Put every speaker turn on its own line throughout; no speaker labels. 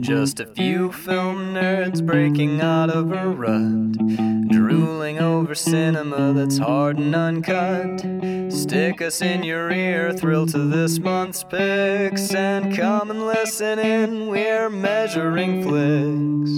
Just a few film nerds breaking out of a rut, drooling over cinema that's hard and uncut. Stick us in your ear, thrill to this month's picks, and come and listen in. We're measuring flicks.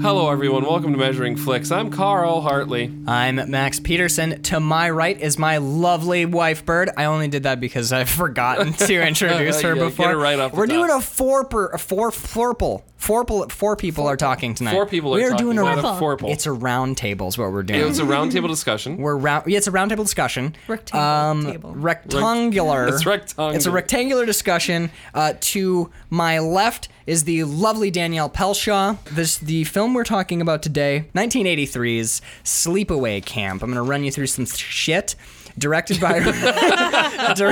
Hello, everyone. Welcome to Measuring Flicks. I'm Carl Hartley.
I'm Max Peterson. To my right is my lovely wife, Bird. I only did that because I've forgotten to introduce her
Yeah, get
before.
her right off the
We're
top.
doing a four per a four florple. Four pl- four people are talking tonight.
Four people
we
are,
are
talking
doing a
about
Purple.
a fourple.
It's a round table is what we're doing.
it was a roundtable discussion.
we're round. Yeah, it's a roundtable discussion.
Rectangle
Um,
table.
Rectangular.
It's rectangular.
It's a rectangular discussion. Uh, to my left is the lovely Danielle Pelshaw. This the film we're talking about today, 1983's Sleepaway Camp. I'm gonna run you through some shit. Directed by dir-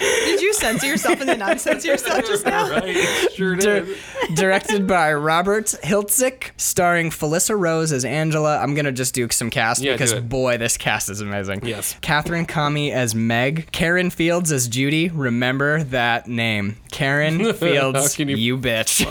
Did you censor yourself and then uncensor yourself just now?
right. Sure did.
directed by Robert Hiltzik, starring Felissa Rose as Angela. I'm gonna just do some cast
Yeah, do
because
it.
boy, this cast is amazing.
Yes.
Catherine Kami as Meg, Karen Fields as Judy. Remember that name, Karen
How
Fields.
can
you,
you
bitch.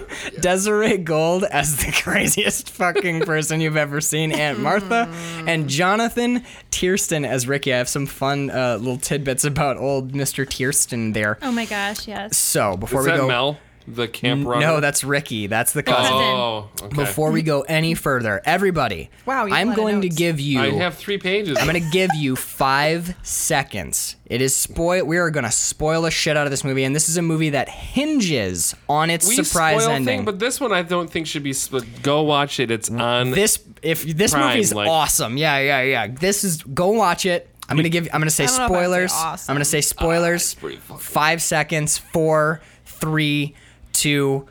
Desiree Gold as the craziest fucking person you've ever seen, Aunt Martha, and Jonathan Tiersten as Ricky. I have some fun uh, little tidbits about old Mr. Tiersten there.
Oh my gosh, yes.
So before
Is
we
that
go,
Mel, the camp runner?
no, that's Ricky. That's the cousin.
Oh, okay.
Before we go any further, everybody,
Wow, you have a
I'm
lot of
going to
notes.
give you.
I have three pages.
I'm gonna give you five seconds. It is spoil. We are gonna spoil the shit out of this movie, and this is a movie that hinges on its
we
surprise
spoil
ending.
thing, but this one I don't think should be. Split. Go watch it. It's on.
this if this
Prime,
movie's
like-
awesome. Yeah, yeah, yeah. This is go watch it. I'm gonna give. I'm gonna say
I don't know if I'd say
spoilers.
awesome.
I'm gonna say spoilers.
pretty fucking-
Five seconds. Four, three, two.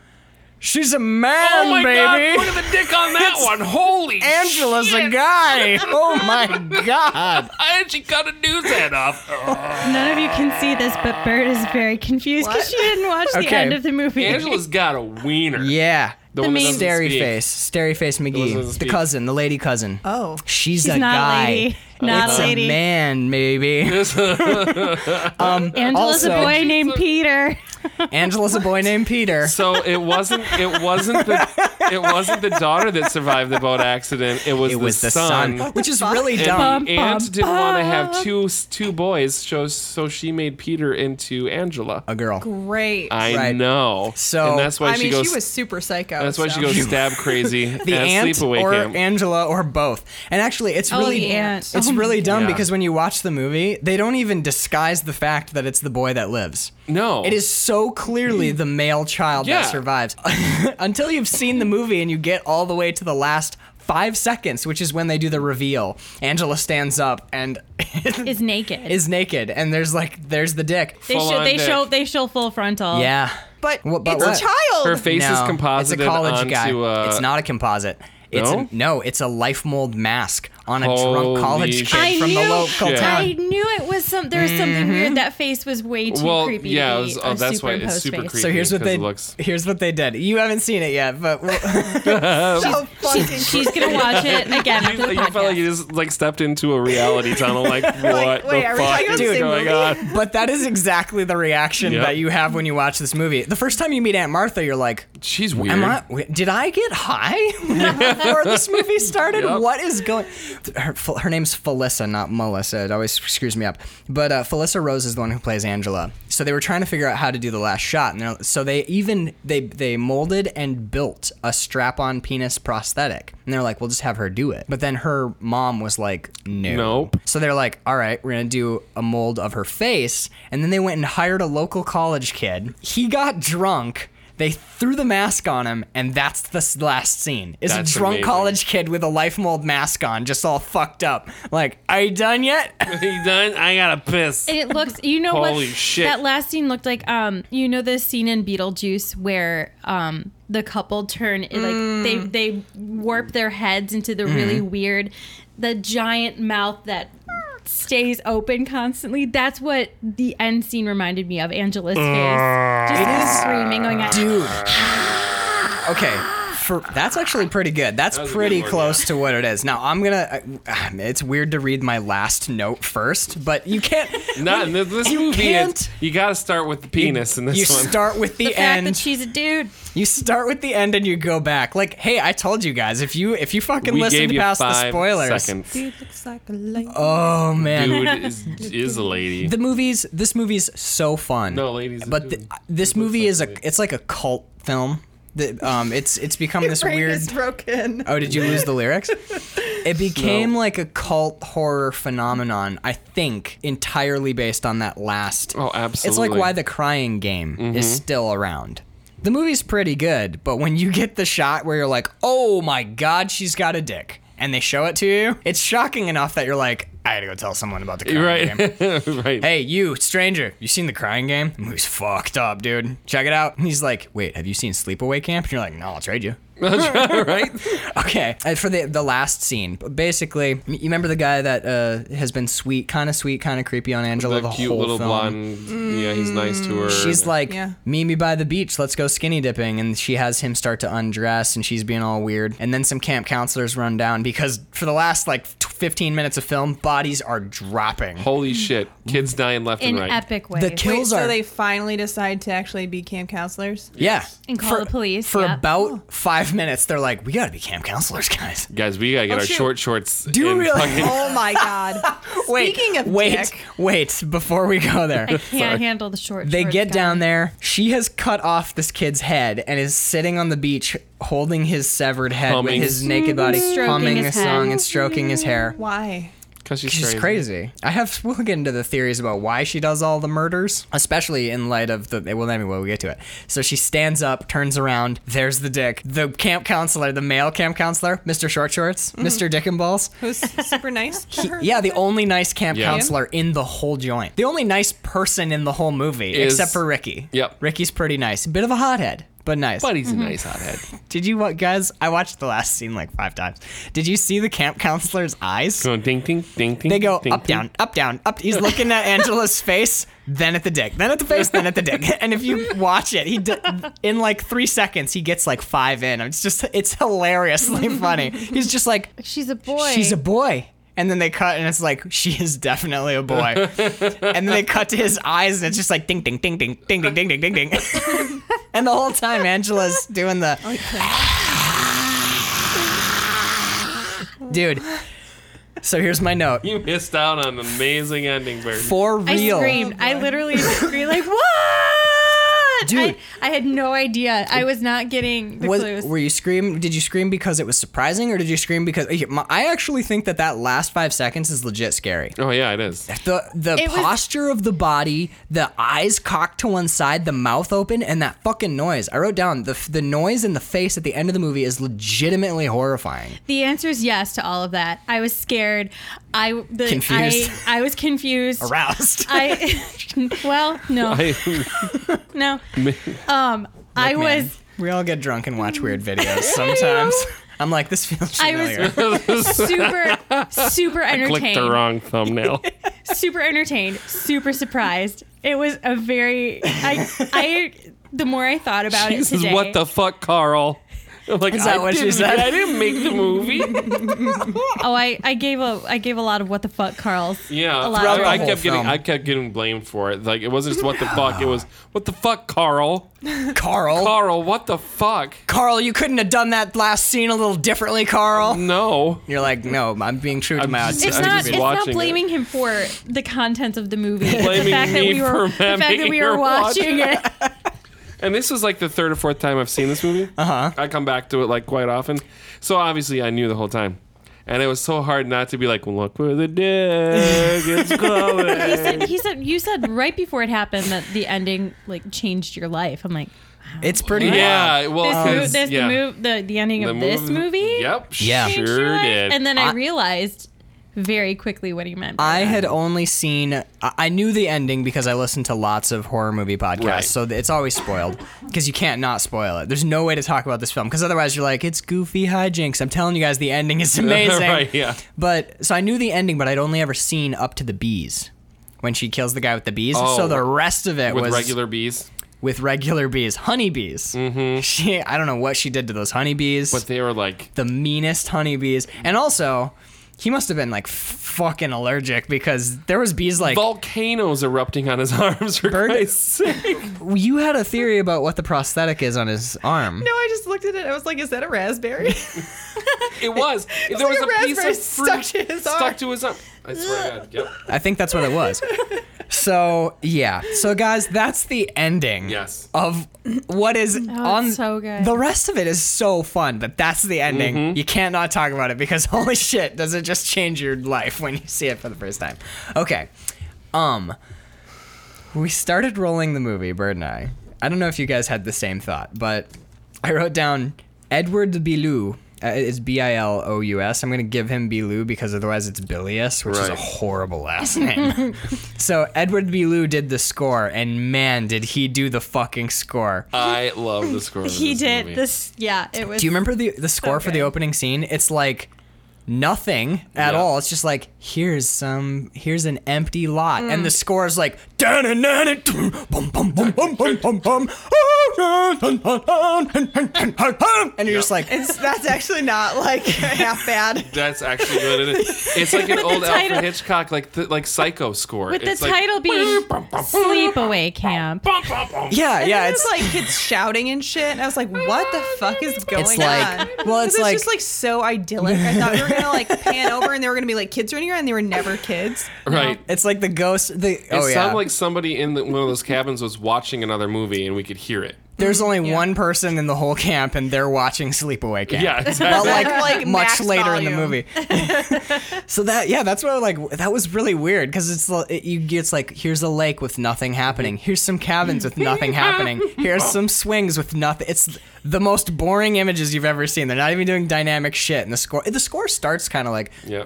She's a man,
oh my
baby.
god! Look at the dick on that one. Holy
Angela's a
shit.
guy. Oh my god.
I actually cut a news head off.
None of you can see this, but Bert is very confused because she didn't watch the
Okay.
end of the movie.
Angela's got a wiener.
Yeah.
The one that
main-
doesn't
Stary
speak.
face. Stary face
one that
McGee.
doesn't
The
speak.
cousin, the lady cousin.
Oh.
She's,
She's
a
not
guy.
a lady. Not
It's
a lady.
a man, baby.
Angela's
Also-
a boy named
She's a-
Peter.
Angela's a boy named Peter.
So it wasn't it wasn't the it wasn't the daughter that survived the boat accident. It was
It
the
was the
son.
son, which is really dumb.
And the aunt didn't want to have two two boys, so so she made Peter into Angela.
A girl.
Great.
I
Right.
know.
So-
and that's why
I
she
mean,
goes.
she was super psycho.
that's why
so.
she goes stab crazy
The
at
aunt
sleepaway
or
camp.
Angela or both. And actually, it's really
the aunt.
it's
Oh my
really dumb
God.
because when you watch the movie, they don't even disguise the fact that it's the boy that lives.
no,
It is so clearly the male child
Yeah.
that survives. Until you've seen the movie and you get all the way to the last five seconds, which is when they do the reveal. Angela stands up and
Is naked.
is naked, and there's like there's the dick.
they
full
show
on
they
dick.
show they show full frontal.
Yeah,
But,
What- but
it's
what?
a child.
her face
No,
is composited
It's a college
onto.
guy.
Uh,
it's not a composite. It's
No?
a, no, it's a life mold mask on a
Holy
drunk college
shit.
kid
I
from
knew,
the local
Yeah. Mm-hmm.
town.
I knew it was some. There was something weird. That face was way too
Well,
creepy.
yeah, it
to be
was-
a
oh, that's why it's
superimposed
super
face.
creepy.
So here's what
because
they
it looks-
here's what they did. You haven't seen it yet, but
So fucking
She's gonna watch it again
You,
after the
you felt like you
podcast.
just like stepped into a reality tunnel. Like what
wait,
the
are we
fuck
talking about
is
the same
going
movie?
on?
But that is exactly the reaction
Yep.
that you have when you watch this movie. The first time you meet Aunt Martha, you're like,
She's weird.
"Am I? w- Did I get high before this movie started?
Yep.
What is going?" Her, her name's Felissa, not Melissa. It always screws me up. But uh, Felissa Rose is the one who plays Angela. So they were trying to figure out how to do the last shot, and they're- so they even they they molded and built a strap-on penis prosthetic, and they're like, "We'll just have her do it." But then her mom was like, "No."
Nope.
So they're like, all right, we're gonna do a mold of her face. And then they went and hired a local college kid. He got drunk. They threw the mask on him, and that's the s- last scene. Is a
That's
drunk
amazing.
college kid with a life mold mask on, just all fucked up. Like, are you done yet?
You done? I gotta piss.
And it looks you know what
Holy shit.
that last scene looked like um you know the scene in beetlejuice where um the couple turn it, like
Mm.
they they warp their heads into the really
Mm-hmm.
weird the giant mouth that stays open constantly that's what the end scene reminded me of angela's face just screaming going at
Dude. Okay. for that's actually pretty good. That's
was a good
pretty
one,
close
yeah.
to what it is. Now I'm gonna. I- It's weird to read my last note first, but you can't.
Not in this, this
You
movie. It's,
can't-
you got to start with the penis in this
you
one.
start with the,
The fact
end.
that she's a dude.
you start with the end, and you go back. Like, hey, I told you guys if you if you fucking
we
listen
gave you
past the
five
spoilers.
seconds.
Dude looks like a lady.
Oh man,
Dude is, is a lady.
the movies. This movie's so fun.
No, ladies,
But
it
th-
is-
this
it looks
movie
like
is
a
a.
lady.
It's like a cult film. That um, it's it's become this
Brain
weird.
is broken.
Oh, did you lose the lyrics? It became like a cult horror phenomenon, I think, entirely based on that last.
Oh,
It's like
absolutely. Mm-hmm.
why the crying game is still around. The movie's pretty good, but when you get the shot where you're like, oh my god, she's got a dick, and they show it to you, it's shocking enough that you're like, I gotta go tell someone about the crying
right,
game.
right.
Hey, you, stranger, you seen the crying game? The movie's fucked up, dude. Check it out. And he's like, wait, have you seen Sleepaway Camp? And you're like, no, I'll trade you.
right.
Okay, and for the the last scene, but basically, m- you remember the guy that uh, has been sweet, kind of sweet, kind of creepy on Angela
The
the
cute
whole
little
film.
blonde. Yeah, he's nice to her.
She's like,
Yeah.
meet me by the beach. Let's go skinny dipping. And she has him start to undress, and she's being all weird. And then some camp counselors run down because for the last like t- 15 minutes of film, bodies are dropping.
holy shit, kids dying left
In
and right.
epic way.
The
Wait,
kills
so
are
they finally decide to actually be camp counselors?
yeah.
And call
for,
the police,
for
yeah.
about five minutes. They're like, we gotta be camp counselors, guys.
Guys, we gotta get
Oh,
our
shoot.
short shorts.
Do you
in
really-
fucking-
Oh my god.
Wait,
Speaking of
wait,
dick-
wait. Before we go there,
I can't handle the short.
They
shorts
get
guy.
down there. She has cut off this kid's head and is sitting on the beach holding his severed head
Humming.
with his naked body,
Stroking
humming
his
a
head.
song and stroking his hair.
Why?
Cause she's,
She's crazy. I have. We'll get into the theories about why she does all the murders, especially in light of the. Well, anyway, we'll get to it. So she stands up, turns around. There's the dick. The camp counselor, the male camp counselor, Mr. Short Shorts,
Mm-hmm.
Mr. Dick and Balls.
Who's super nice to her?
Yeah, the only nice camp
Yeah.
counselor in the whole joint. The only nice person in the whole movie,
Is-
except for Ricky.
Yep.
Ricky's pretty nice. Bit of a hothead, but nice.
But he's a nice hothead.
Did you, wa- guys? I watched the last scene like five times. Did you see the camp counselor's eyes?
Going ding ding ding ding.
Mm-hmm. They go
ding,
up,
ding.
down, up, down, up. He's looking at Angela's face, then at the dick, then at the face, then at the dick. And if you watch it, he d- in like three seconds he gets like five in. It's just it's hilariously funny. He's just like,
She's a boy.
She's a boy. And then they cut, and it's like she is definitely a boy. and then they cut to his eyes, and it's just like ding, ding, ding, ding, ding, ding, ding, ding, ding, ding. and the whole time, Angela's doing the. Dude, so here's my note.
You missed out on an amazing ending, Bird.
For
I
real,
screamed. I literally screamed like what?
Dude.
I, I had no idea. I was not getting the
was,
clues.
were you scream? Did you scream because it was surprising, or did you scream because okay, my- I actually think that that last five seconds is legit scary.
Oh yeah, it is.
The the
It was-
posture of the body, the eyes cocked to one side, the mouth open, and that fucking noise. I wrote down the the noise in the face at the end of the movie is legitimately horrifying.
The answer is yes to all of that. I was scared. I the,
Confused.
I, I was confused.
Roused.
I well no
I,
no um I was
we all get drunk and watch weird videos sometimes. I'm like, this feels
I was-
familiar.
super super
clicked the
entertained
wrong thumbnail.
super entertained super surprised it was a very I I the more I thought about it
Jesus,
today
what the fuck, Carl? I'm like,
Is that
I
what she
didn't-
said?
I didn't make the movie.
oh I I gave a I gave a lot of what the fuck Carls
Yeah,
a lot
Throughout
of
I, I
the whole
kept getting
film.
I kept getting blamed for it. Like it wasn't just what the fuck, it was what the fuck, Carl.
Carl.
Carl, what the fuck?
Carl, you couldn't have done that last scene a little differently, Carl.
No.
You're like, no, I'm being true to
I'm
my
just-
It's
I
not.
was
It's not
watching it.
blaming him for the contents of the movie. It's the
Blaming
fact that
me
we were,
for
the fact that
having
we
her
were
watch
watching it.
And this is like the third or fourth time I've seen this movie. Uh
Uh-huh.
huh. I come back to it like quite often. So obviously I knew the whole time. And it was so hard not to be like, look where the dick is
He
going.
said, he said. You said right before it happened that the ending like changed your life. I'm like,
It's pretty. wild.
yeah, well,
this, mo-
uh,
'cause-
this
yeah.
the move, the the ending
The
of this
move-
movie.
Yep,
Yeah.
changed your
sure
life?
did.
And then I,
I-
realized very quickly what he meant. by
I
that.
had only seen. I- I knew the ending because I listened to lots of horror movie podcasts,
Right.
so th- it's always spoiled because you can't not spoil it. There's no way to talk about this film because otherwise you're like, it's goofy hijinks. I'm telling you guys, the ending is amazing.
Right, yeah.
But so I knew the ending, but I'd only ever seen up to the bees when she kills the guy with the bees.
Oh.
so the rest of it
with
was
regular bees.
with regular bees, honeybees. Mm-hmm. She, I don't know what she did to those honeybees.
But they were like,
the meanest honeybees, and also. He must have been like fucking allergic because there was bees like
volcanoes erupting on his arms for
Bird-
Christ's sake.
you had a theory about what the prosthetic is on his arm.
No, I just looked at it. I was like, "Is that a raspberry?"
It was. If there was
like a
a piece
raspberry
of fruit
stuck to his
stuck
arm.
to his arm. I swear to God. Yep.
I think that's what it was. so yeah. So guys, that's the ending.
Yes.
Of what is on
Oh, so good.
the rest of it is so fun, but that's the ending. You can't not talk about it because holy shit, does it just change your life when you see it for the first time? Okay. Um. We started rolling the movie, Bird and I. I don't know if you guys had the same thought, but I wrote down Edward Bilou. Uh, it's B I L O U S. I'm going to give him Bilou because otherwise it's Bilius, which is a
Right.
horrible last name. so Edward Bilou did the score, and man, did he do the fucking score.
I love the score. of
He
this
did
movie.
this. Yeah, it was.
Do you remember the, the score for the
good.
opening scene? It's like nothing at
Yeah.
all. It's just like here's some here's an empty lot, and
Mm.
the score is like and you're just like
It's, that's actually not like half bad.
That's actually what it is. It's like an old
title-
Alfred Hitchcock, like th- like Psycho score.
With the
it's like,
title being Sleepaway Camp.
yeah
And
yeah
then
it's
there's, like oh kids shouting and shit, and I was like, "What the fuck is going
It's like-
on?"
well, it's
This is
like-
just like so idyllic. I thought we were gonna like pan over, and they were gonna be like kids running around, and they were never kids.
right.
it's like the ghost the
It
oh yeah
sounded like somebody in the, one of those cabins was watching another movie and we could hear it.
there's only one person in the whole camp and they're watching Sleepaway Camp
Yeah,
but
exactly.
like,
Like
much
max
later in the
volume.
movie. so that yeah, that's what like that was really weird because it's l- it, you it's like here's a lake with nothing happening, here's some cabins with nothing happening, here's some swings with nothing. It's the most boring images you've ever seen. They're not even doing dynamic shit, and the score the score starts kind of like.
Yeah.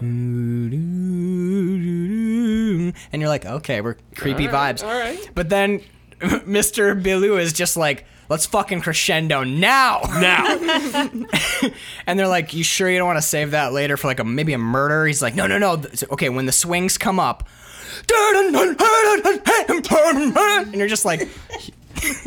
And you're like, okay, we're creepy
All right,
vibes.
all right.
But then Mr. Bilou is just like, let's fucking crescendo now.
Now,
And they're like, "You sure you don't want to save that later for like a maybe a murder?" He's like, "No, no, no. Th- Okay, when the swings come up." And you're just like,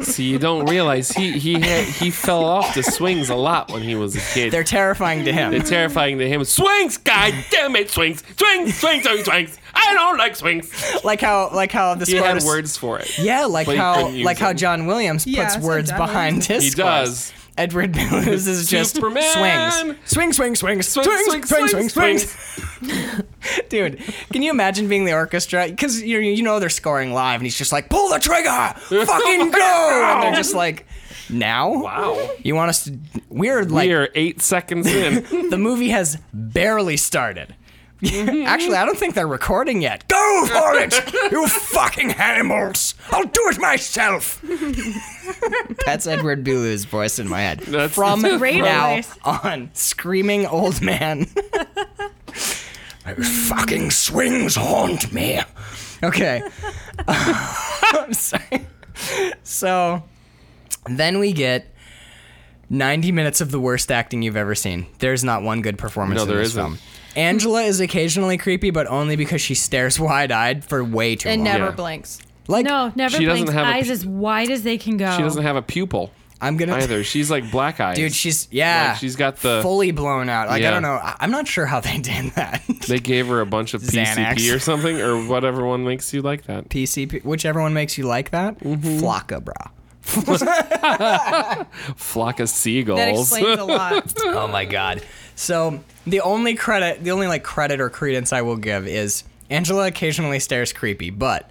see, you don't realize he he had, he fell off the swings a lot when he was a kid.
they're terrifying to
They're
him.
terrifying to him. Swings, god damn it, swings, swings, swings, swings, swings. I don't like swings.
Like how, like how the
He
score
had
is-
words for it.
Yeah, like
but he
how,
couldn't use
like how
them.
John Williams puts
Yeah, so
words
John
behind
Williams-
his.
He
scores.
does.
Edward Billings is just
Superman!
swings, swings, swings, swings, swings, swings, swings, swings, Dude, can you imagine being the orchestra? Because you you know they're scoring live, and he's just like, "Pull the trigger, fucking go!" And they're just like, "Now,
Wow.
you want us to?" We're like,
We are eight seconds in.
the movie has barely started.
Mm-hmm.
Actually, I don't think they're recording yet. Go for it, you fucking animals! I'll do it myself. That's Edward Bulu's voice in my head.
That's-
From
Great
now
voice.
on, screaming old man. Those fucking swings haunt me. Okay. I'm sorry. So then we get 90 minutes of the worst acting you've ever seen. There's not one good performance
No,
in
there
this
isn't.
film. Angela is occasionally creepy, but only because she stares wide-eyed for way too
And
long.
never
Yeah.
blinks.
Like
No, never
She doesn't
blinks.
have a
Eyes
p-
as wide as they can go.
She doesn't have a pupil
I'm gonna
either. She's like black eyes.
Dude, she's yeah.
Like, she's got the-
fully blown out. Like I
Yeah.
don't know. I- I'm not sure how they did that.
They gave her a bunch of
Xanax.
PCP or something, or whatever one makes you like that.
PCP, whichever one makes you like that.
Mm-hmm.
Flocka bra.
Flock of
That
seagulls.
explains a lot.
Oh my god. So the only credit, the only like credit or credence I will give is Angela occasionally stares creepy, but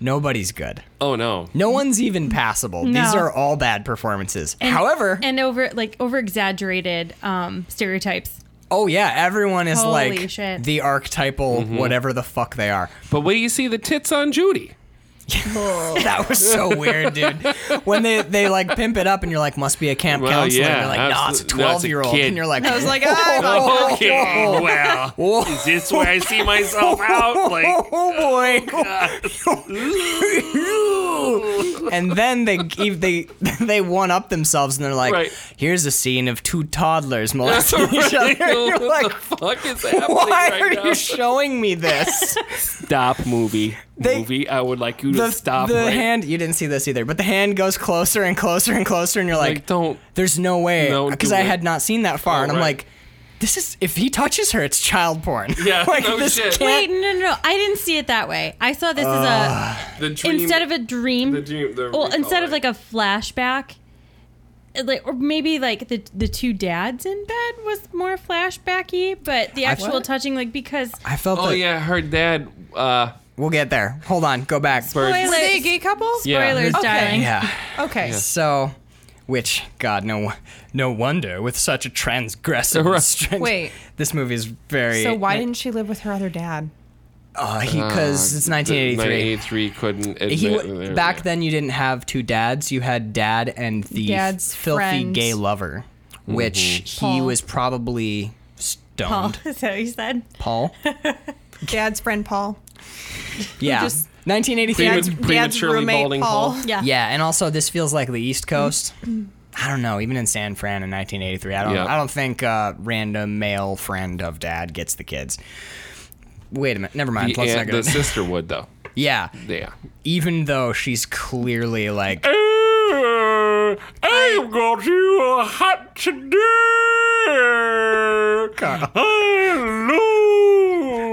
nobody's good.
oh no.
No one's even passable. These
No.
are all bad performances. However,
and over like over exaggerated um, stereotypes.
oh yeah, everyone is
Holy
like
shit.
the archetypal
Mm-hmm.
whatever the fuck they are.
But wait, till you see the tits on Judy.
That was so weird, dude. When they they like pimp it up and you're like, must be a camp
Well,
counselor. and
yeah,
they're like, nah, it's a
absolute- no, it's
12
a
year old.
kid.
And you're like,
I was like, oh,
Okay, well, is this where I see myself out? Like,
oh
oh,
boy. and then they give- they they one up themselves and they're like,
Right.
here's a scene of two toddlers molesting each other.
Right?
And you're
what
like,
the fuck is happening
why
right
are
now?
you showing me this?
Stop movie.
They-
movie, I would like you to
the,
stop.
the
right-
hand you didn't see this either but the hand goes closer and closer and closer and you're like,
Like, don't.
there's no way
No,
because
do
i
it.
had not seen that far
Oh,
and i'm
right.
like this is if he touches her it's child porn
Yeah,
like
no
this
shit.
Wait,
can't
no, no, no. I didn't see it that way. I saw this
Ah.
as
The
a
dream,
instead of a dream.
the dream- the
well,
recall,
instead of
right.
like a flashback, it, like or maybe like the the two dads in bed was more flashbacky, but the actual
What?
touching like because
i felt
Oh
like
yeah, her dad. Uh,
we'll get there hold on go back
Bird.
Were
Spoilers.
they a gay couple?
Yeah.
spoilers,
Okay.
darling.
yeah
Okay.
so which god no no wonder with such a transgressive
Right.
string
Wait.
this movie is very
So why didn't she live with her other dad?
uh,
because
Ah,
it's 1983
1983 couldn't. Admit,
he w- back then you didn't have two dads you had dad and the
Dad's
filthy
friend.
gay lover which he
Paul.
was probably
Paul,
stoned
is that what you said?
paul,
Dad's friend Paul.
yeah
just-
1983
Prema-
Dad's, dad's
prematurely
roommate
balding
Paul.
Paul.
Yeah.
yeah and also this feels like the east coast i don't know even in san fran in 1983 i don't
Yeah.
i don't think uh random male friend of dad gets the kids wait a minute never mind
the,
Let's not
aunt-
go-
the sister would though.
yeah
Yeah.
even though she's clearly like
I've got you a hot today. I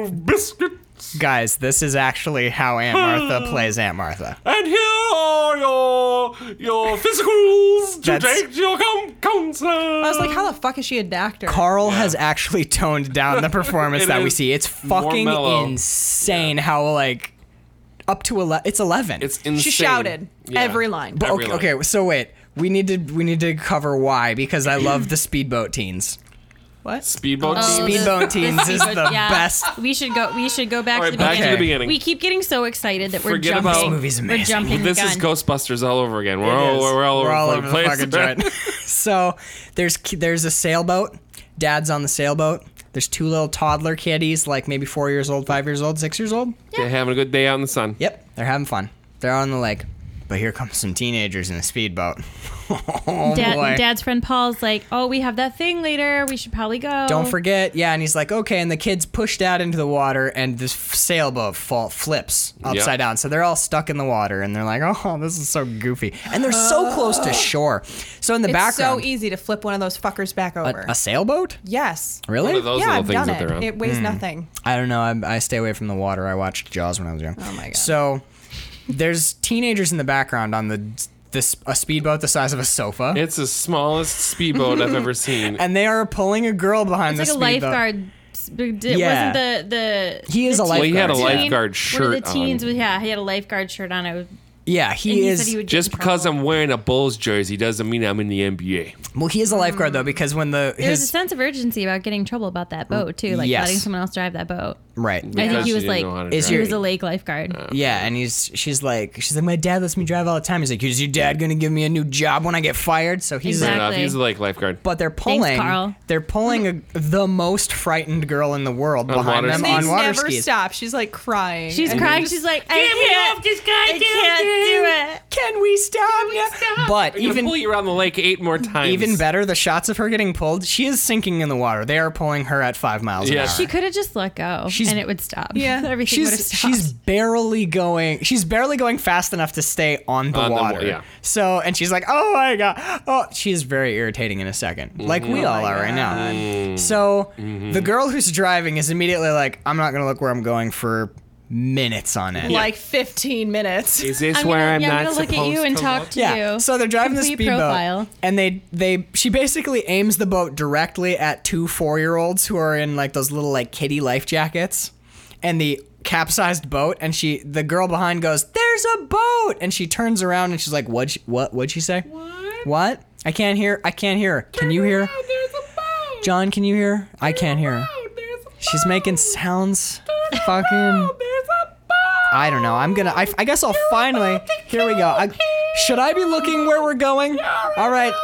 love biscuits.
guys this is actually how aunt martha plays aunt martha
And here are your your physicals
to That's- take
to your com- counselor.
I was like, how the fuck is she a doctor?
Carl has actually toned down the performance
It
that we
is
see. It's
more
fucking
mellow.
insane how like up to eleven. It's eleven.
it's insane.
she shouted
Yeah.
every line.
But
every
okay,
line.
okay. So wait, we need to we need to cover why because I love the speedboat teens.
What?
Speedboat
Oh,
team.
the-
Speedboat teens is
Speedboat-
the best.
We should go. We should go back,
All right,
to, the
back
to the
beginning.
We keep getting so excited that we're
Forget
jumping.
about- This
movie's
We're
amazing.
jumping
This
the
is
gun.
Ghostbusters all over again. We're all
It is.
we're all over, the
the
place.
fucking joint. so there's there's a sailboat. Dad's on the sailboat. There's two little toddler kiddies, like maybe four years old, five years old, six years old.
They're having a good day out in the sun.
Yep, they're having fun. They're on the lake. But here comes some teenagers in a speedboat. oh
Dad,
boy.
Dad's friend Paul's like, oh, we have that thing later. We should probably go.
Don't forget, yeah, and he's like, okay, and the kids pushed out into the water, and this f- sailboat fall, flips upside
Yep.
down. So they're all stuck in the water, and they're like, oh, this is so goofy. And they're so close
Oh.
to shore. So in the
It's
background,
e-
so easy to flip one of those fuckers back over.
a sailboat?
yes.
Really?
One
Hmm.
of those
yeah,
little
I've
things
done
that
it.
they're on.
It weighs nothing.
I don't know. I, I stay away from the water. I watched Jaws when I was young. Oh
my God.
So there's teenagers in the background on the this a speedboat the size of a sofa.
It's the smallest speedboat I've ever seen.
and they are pulling a girl behind
It's
the
like a
speedboat.
lifeguard. s- It
Yeah.
wasn't the the.
He is
the
a
teen-
well, he had a
lifeguard.
teen-
lifguard
One of
shirt
the teens,
on.
was, yeah, he had a lifeguard shirt on. I was,
Yeah,
and
he,
he
is.
said he would get
Just
in
because
trouble.
I'm wearing a Bulls jersey doesn't mean I'm in the NBA.
well, he is a lifeguard though because when the
There's Mm. a
his
sense of urgency about getting in trouble about that boat too, like
Yes.
letting someone else drive that boat.
right.
I
Because
think
she
he was
didn't
like,
know how to
Is
drive.
he
your-
was a lake lifeguard.
Uh,
Yeah, and he's she's like she's like my dad lets me drive all the time. He's like, is your dad gonna give me a new job when I get fired? So he's
Fair
Exactly.
enough. He's a like lifeguard.
but they're pulling.
Carl.
They're pulling a, the most frightened girl in the world
On
behind
water
them
skis.
on
Things
water
never
skis.
stop. She's like crying.
She's
And
crying.
just-
She's like, I can't,
this guy
I can't do it.
Can we stop? now? But
Even
even
pull you around the lake eight more times.
even better, the shots of her getting pulled, she is sinking in the water. They are pulling her at five miles an
Yeah.
hour.
She could have just let go,
She's-
and it would stop.
Yeah.
everything would have
she's
stopped.
she's barely going she's barely going fast enough to stay on the
On the wa-
water
yeah.
so and she's like oh my god oh she is very irritating in a 2nd like we
Mm.
all are right now so
Mm-hmm.
the girl who's driving is immediately like i'm not gonna look where i'm going for minutes on end
like 15 minutes.
Is this
I'm
where
gonna,
I'm
yeah,
not
I'm gonna look at
supposed
you and
to
talk
look?
to you.
So they're driving the
Complete
speedboat,
profile.
and they they she basically aims the boat directly at two four year olds who are in like those little like kitty life jackets, and the capsized boat. And she the girl behind goes, "There's a boat!" And she turns around and she's like, "What? she- What? What'd she say? What? What? I can't hear. I can't hear. Can you hear? John, can you hear? I can't hear. She's making sounds. Fucking. I don't know. I'm gonna. I, I guess I'll finally. Here we go. I, should I be looking where we're going? All right.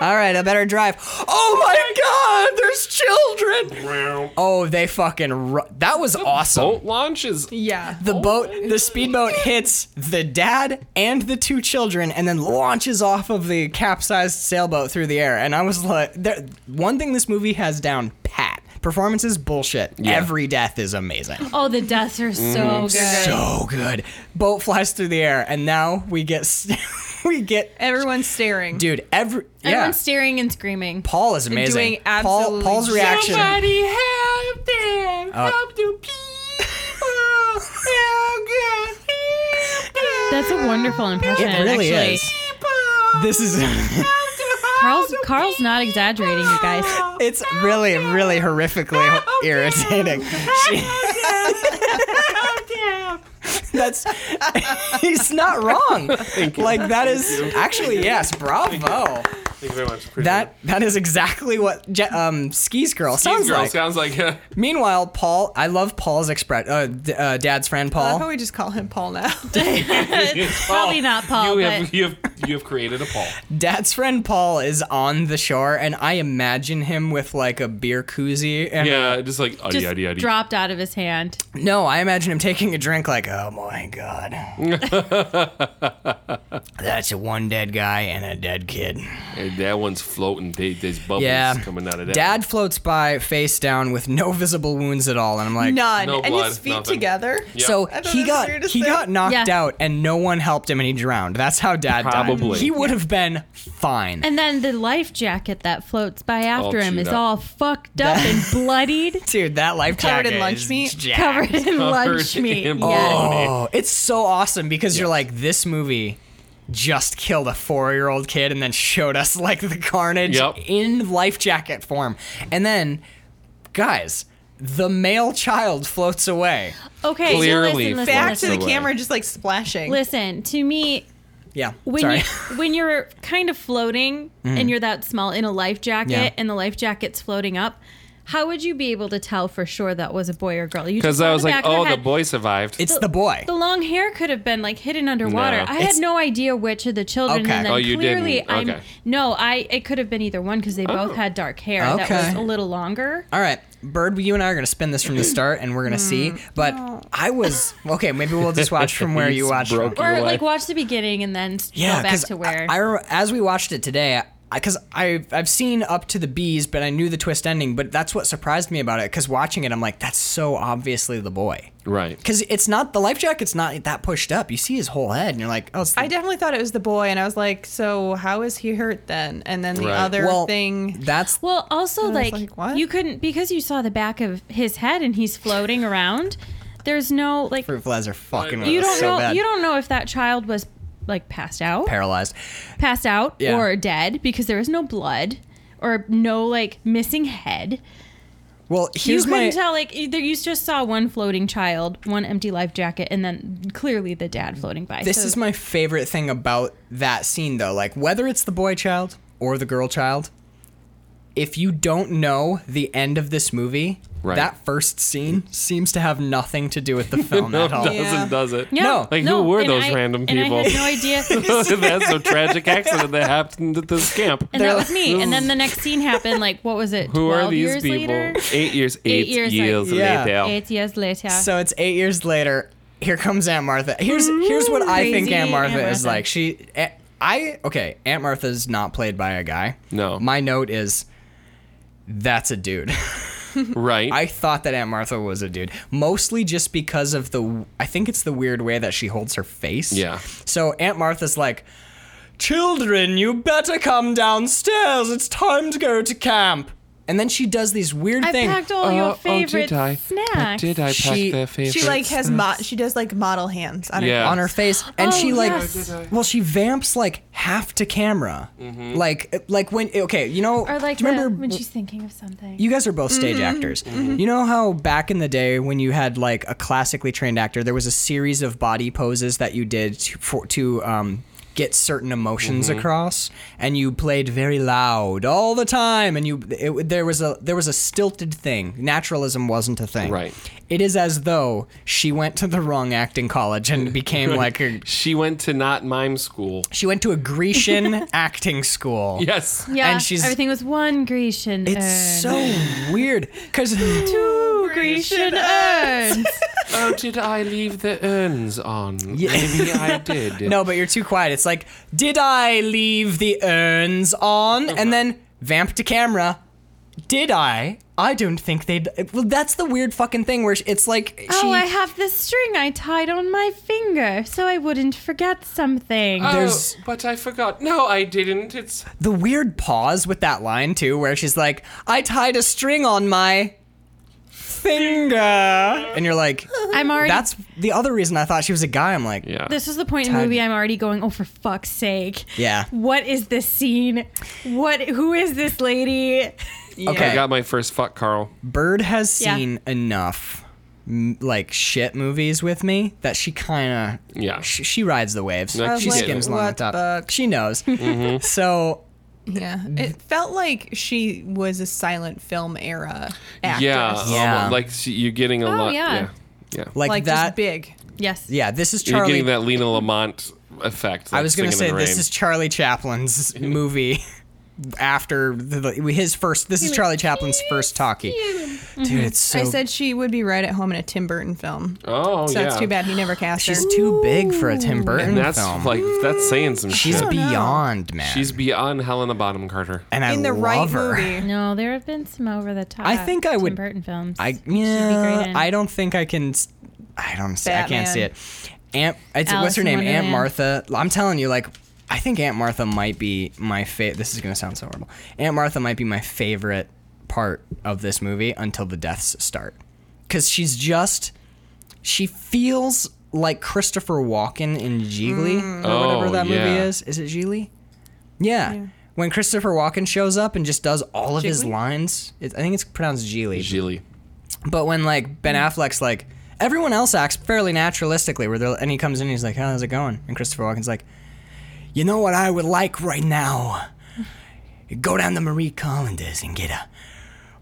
All right. I better drive. Oh my God! There's children. Oh, they fucking. Ru- that was awesome.
Boat launches.
yeah.
The boat, the speedboat hits the dad and the two children, and then launches off of the capsized sailboat through the air. And I was like, there, one thing this movie has down pat Performances bullshit. Every death is amazing.
Oh, the deaths are so good.
Mm. So good. Boat flies through the air, and now we get s- we get
Everyone's staring.
dude. Every yeah.
Everyone's staring and screaming.
Paul is amazing.
doing
Paul,
absolutely
Paul's reaction.
Somebody help them!
Uh,
help them, people! Help them, people!
That's a wonderful impression.
It really
actually.
is. This is
Carl's Carl's not exaggerating, you guys.
it's really really horrifically irritating. She- That's he's not wrong. Like that is actually yes, bravo.
Thank you very much. Appreciate
That
it.
that is exactly what Je- um skis girl sounds
These girls
like.
sounds like yeah.
Meanwhile, Paul, I love Paul's express. Uh, d- uh, Dad's friend
I
Paul.
love how we just call him Paul now.
It's probably not Paul,
You
but
have, you have you have created a Paul.
Dad's friend Paul is on the shore, and I imagine him with like a beer koozie. And
Yeah, just like uddy,
just
uddy, uddy.
dropped out of his hand.
No, I imagine him taking a drink like, oh my god. That's one dead guy and a dead kid.
Hey, that one's floating. They, there's bubbles
Yeah.
coming out of that.
Dad floats by face down with no visible wounds at all, and I'm like,
None.
No
and
blood,
his feet
nothing.
together.
Yeah.
So
I thought
he
that was
got
weird to
he
say.
got knocked
Yeah.
out and no one helped him and he drowned. That's how dad
Probably.
died. He would have been fine.
And then the life jacket that floats by after him
chewed
is
up.
all fucked up and bloodied,
Dude, that life
Covered
jacket
in lunch
is
meat?
jacked.
covered in lunch
in
meat.
blood.
Yes.
Oh, it's so awesome because you're like this movie just killed a four-year-old kid and then showed us like the carnage
Yep.
in life jacket form, and then guys, the male child floats away.
Okay, so
Clearly
listen, listen,
Back
listen,
to
That's
the
the
camera, just like splashing.
listen to me.
Yeah,
When
sorry.
you when you're kind of floating
Mm.
and you're that small in a life jacket
Yeah.
and the life jacket's floating up, how would you be able to tell for sure that was a boy or girl? You
Because
just
I
saw
was like,
back of their
oh, the
head.
boy survived.
it's the boy.
The long hair could have been like hidden underwater.
No.
I
It's-
had no idea which of the children.
Okay.
And then
Oh, you
clearly
didn't.
I'm
Okay. Oh.
no. I it could have been either one because they both had dark hair
Okay.
that was a little longer.
All right, Bird, you and I are gonna spin this from the start, and we're gonna see.
Mm,
But I was okay. Maybe we'll just watch from where you
He's
watched.
broke.
from.
Or
You're
like
like-
watch the beginning and then s-
Yeah,
go back
'cause
to where.
I, I re- as we watched it today, because I, I have seen up to the bees, but I knew the twist ending. But that's what surprised me about it. Because watching it, I'm like, that's so obviously the boy.
right.
Because it's not the life jacket's not that pushed up. You see his whole head, and you're like, oh, it's the
I definitely thought it was the boy, and I was like, so how is he hurt then? And then the
Right.
other
well
thing.
That's
well, also like,
like, what?
you couldn't because you saw the back of his head and he's floating around. There's no like
fruit flies are fucking. with
you
us
don't
so
know
bad.
you don't know if that child was like passed out,
paralyzed.
passed out
Yeah.
or dead because there was no blood or no like missing head.
Well, here's
you couldn't
my.
tell like either you just saw one floating child, one empty life jacket, and then clearly the dad floating by.
This
So-
is my favorite thing about that scene, though. Like, whether it's the boy child or the girl child, if you don't know the end of this movie,
Right.
that first scene seems to have nothing to do with the film
No,
at all.
doesn't
Yeah.
does it?
yeah,
No.
Like, who were
and
those
I-
random
and
people?
I had no idea.
That's a tragic accident that happened at this camp.
And
They're
that
like,
was me. And then the next scene happened. Like, what was it?
Who
12
are these
years
people?
Later?
Eight years. Eight,
years
years
later. Yeah.
later.
Eight years later.
So it's eight years later. Here comes Aunt Martha. Here's here's what I think
Crazy
Aunt Martha,
Aunt
is
Martha.
like. She, eh, I okay. Aunt Martha's not played by a guy.
No.
My note is, that's a dude.
Right.
I thought that Aunt Martha was a dude, mostly just because of the. I think it's the weird way that she holds her face.
Yeah.
So Aunt Martha's like, "Children, you better come downstairs. It's time to go to camp." And then she does these weird
I
things.
packed all your
oh,
favorite snacks.
uh,
Did I pack
She-
their favorite?
She like has mo- she does like model hands on
Yeah.
her.
on her face and
Oh,
she like
yes.
well she vamps like half to camera
Mm-hmm.
like like when okay you know
Or like
do you
the-
remember
when she's thinking of something.
you guys are both stage actors. You know how back in the day when you had like a classically trained actor, there was a series of body poses that you did to, for, to um, get certain emotions across, and you played very loud all the time, and you it, there was a there was a stilted thing. Naturalism wasn't a thing.
Right.
It is as though she went to the wrong acting college and became like a.
She went to not mime school.
She went to a Grecian acting school.
Yes.
yeah,
and she's-
everything was one Grecian
It's
urn.
so weird because
Two Grecian urns.
Oh, did I leave the urns on?
Yeah.
Maybe I did.
No, but you're too quiet. It's like, did I leave the urns on? And then vamp to camera. Did I? I don't think they'd. Well, that's the weird fucking thing where it's like she.
Oh, I have this string I tied on my finger so I wouldn't forget something.
There's-
oh, but I forgot. No, I didn't. It's
the weird pause with that line too, where she's like, "I tied a string on my finger," and you're like,
I'm already.
"That's the other reason I thought she was a guy." I'm like,
yeah.
this is the point in the
Tied-
movie I'm already going. Oh, for fuck's sake!
Yeah.
What is this scene? What? Who is this lady?
Okay,
I got my first fuck, Carl.
Bird has
Yeah.
seen enough m- like shit movies with me that she kind of
Yeah.
she, she rides the waves.
No, she
she
did. Mm-hmm.
skims along the
What
top.
the-
She knows. So
Yeah, it felt like she was a silent film era actress.
Yeah,
Yeah.
um, like she, you're getting a
Oh,
lot.
yeah.
Yeah, yeah.
like,
like
that.
just big.
Yes.
yeah, this is
You're
Charlie.
getting that Lena Lamont effect.
I
like
was gonna
singing
say
in the
this
rain.
is Charlie Chaplin's movie after the, the- his first. This is Charlie Chaplin's first talkie. Dude, it's so.
I said she would be right at home in a Tim Burton film.
Oh
so
yeah.
it's too bad he never cast her.
she's too big for a Tim Burton
And that's
film.
like that's saying some
She's
shit.
beyond man.
She's beyond Helena Bottom Carter.
and I
in the
love
right
her.
movie.
No, there have been some over the top.
I think I
Tim
would-
Burton films.
I
She'd be great
yeah,
in.
I don't think I can. s- I don't. See, I can't see it.
Batman.
Aunt. It's, what's
Alice
her
in
name? Aunt
Wonderland.
Martha. I'm telling you, like, I think Aunt Martha might be my favorite. This is gonna sound so horrible. Aunt Martha might be my favorite part of this movie until the deaths start, because she's just. She feels like Christopher Walken in Geely
Mm.
or whatever
Oh,
that movie
yeah.
is. Is it Geely? Yeah. When Christopher Walken shows up and just does all of his
Jiggly?
lines, it, I think it's pronounced Geely.
Gilly.
But when like Ben Affleck's like everyone else acts fairly naturalistically, where they're, and he comes in, and he's like, "How's it going?" And Christopher Walken's like, "You know what I would like right now? Go down to Marie Callender's and get a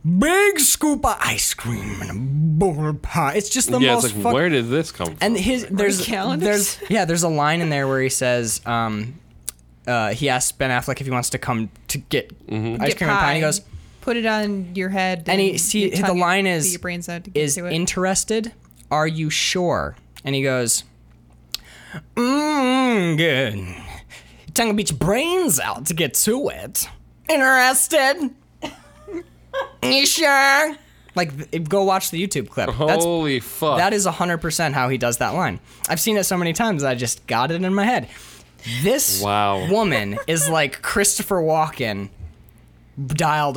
big scoop of ice cream and a bowl of pie." It's just the
Yeah,
most
it's like
fuck-
where did this come from?
and his there's
Callender's?
there's yeah there's a line in there where he says um uh he asks Ben Affleck if he wants to come to get
Mm-hmm.
ice
Get
cream and pie. And he goes
put it on your head,
And he- see,
you
the
tug it
line
to
is-
your brains out to get
is
to it.
interested. Are you sure? And he goes, Mmm, good. Your tongue will beat your brains out to get to it. Interested? you sure? Like, th- go watch the YouTube clip. That's,
Holy Oh, fuck.
that is 100% how he does that line. I've seen it so many times, I just got it in my head. This
Wow.
woman is like Christopher Walken dialed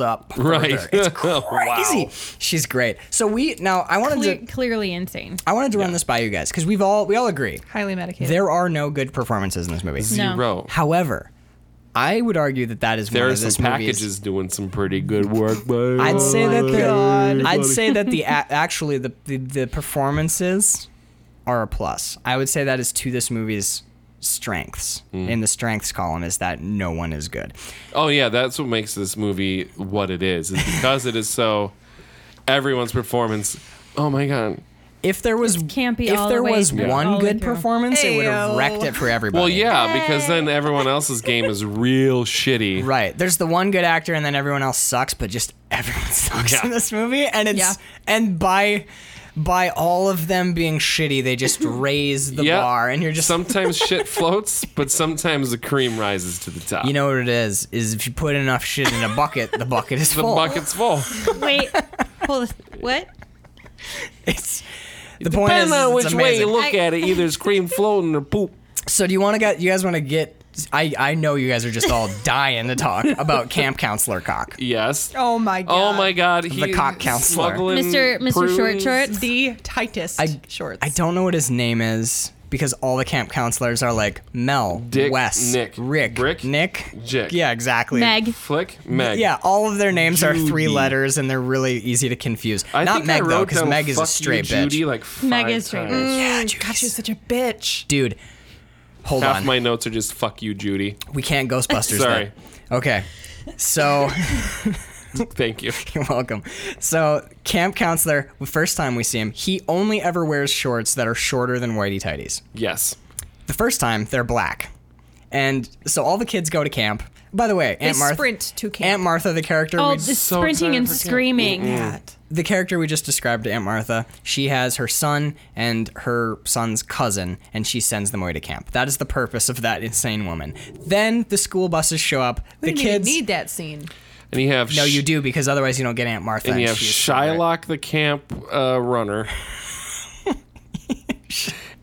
up. further.
Right.
It's
Wow.
crazy. She's great. So we now I wanted
Cle-
to
clearly insane.
I wanted to run this by you guys because we've all we all agree
highly medicated.
there are no good performances in this movie.
No.
Zero.
However, I would argue that that is
There
one
are
of this
some packages
movie's.
doing some pretty good work, but
Oh
I'd say that the
God.
I'd say that the a- actually the, the the performances are a plus. I would say that is to this movie's strengths.
Hmm.
In the strengths column is that no one is good.
Oh yeah, that's what makes this movie what it is. Is because it is so everyone's performance. Oh my god.
If there was
campy
if
all
there
the way-
was
Yeah. all
one
the way
good
through.
performance, it would have
Ayo.
wrecked it for everybody.
Well, yeah, because then everyone else's game is real shitty.
Right. There's the one good actor, and then everyone else sucks. But just everyone sucks
Yeah.
in this movie, and it's
Yeah.
and by by all of them being shitty, they just raise the
Yeah.
bar, and you're just
sometimes shit floats, but sometimes the cream rises to the top.
you know what it is is if you put enough shit in a bucket, the bucket is
the
full.
bucket's full.
Wait. hold What?
It's the point is,
Depending on
it's
which way you
amazing.
look at it, either it's cream floating or poop.
So do you want to get? You guys want to get? I I know you guys are just all dying to talk about camp counselor cock.
Yes.
oh my god!
Oh my god. He
cock counselor.
smuggling
Mr. Mr. Short
prunes.
Shorts.
The tightest
I-
shorts.
I don't know what his name is because all the camp counselors are like Mel,
Dick,
Wes,
Nick,
Rick,
Brick,
Nick,
Jick.
Yeah, exactly.
Meg.
Flick Meg.
Yeah, all of their names are three
Judy.
letters and they're really easy to confuse.
I
Not
think
Meg
I
though,
wrote
because
down
Meg is a
"Fuck you,
straight bitch.
Judy like five
Meg is straight
times.
bitch.
Yeah,
God, she's such a bitch.
Dude, hold
Half
on.
my notes are just "fuck you, Judy."
we can't Ghostbusters.
Sorry.
that. Okay. So
Thank you.
you're welcome. So camp counselor, the first time we see him, he only ever wears shorts that are shorter than whitey tighties.
Yes.
The first time they're black, and so all the kids go to camp. By the way, Aunt
They
Martha.
sprint to camp.
Aunt Martha, the character,
Oh,
we-
the
so
sprinting
excited
and
for camp.
screaming.
God.
the character we just described to Aunt Martha, she has her son and her son's cousin, and she sends them away to camp. That is the purpose of that insane woman. Then the school buses show up.
We
the
didn't even
kids
need that scene.
and you have
No,
Sh-
you do because otherwise you don't get Aunt Martha.
and you have
she's-
Shylock the camp uh, runner,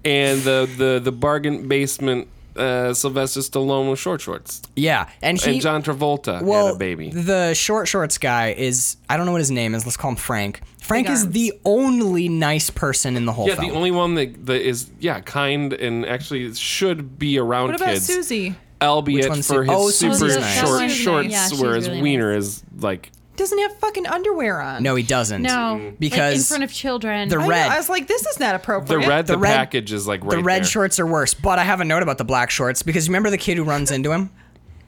and the the the bargain basement uh, Sylvester Stallone with short shorts,
Yeah, and he
and John Travolta
well,
had a baby.
The short shorts guy is I don't know what his name is. Let's call him Frank. Frank
Big
is
arms.
the only nice person in the whole
yeah,
film.
the only one that, that is yeah kind and actually should be around
What about
kids.
Susie?
albeit
one's
for his
Su- oh,
super
Susie's
short
nice.
Susie's nice.
shorts,
Yeah, she's
where his
really
wiener is like
Doesn't have fucking underwear on.
no, he doesn't.
No,
because
like in front of children.
the
Mm. I, know,
red.
I was like, this is not appropriate.
the red. The,
red-
package is like right
the red
there.
shorts are worse. But I have a note about the black shorts because remember the kid who runs into him.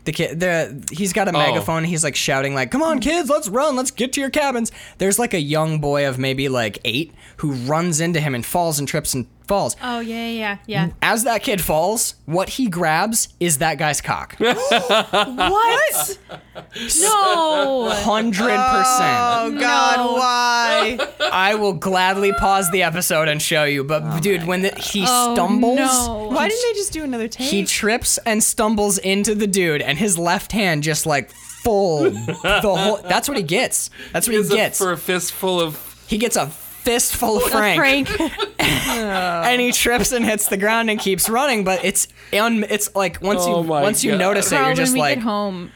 The kid, the he's got a
Oh.
megaphone. He's like shouting, like, "Come on, kids, let's run, let's get to your cabins." There's like a young boy of maybe like eight who runs into him and falls and trips and falls.
oh yeah, yeah, yeah.
As that kid falls, what he grabs is that guy's cock.
What?
Oh,
no.
Hundred percent.
Oh God,
No.
why?
I will gladly pause the episode and show you. But dude, when the, he
Oh,
stumbles,
no.
Why didn't they just do another take?
he trips and stumbles into the dude, and his left hand just like full the whole. That's what he gets. That's what he,
Is it
gets.
for a fistful of.
he gets a fistful of Frank,
Frank.
and he trips and hits the ground and keeps running. But it's un, it's like once
Oh
you
my
once you
God.
notice it,
Carl,
you're just
when we
like
get home,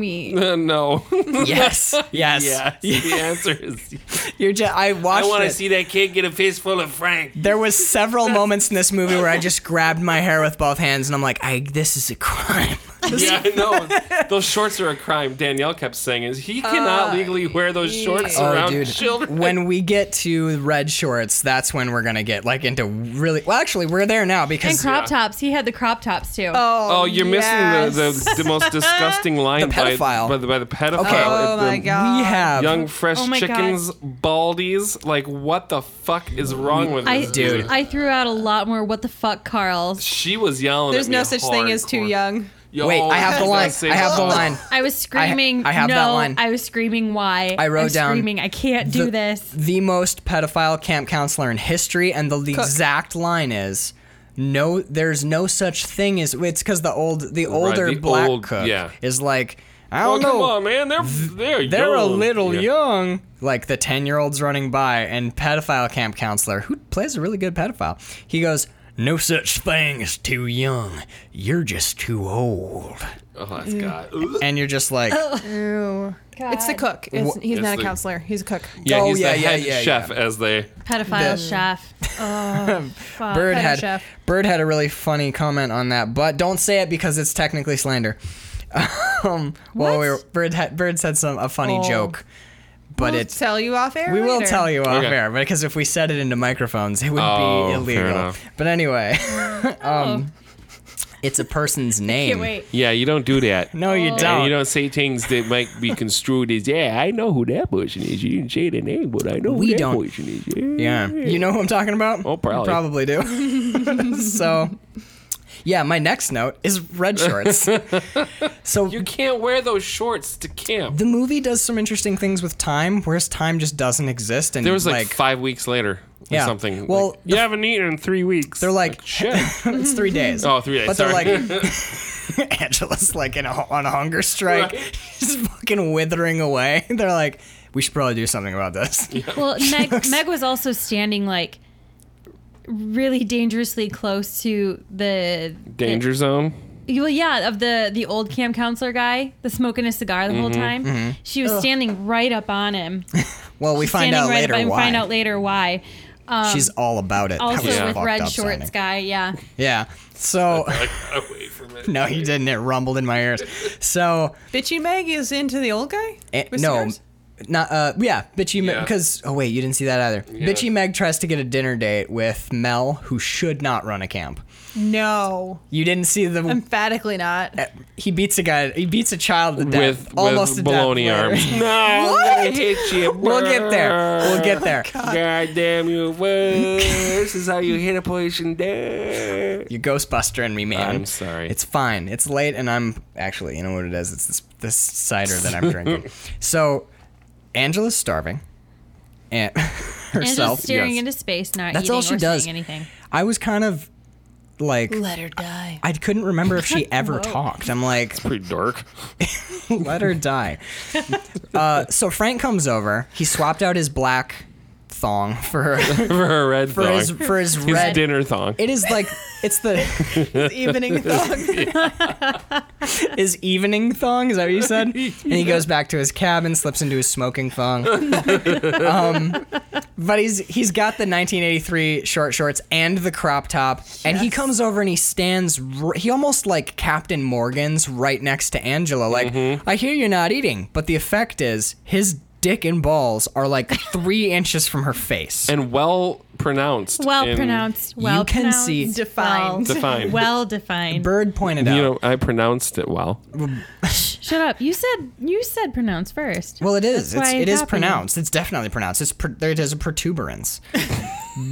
we?
Uh, no.
yes, yes,
yes. The answer is.
You're just I
I
watched.
want to
it.
see that kid get a fistful of Frank.
There was several moments in this movie where I just grabbed my hair with both hands and I'm like, I this is a crime.
yeah, I know. Those shorts are a crime. Danielle kept saying is he
Uh,
cannot legally wear those shorts
Oh,
around children.
When we get to red shorts, that's when we're gonna get like into really. Well, actually, we're there now
And
because
crop tops. He had the crop tops too.
Oh, you're
yes.
missing the, the, the most disgusting line by,
pedophile.
by, the, by the pedophile.
Okay.
oh
If the
my God.
we have
Young fresh
Oh my God.
chickens, baldies. Like, what the fuck is wrong with
I
this dude?
I threw out a lot more. What the fuck, Carl?
she was yelling.
There's
at me
no such thing as too
hardcore.
young.
Yo,
Wait, I have the
she's
line.
gonna say
I have the
something.
line.
I was screaming.
I have
no,
that line.
I was screaming. Why?
I wrote
I'm
down
Screaming. I can't do
the-
this.
The most pedophile camp counselor in history, and the, the exact line is. No, there's no such thing as it's because the old, the older
the
black
old-
cook
yeah.
is like, I
Oh,
don't
come
know,
on, man. They're they're
They're a
young.
little
Yeah.
young. Like the 10 year olds running by, and pedophile camp counselor, who plays a really good pedophile, he goes, No such thing as too young. You're just too old.
Oh, that's God. Ugh.
And you're just like,
Oh, Ew. It's the cook. It's, he's
It's
not
the-
a counselor. He's a cook.
Yeah,
Oh,
he's
yeah,
the
yeah,
head
yeah,
chef as they.
Pedophile
The-
chef. Oh, fuck.
Bird
pedo
had,
chef.
Bird had a really funny comment on that, but don't say it because it's technically slander. um, well,
What?
we were, Bird, had, Bird said some a funny
Oh.
joke, but
We'll
it's.
tell you off air.
We will
later.
tell you off
Okay.
air because if we said it into microphones, it would
Oh,
be
fair
illegal.
enough.
But anyway, um, it's a person's name.
Oh. Can't wait. Oh.
Yeah, you don't do that.
No, you
And
don't.
you don't say things that might be construed as, yeah, I know who that person is. You didn't say the name, but I know
We
who that
don't.
person is. Yeah.
yeah, you know who I'm talking about?
Oh, probably.
You probably do. so, yeah, my next note is red shorts. so
You can't wear those shorts to camp.
the movie does some interesting things with time, whereas time just doesn't exist. And
There was like, five weeks later or
Yeah.
something.
Well,
like, you haven't eaten in three weeks.
They're like-
shit.
it's three days.
Oh, three days,
But
sorry.
they're like, Angela's like in a, on a hunger strike,
Right.
she's fucking withering away. They're like, we should probably do something about this.
Well, Meg, Meg was also standing like really dangerously close to the
Danger zone.
the- well, yeah, of the the old camp counselor guy, the smoking a cigar the
Mm-hmm.
whole time. She was standing right up on him.
Well, we find
standing
out
right
later
up, and
why.
Find out later why.
She's all about it. That
Also
was
Yeah.
with
fucked
red
up
shorts
sounding.
guy. Yeah.
Yeah. So
Like, away from it.
no, he didn't. It rumbled in my ears. So
Bitchy Meg is into the old guy.
eh,
With
no.
cigars?
Not uh yeah, bitchy
Yeah.
because oh wait you didn't see that either. Bitchy Meg tries to get a dinner date with Mel, who should not run a camp.
no,
You didn't see the eh,
emphatically not.
he beats a guy. He beats a child to death,
With,
almost
with
to death
baloney
later.
arms. No, I'm gonna hit you.
We'll get there. We'll get there.
God damn you. This is how you hit a poison there.
You Ghostbuster and me, man.
I'm sorry.
It's fine. It's late, and I'm actually, you know what it is? It's this this cider that I'm drinking. So, Angela's starving, and
And
herself.
just staring
yes.
into space, not
That's
eating
all she
or
does.
saying anything.
I was kind of like
Let her die.
I couldn't remember if she ever talked. I'm like,
Pretty dark.
let her die. Uh, so Frank comes over. He swapped out his black thong for
for her red
for
thong.
his for his
His
red.
dinner thong.
It is like it's the
Evening thought.
his evening thong. Is that what you said? And he goes back to his cabin, slips into his smoking thong. um, but he's he's got the 1983 short shorts and the crop top, and he comes over and he stands. r- He almost like Captain Morgan's right next to Angela. Like,
Mm-hmm.
I hear you're not eating, but the effect is his dick and balls are like three inches from her face.
and well pronounced.
Well
in-
pronounced. Well
can see-
pronounced,
Defined.
well-
Defined.
Well defined.
Bird pointed out.
You know, I pronounced it well.
Shut up. You said you said pronounced first.
Well, it is.
That's
It's,
why
it
it
is
happened.
pronounced. It's definitely pronounced. It's pr- there. It is a protuberance.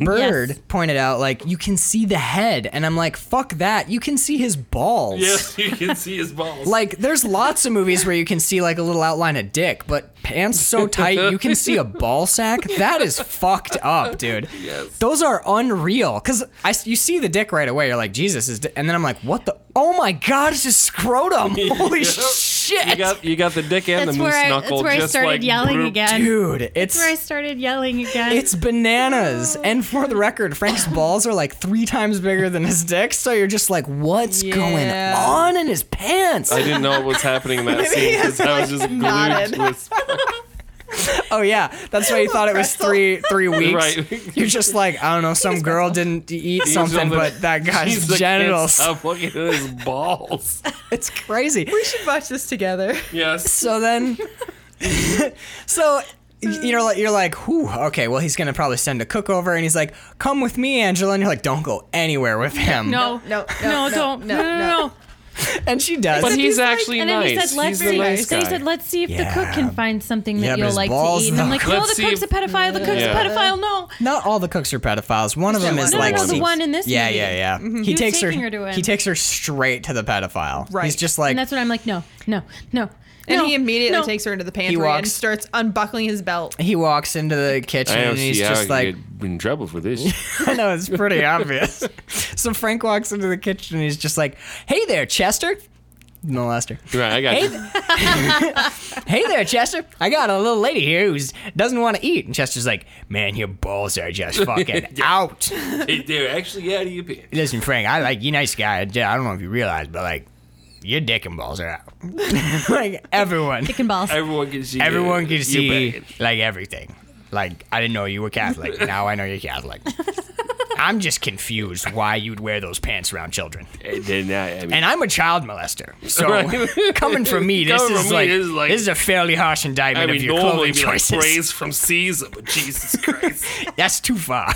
Bird
Yes.
pointed out, like you can see the head, and I'm like, fuck that. You can see his balls.
you can see his balls.
Like there's lots of movies where you can see like a little outline of dick, but pants so tight you can see a ball sack. That is fucked up, dude. Yes. Those are unreal. Cause I s- you see the dick right away. You're like Jesus is, di-. and then I'm like, what the? Oh my god, it's just scrotum. Holy shit.
you got you got the dick and
That's
the moose
where I- that's
knuckle.
where I
just
started
like,
yelling
broop.
again.
Dude, it's
That's where I started yelling again.
It's bananas. And for the record, Frank's balls are like three times bigger than his dick. So you're just like, what's going
Yeah.
on in his pants?
I didn't know what was happening in that scene because I was just glued
nodded.
to his
oh yeah, that's why you thought it was three three weeks.
Right.
You're just like, I don't know, some girl didn't e-, eat something, but that guy's
She's like, "Can't
genitals.
Stop looking at his balls.
It's crazy.
We should watch this together.
Yes.
So then, so you know, like- you're like, whew, okay, well, he's gonna probably send a cook over, and he's like, come with me, Angela, and you're like, don't go anywhere with him.
no,
no,
no, no,
no, no,
don't, no,
no,
no, no.
no.
and she does.
But he's
he's like-
actually
And then
nice.
he said, "Let's
he's
see."
the nice
Then
guy.
he said, "Let's see if the
Yeah.
cook can find something
Yeah,
that
but
you'll
his
like to
balls,
eat." And I'm
though.
like, "No,
Let's
the
see
cook's a
if-
pedophile. The cook's
Yeah.
a pedophile. No."
Not all the cooks are pedophiles. One of them is
one. No,
like
no, no, the
some-
one in this
Yeah,
movie. Mm-hmm.
yeah, yeah. He
was
takes her.
taking her to an-
He takes her straight to the pedophile.
Right.
He's just like
And that's when I'm like, "No, no, no."
And
no,
he immediately
no.
takes her into the pantry and
walks-
starts unbuckling his belt.
he walks into the kitchen
I don't
and he's
see how
just
you
like,
get in trouble for this.
I know it's pretty obvious. so Frank walks into the kitchen and he's just like, Hey there, Chester. Molester.
right, I got
Hey,
you.
hey there, Chester. I got a little lady here who doesn't want to eat. And Chester's like, Man, your balls are just fucking out.
Hey, They're actually out of your pants.
Listen, Frank, I like you, nice guy. I don't know if you realize, but like, your dick and balls are out. like everyone,
Chicken balls.
Everyone can see.
everyone
your-
can
your
see
bag.
like everything. Like I didn't know you were Catholic. now I know you're Catholic. I'm just confused why you'd wear those pants around children.
And then I, I mean,
And I'm a child molester, so
Right.
coming from me, this
Coming
is,
from me,
like,
this is like-
this is a fairly harsh indictment
I
of
mean,
your
normally
clothing
it'd be like
choices.
praise from Caesar, but Jesus Christ,
That's too far.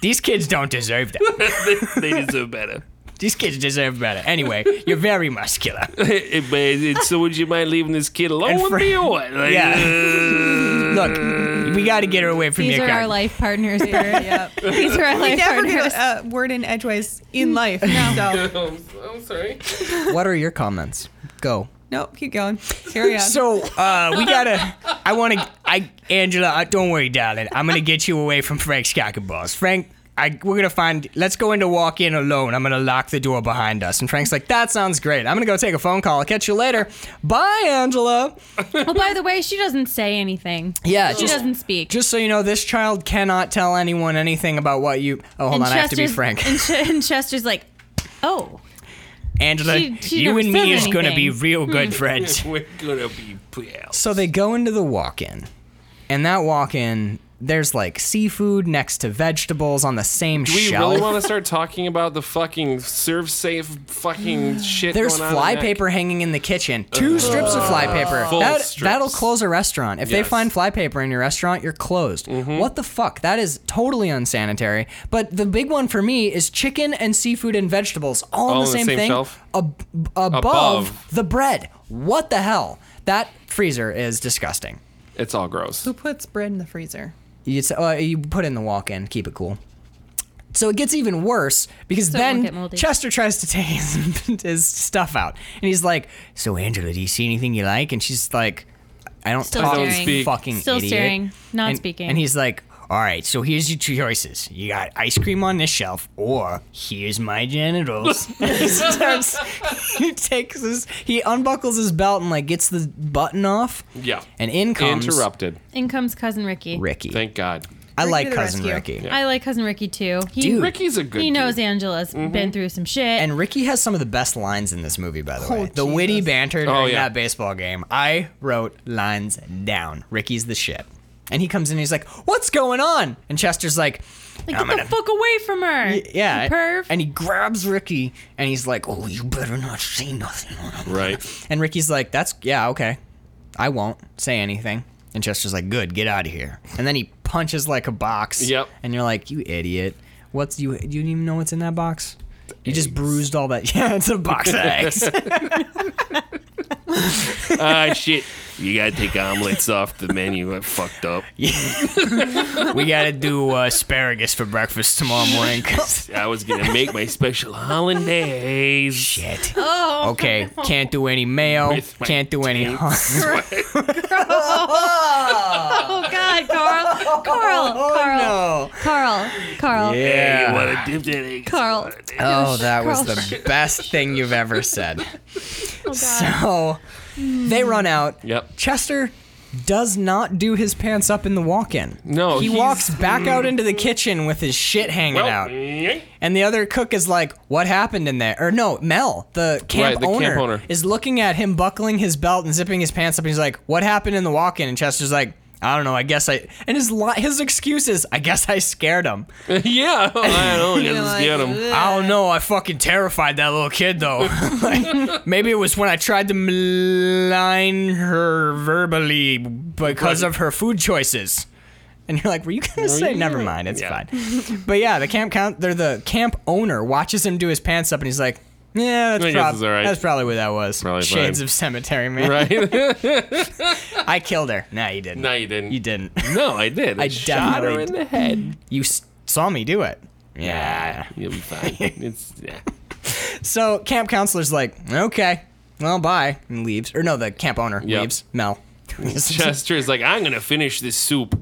These kids don't deserve that.
they, they deserve better.
These kids deserve better. Anyway, you're very muscular.
Hey, man, it's- so would you mind leaving this kid alone
And
with
Fra-
me or what? Like,
Yeah.
uh,
Look, we got to get her away from
These
your
are our
garden.
life partners. Bird.
Yep.
These are our
We
life
never
partners.
get a uh, word in edgeways
Mm.
in life. So,
I'm, I'm sorry.
What are your comments? Go.
nope, keep going. Carry on.
So uh, we gotta. I want to. I Angela, I, don't worry, darling. I'm gonna get you away from Frank's cock and balls. Frank, I we're gonna find. Let's go in to walk in alone. I'm gonna lock the door behind us. And Frank's like, that sounds great. I'm gonna go take a phone call. I'll catch you later. Bye, Angela.
oh, by the way, she doesn't say anything.
Yeah,
She
just-
doesn't speak.
Just so you know, this child cannot tell anyone anything about what you. Oh, hold on, I have to be
Chester's-
Frank.
And, Ch- and Chester's like, "Oh,
Angela,
she- she
you
never
and
says
me is gonna be
anything. Hmm.
real good friends.
We're gonna be pals.
So they go into the walk-in, and that walk-in, there's like seafood next to vegetables on the same
Do we
shelf.
really want to start talking about the fucking serve safe fucking shit?
there's
going on
fly
in that-
paper hanging in the kitchen. Two strips of fly paper.
Full
That,
strips.
that'll close a restaurant. If they
Yes. Mm-hmm.
find fly paper in your restaurant, you're closed. What the fuck? That is totally unsanitary. But the big one for me is chicken and seafood and vegetables all, on the same, thing
shelf?
ab- above,
Above.
the bread. What the hell? That freezer is disgusting.
It's all gross.
Who puts bread in the freezer?
You, t- uh, you put in the walk in, keep it cool. So it gets even worse because
So it won't get
then
moldy.
Chester tries to take his, his stuff out. And he's like, So, Angela, do you see anything you like? And she's like, I don't
Still
talk,
staring.
you
I don't
speak.
fucking
Still
idiot."
staring, not
and,
speaking.
And he's like, all right, so here's your two choices. You got ice cream on this shelf, or here's my genitals. And he starts, he takes his, he unbuckles his belt and like gets the button off,
Yeah.
and in comes
Interrupted.
In comes cousin Ricky.
Ricky.
Thank God.
I
Ricky
like
to the
cousin
rescue.
Ricky.
I like cousin Ricky too. He,
Dude.
Ricky's a good
he knows
dude. Mm-hmm.
Angela's been through some shit.
And Ricky has some of the best lines in this movie, by the
Oh,
way. The
Jesus.
witty banter during
Oh, yeah.
that baseball game. I wrote lines down. Ricky's the shit. And he comes in and he's like, What's going on? And Chester's like,
like,
"I'm
get the
gonna-"
fuck away from her.
Yeah.
You perv.
And he grabs Ricky and he's like, Oh, you better not say nothing. or I'm-"
Right.
And Ricky's like, That's, yeah, okay. I won't say anything. And Chester's like, Good, get out of here. And then he punches like a box.
Yep.
And you're like, You idiot. What's you, you didn't even know what's in that box? You just bruised all that. Yeah, it's a box of eggs.
Ah, shit. You gotta take omelets off the menu. I fucked up.
We gotta do uh, asparagus for breakfast tomorrow morning. 'cause-
I was gonna make my special hollandaise.
Shit.
oh,
Okay, can't do any mayo.
With my
Can't do any.
oh God, Carl, Carl, Carl,
Oh, no.
Carl, Carl,
Hey,
Yeah.
you wanna dip that egg?
Carl.
Oh,
sh-
that was
Carl, sh-
the best thing you've ever said.
Oh God.
So they run out.
Yep.
Chester does not do his pants up in the walk-in.
No,
he
he's-
walks back out into
Mm.
the kitchen with his shit hanging
Well, mm.
out.
yeah.
And the other cook is like, "What happened in there?" Or no, Mel, the camp,
Right, the
owner,
camp owner.
is looking at him buckling his belt and zipping his pants up. And he's like, "What happened in the walk-in?" And Chester's like, "I don't know. I guess I." And his li- his excuse is, "I guess I scared him.
yeah. I don't know.
You're
Just
like,
get 'em.
"Ugh."
I don't know. I fucking terrified that little kid though. Like, maybe it was when I tried to malign her verbally because of her food choices." And you're like, were you gonna say? Never mind, it's
Yeah.
fine. but yeah, the camp count, they're the camp owner watches him do his pants up, and he's like, yeah,
I
that's,
guess
prob-
it's all right.
that's probably what that was.
Probably
Shades
fine.
of Cemetery Man.
Right?
I killed her. Nah, you didn't.
no, you didn't.
you didn't.
No, I did. I,
I
shot her
definitely
in the head.
You s- saw me do it. Yeah.
You'll be fine. It's yeah.
So camp counselor's like, okay, well, bye, and leaves. Or no, the camp owner
Yep.
leaves. Mel.
Chester is like, I'm gonna finish this soup.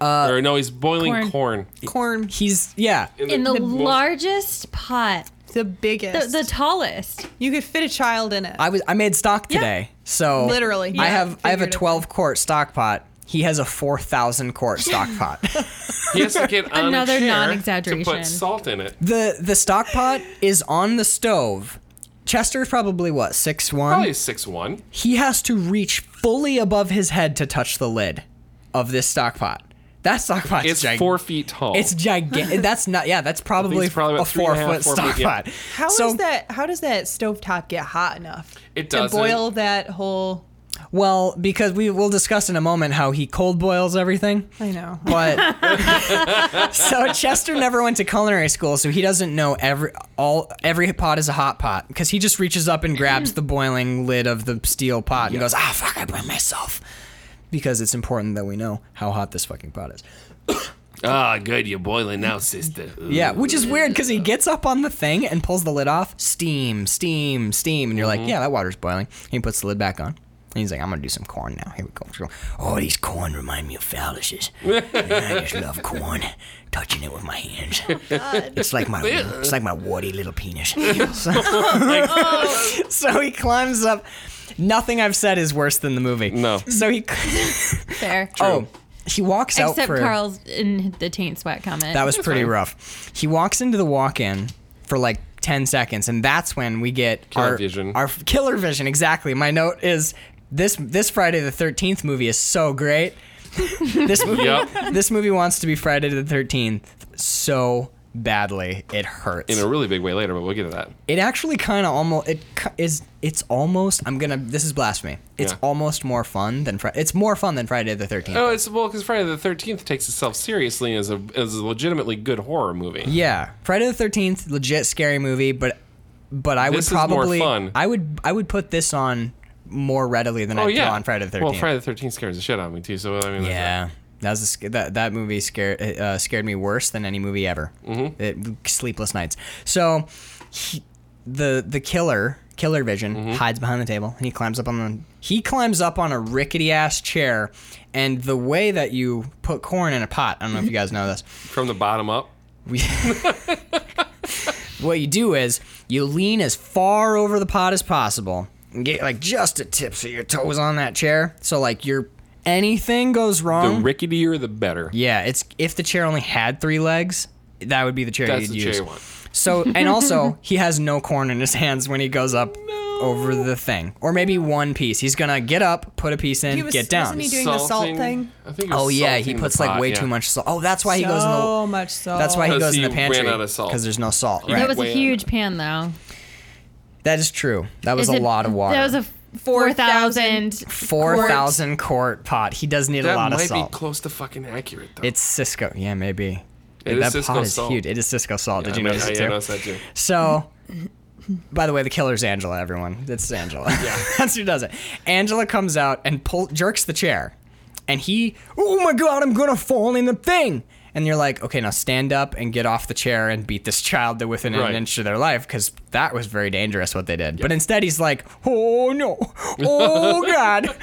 Uh, or no, he's boiling corn.
corn.
corn,
He's yeah.
In the,
most-
largest pot,
the
the,
biggest.
the tallest.
you could fit a child in it.
I was I made stock today. So
Literally.
I
Yeah,
have I have a
figuratively.
12 quart stock pot. He has a 4,000 quart stock pot.
He has to get on
Another
a chair
non-exaggeration.
to put salt in it.
The the stock pot is on the stove. Chester's probably what six
Probably
one.
six one.
He has to reach fully above his head to touch the lid of this stock pot. That stock pot
It's
is gigantic.
four feet tall.
It's gigantic. that's not. Yeah, that's probably,
it's probably
a
about three and
four
a half,
foot
four
stock
feet, yeah.
pot.
How does
so,
that? How does that stovetop get hot enough
It
to
doesn't.
boil that whole?
Well, because we will discuss in a moment how he cold boils everything.
I know.
But so Chester never went to culinary school, so he doesn't know every all every pot is a hot pot because he just reaches up and grabs the boiling lid of the steel pot and goes, "Ah, fuck, I burned myself." Because it's important that we know how hot this fucking pot is.
Ah, good. You're boiling now, sister. Ooh.
Yeah, which is weird because he gets up on the thing and pulls the lid off, steam, steam, steam, and you're like, "Yeah, that water's boiling." And he puts the lid back on. And he's like, "I'm gonna do some corn now. Here we go." Oh, these corn remind me of phalluses. And I just love corn, touching it with my hands. It's like my it's like my warty little penis. So- so he climbs up. Nothing I've said is worse than the movie.
No.
So he
Fair.
oh he walks out
Except
for
Carl's in the taint sweat comment.
that was pretty rough. He walks into the walk-in for like 10 seconds and that's when we get
Killer
our
vision.
our f- killer vision exactly. My note is this this Friday the 13th movie is so great. this movie
Yep.
this movie wants to be Friday the 13th so badly. It hurts.
In a really big way later, but we'll get to that.
it actually kind of almost it ki- is it's almost I'm going to this is blasphemy. It's
Yeah.
almost more fun than Fri it's more fun than Friday the 13th.
Oh, it's well because Friday the Thirteenth takes itself seriously as a as a legitimately good horror movie.
Yeah, Friday the Thirteenth, legit scary movie, but but I would
This is more
probably
fun.
I would I would put this on more readily than
Oh
I'd
yeah,
put on Friday the
Well,
Thirteenth.
Friday the Thirteenth scares the shit out of me too. So I mean, that's-
yeah, that was a, sc- that that movie scared uh, scared me worse than any movie ever. Mm-hmm. It, sleepless nights. So he, the the killer Killer Vision hides behind the table and he climbs up on the he climbs up on a rickety ass chair. And the way that you put corn in a pot, I don't know if you guys know this.
From the bottom up.
What you do is you lean as far over the pot as possible and get like just the tips of your toes on that chair. So like your anything goes
The
wrong.
ricketier, the better.
yeah, it's if the chair only had three legs, that would be the chair
That's
you'd
the
use.
chair one.
So and also he has no corn in his hands when he goes up over the thing, or maybe one piece. He's gonna get up, put a piece in,
He was-
get down.
wasn't he Doing the salt thing?
I think it was
oh yeah,
salting
he
the
puts like
pot,
way
yeah.
too much salt. Oh, that's why he
so
goes in the.
much so.
That's why he
'Cause
goes in the
he
pantry
ran out of salt.
because there's no salt. Right.
That was a
Way
huge pan, though.
that is true. That was
Is
a
it-
lot of water.
That was a four thousand.
four thousand quart pot. He does need
That
a lot
might
of salt.
be close to fucking accurate though.
it's Cisco. Yeah, maybe.
It
Dude,
is
that
Cisco
pot is
salt.
huge. It is Cisco salt. Did
I
you
know-
notice
I
it
yeah,
too?
noticed that too.
So, by the way, the killer's Angela. Everyone, it's Angela. that's who does it. Angela comes out and pull jerks the chair, and he, oh my god, I'm gonna fall in the thing. And you're like, okay, now stand up and get off the chair and beat this child to within
Right.
an inch of their life because that was very dangerous what they did. But instead, he's like, oh no, oh god,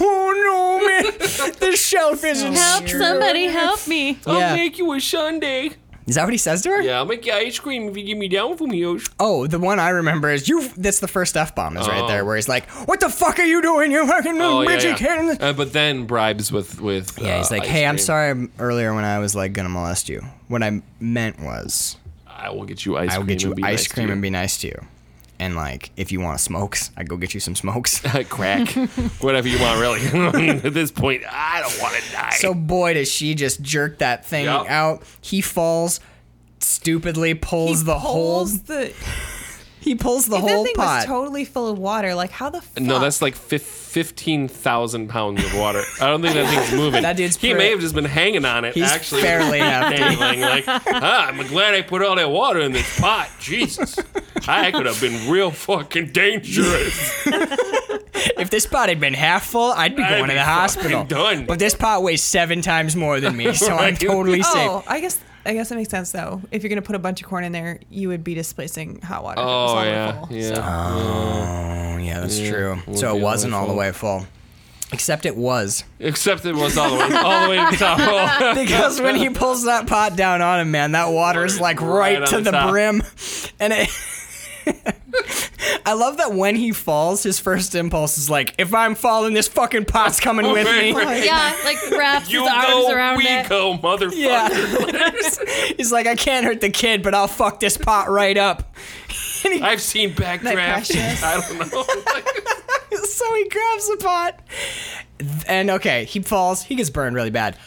oh no, man, the shellfish is
Help! Somebody help me!
Yeah.
you a Sunday.
Is that what he says to her?
Yeah, I'll make you ice cream if you give me down from you.
Oh, the one I remember is you. That's the first f bomb is right
Oh.
there, where he's like, "What the fuck are you doing? You fucking
Oh,
bitch!
yeah,
You
yeah.
can't."
Uh, but then bribes with with.
yeah, he's
uh,
like,
ice
"Hey, I'm
cream.
sorry m- earlier when I was like gonna molest you. What I meant was
I will get you ice.
I will
cream
get you
and be
ice
nice to
cream
you."
and be nice to you, and like if you want smokes, I go get you some smokes."
crack, whatever you want, really. At this point, I don't want to die.
so boy, does she just jerk that thing
Yep.
out. He falls. Stupidly pulls the whole.
pulls the
He pulls the
if
whole
that thing
pot.
was totally full of water. Like how the fuck?
no, that's like fif- fifteen thousand pounds of water. I don't think that thing's moving.
That dude's
he
pre-
may have just been hanging on it.
He's
actually,
barely after.
dangling. Like, ah, I'm glad I put all that water in this pot. Jesus, I could have been real fucking dangerous.
If this pot had been half full, I'd be
I'd
going to
be
the hospital.
fucking done.
But this pot weighs seven times more than me, so I'm
Right.
totally
Oh,
safe.
I guess I guess that makes sense though. If you're gonna put a bunch of corn in there, you would be displacing hot water. that was
Oh
already
yeah,
full.
yeah.
Oh, yeah, that's true.
we'll
So
be all
it wasn't
the way
all the
full.
way full. Except it was.
Except it was all the way, all the way to the top.
Because when he pulls that pot down on him, man, that water is like
Right
right,
on
to
the
the
top.
brim. And it. I love that when he falls, his first impulse is like, if I'm falling, this fucking pot's coming with me.
Yeah, like wraps
You
his arms
go,
around
we
it.
go, motherfucker.
Yeah. He's like, I can't hurt the kid, but I'll fuck this pot right up.
I've seen backdraft.
precious?
I don't know.
so he grabs the pot. And okay, he falls. He gets burned really bad.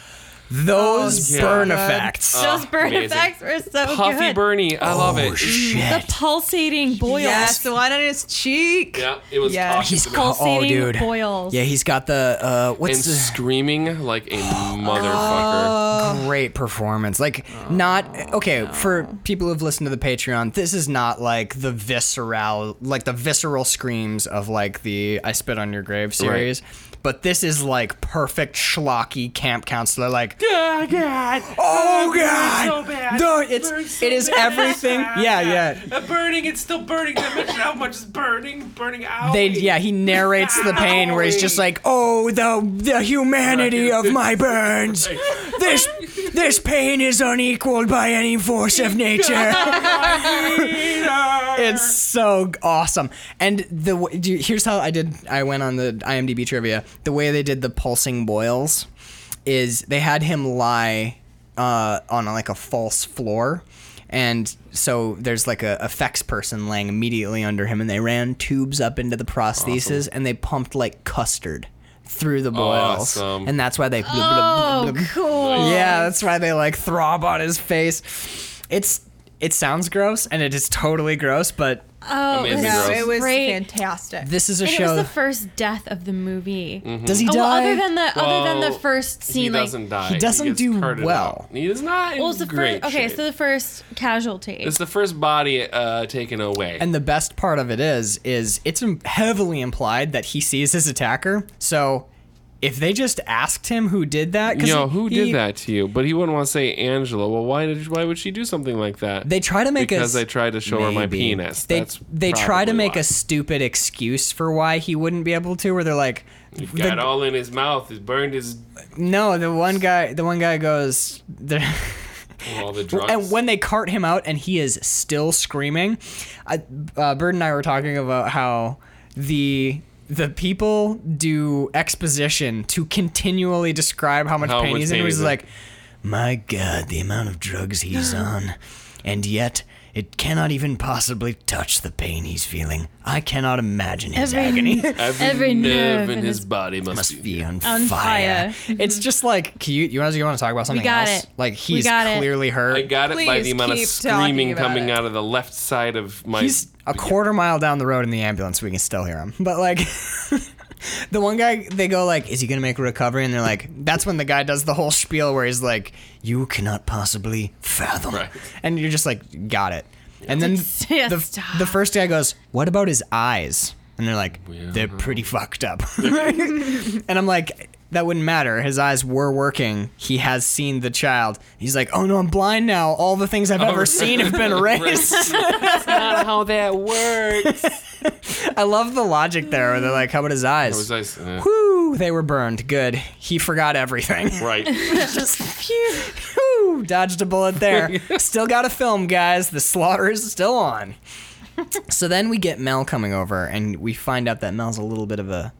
Those
Oh, yeah.
burn
God.
effects.
Those burn
amazing.
effects were so
Puffy
good.
Bernie, I love
Oh,
it.
The pulsating boils.
Yes, the one on his cheek.
Yeah, it was
Yeah.
awesome.
He's got oh,
Pulsating
dude.
boils.
Yeah, he's got the uh,
and
what's the
screaming like a motherfucker.
Oh.
great performance? Like not okay for people who've listened to the Patreon. This is not like the visceral, like the visceral screams of like the "I Spit on Your Grave" series. But this is like perfect schlocky camp counselor, like
Oh, God.
Oh god!
so bad.
No, it's
Burns so
it is
bad.
everything. Yeah, yeah.
The burning, it's still burning. They mentioned how much is burning, burning out.
They yeah, he narrates the pain where he's just like, "Oh, the the humanity of my burns. This this pain is unequaled by any force of nature." It's so awesome. And the w- do you- here's how I did. I went on the IMDb trivia. The way they did the pulsing boils is they had him lie uh, on like a false floor. And so there's like a effects person laying immediately under him, and they ran tubes up into the prostheses, and they pumped like custard through the boils,
Awesome.
and that's why they.
Oh, cool.
Yeah, that's why they like throb on his face. It's it sounds gross and it is totally gross, but
Oh,
Amazing
this
girls.
is
It was
great.
fantastic.
this is a
And it
show.
was the first death of the movie.
does he
Oh,
die?
well, other than the other than
Well,
the first scene,
He
like
doesn't die.
Mm-hmm. doesn't
gets
do
carted
well.
out. He is not. In
well, it's the
great
first. Okay,
shape.
so the first casualty.
it's the first body uh, taken away.
and the best part of it is, is it's im- heavily implied that he sees his attacker. So if they just asked him who did that, 'cause
Yo,
he-
who
he-
did that to you? But he wouldn't want to say Angela. Well, why did? Why would she do something like that?
They try to make
because
us
I tried to show her my
Maybe.
penis.
They
That's
they try to
probably
make
why.
a stupid excuse for why he wouldn't be able to. Where they're like, the-
got all in his mouth. He's burned his
no, the one guy, the one guy goes, they're-
all the drugs.
and when they cart him out and he is still screaming, I, uh, Bird and I were talking about how the the people do exposition to continually describe how much
How
pain
much
he's in.
pain
He was
he's in.
like, my God, the amount of drugs he's on. And yet, it cannot even possibly touch the pain he's feeling. I cannot imagine his
Every-
agony.
every,
every
nerve,
nerve
in
in
his
his-
body must,
must
be.
be on,
On
fire.
fire.
It's just like, can you, you, want, you want to talk about something
got
else?
it.
Like,
We
he's
got it.
clearly hurt.
I got it by
Please
the amount of
keep talking
screaming
about
coming
it.
out of the left side of my.
He's a quarter mile down the road in the ambulance. We can still hear him. But like, the one guy, they go like, "Is he gonna make a recovery?" And they're like, "That's when the guy does the whole spiel where he's like, you cannot possibly fathom,'
Right.
and you're just like, "Got it." And then
Yeah,
the,
stop.
the first guy goes, "What about his eyes?" And they're like, "They're pretty fucked up." and I'm like. That wouldn't matter. His eyes were working. He has seen the child. He's like, "Oh no, I'm blind now. All the things I've ever
Oh, right.
seen have been erased."
not how that works.
I love the logic there. Where they're like, "How about his eyes?"
was nice. uh,
Whew, they were burned. Good. He forgot everything.
right.
Just phew, whew, dodged a bullet there. still got a film, guys. The slaughter is still on. So then we get Mel coming over, and we find out that Mel's a little bit of a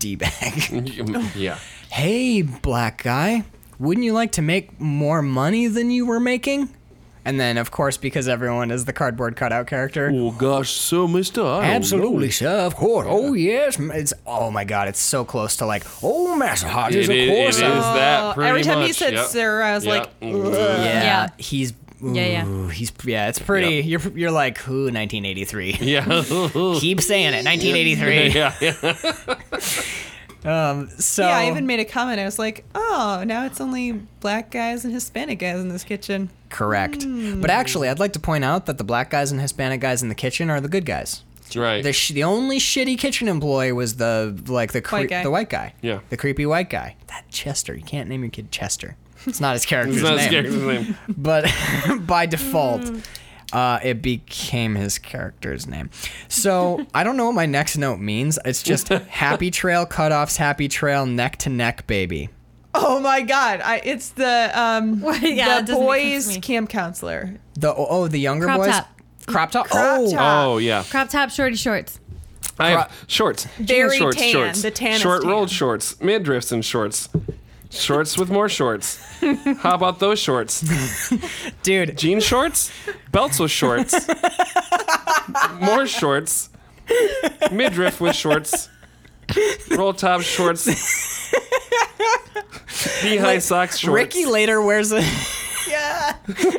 d bag.
yeah.
hey, black guy, wouldn't you like to make more money than you were making? And then, of course, because everyone is the cardboard cutout character,
Oh gosh, so Mister.
Absolutely, sir. Of course. Oh yes. m- It's oh my god. It's so close to like oh Master Hodges.
It
of
is, it
course.
is
I-
Uh,
that pretty
every time
much.
he said
yep.
sir, I was
Yep.
like,
Mm.
Yeah.
Yeah.
He's.
Yeah, yeah.
ooh, He's yeah. It's pretty. You're you're like ooh 1983.
Yeah.
Keep saying it. 1983.
yeah. yeah.
Um. So
yeah, I even made a comment. I was like, oh, now it's only black guys and Hispanic guys in this kitchen.
correct. But actually, I'd like to point out that the black guys and Hispanic guys in the kitchen are the good guys.
Right.
The sh- the only shitty kitchen employee was the like the cre-
White guy.
the white guy.
Yeah.
The creepy white guy. That Chester. You can't name your kid Chester. It's not his character's
it's not his
name.
character's name.
but by default,
Mm.
uh, it became his character's name. So I don't know what my next note means. It's just happy trail cutoffs, happy trail neck to neck, baby.
Oh my God. I, it's the um,
Well, yeah, it doesn't make
the
sense to
boys
me.
camp counselor.
The oh, oh, the younger
Crop
boys
top.
crop top.
Crop
oh,
top.
Oh yeah.
Crop top, shorty shorts.
I have shorts, jean
Very
shorts,
tan,
shorts,
the tan is
short
tan.
rolled shorts, midriffs and shorts, shorts with more shorts. How about those shorts?
dude,
Jean shorts, belts with shorts, more shorts, midriff with shorts, roll top shorts, knee high socks shorts.
Ricky later wears a
Yeah.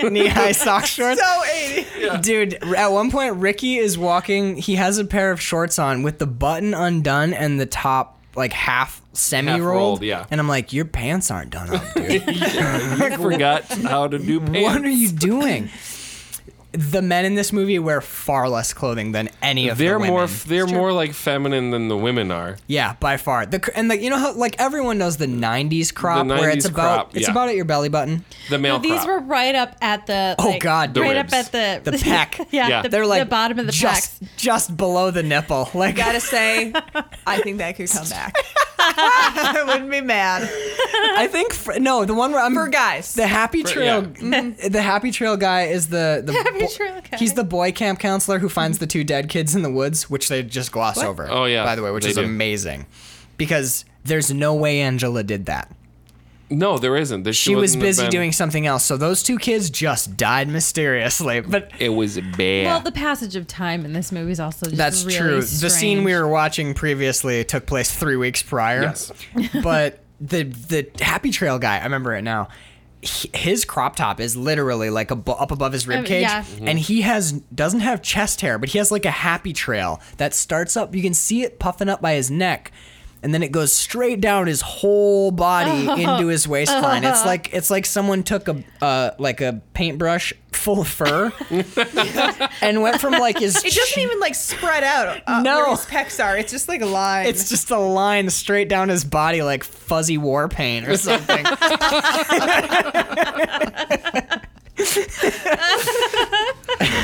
knee high sock shorts.
So 80.
Dude, at one point, Ricky is walking. He has a pair of shorts on with the button undone and the top like half semi rolled.
Half-rolled, yeah.
And I'm like, your pants aren't done up, dude.
I forgot how to do pants.
What are you doing? The men in this movie wear far less clothing than any of
they're
the women.
more they're more like feminine than the women are.
yeah, by far. The cr- and like you know how like everyone knows the '90s crop where it's
90s
about
crop,
it's
yeah.
about at your belly button.
The male
No, these
crop.
were right up at the.
Oh,
like,
God, the
right
ribs.
up at the
The peck.
yeah,
Yeah.
The,
They're like
the bottom of the
just
pecs.
just below the nipple. Like
Gotta say, I think that could come back. I wouldn't be mad.
I think fr- no, the one where I'm
For guys.
The happy
For-
trail,
yeah.
mhm, the happy trail guy is the the
Happy Trail guy.
He's the boy camp counselor who finds the two dead kids in the woods, which they just gloss over.
Oh, yeah,
by the way, which
they
is
do.
amazing, because there's no way Angela did that.
no, there isn't. There-
She was
wouldn't have
busy
been-
doing something else, so those two kids just died mysteriously. But
It was bad.
Well, the passage of time in this movie is also just
that's
really
true. The scene we
strange.
were watching previously took place three weeks prior.
Yes.
but the the happy trail guy, I remember it now. he- His crop top is literally like abo- up above his
Oh,
rib
Um,
cage,
yeah.
and he has doesn't have chest hair, but he has like a happy trail that starts up. You can see it puffing up by his neck, and then it goes straight down his whole body into his waistline. It's like it's like someone took a uh, like a paintbrush full of fur and went from like his
It doesn't even like spread out. Uh,
No.
where his pecs are. It's just like a line.
It's just a line straight down his body like fuzzy war paint or something.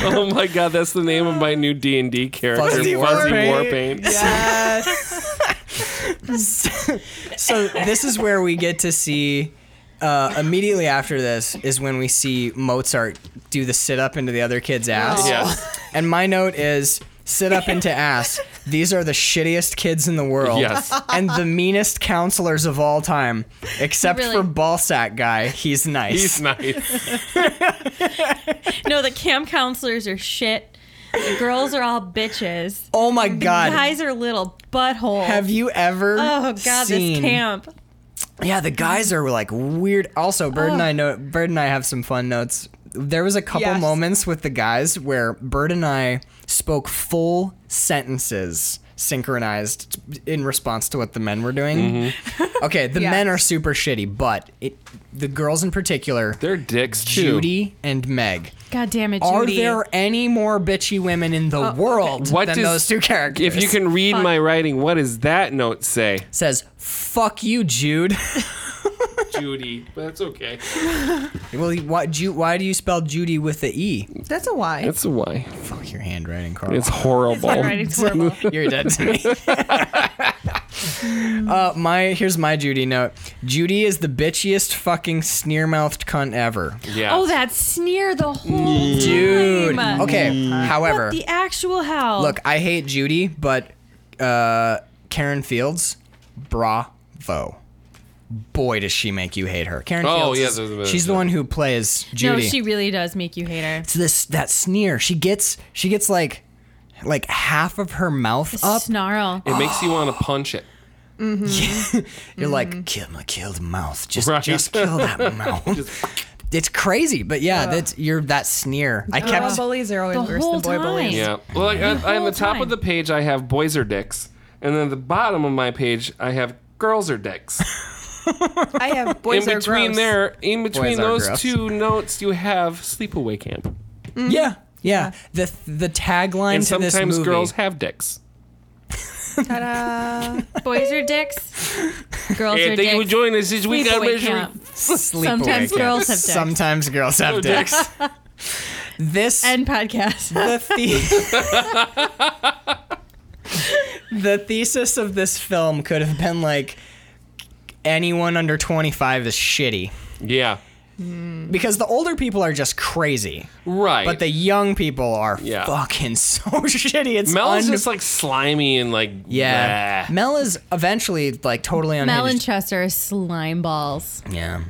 Oh my god, that's the name of my new D and D character,
Fuzzy
Fuzzy,
Warpaint.
Warpaint.
yes.
so this is where we get to see uh, immediately after this is when we see Mozart do the sit up into the other kid's ass.
Yes,
And my note is sit up into ass. These are the shittiest kids in the world.
Yes.
And the meanest counselors of all time. Except
Really?
for Ballsack guy. He's nice.
he's nice.
No, the camp counselors are shit. The girls are all bitches.
oh my god.
Guys are little buttholes.
Have you ever
Oh god,
seen
this camp.
Yeah, the guys are like weird. Also, Bird and I know Bird and I have some fun notes. There was a couple
Oh. Yes.
moments with the guys where Bird and I spoke full sentences synchronized in response to what the men were doing. okay, the
Mm-hmm. Yes.
men are super shitty, but it the girls in particular,
They're dicks too.
Judy and Meg.
God damn it,
Are
Judy.
there any more bitchy women in the
Uh,
world
What
than
does-
those two characters?
If you can read my writing, what does that note say?
says "fuck you, Jude."
Judy, but that's okay.
well, why, Ju- why do you spell Judy with the e?
That's a why.
That's why.
Fuck your handwriting, Carl.
It's horrible.
Writing's horrible.
You're dead to me. uh, my here's my Judy note. Judy is the bitchiest fucking sneer mouthed cunt ever.
Yeah.
Oh, that sneer the whole
Dude.
time.
Okay.
What
However,
the actual hell?
look, I hate Judy, but uh, Karen Fields, bravo. Boy, does she make you hate her. Karen
Oh,
Fields.
yeah,
is-
the- the-
she's the
the-
one who plays
no,
Judy.
she really does make you hate her.
It's this that sneer. She gets she gets like like half of her mouth up.
Snarl.
It makes you want to punch it.
You're
Mm.
like, kill my kill the mouth. Just
Right.
just kill that mouth. it's crazy, but yeah, that's you're that sneer. I
Girl
kept
bullies are always
The
worse
whole
than boy
time.
bullies.
Yeah. Well, like on, on
whole
the top
time.
of the page, I have boys are dicks, and then at the bottom of my page, I have girls are dicks.
I have
in
boys are
between
gross.
there, in between
Boys are
those
gross.
two notes, you have sleepaway camp,
yeah. Yeah, the the tagline
and
to this
sometimes
movie-
girls have dicks.
Ta-da.
Boys are dicks. Girls
Hey,
are
thank
dicks.
you for joining us this week on
Sleepaway
Mystery-
camp.
Sleepaway
Sometimes
camp.
girls have dicks.
Sometimes girls have dicks. This
End podcast.
the the the thesis of this film could have been like anyone under 25 is shitty
Yeah.
Mm.
because the older people are just crazy.
Right.
But the young people are
Yeah.
fucking so shitty. It's
Mel is
un-
just like slimy and like
yeah.
bleh.
Mel is eventually like totally
Mel and
unhinged.
Chester are slime balls.
yeah.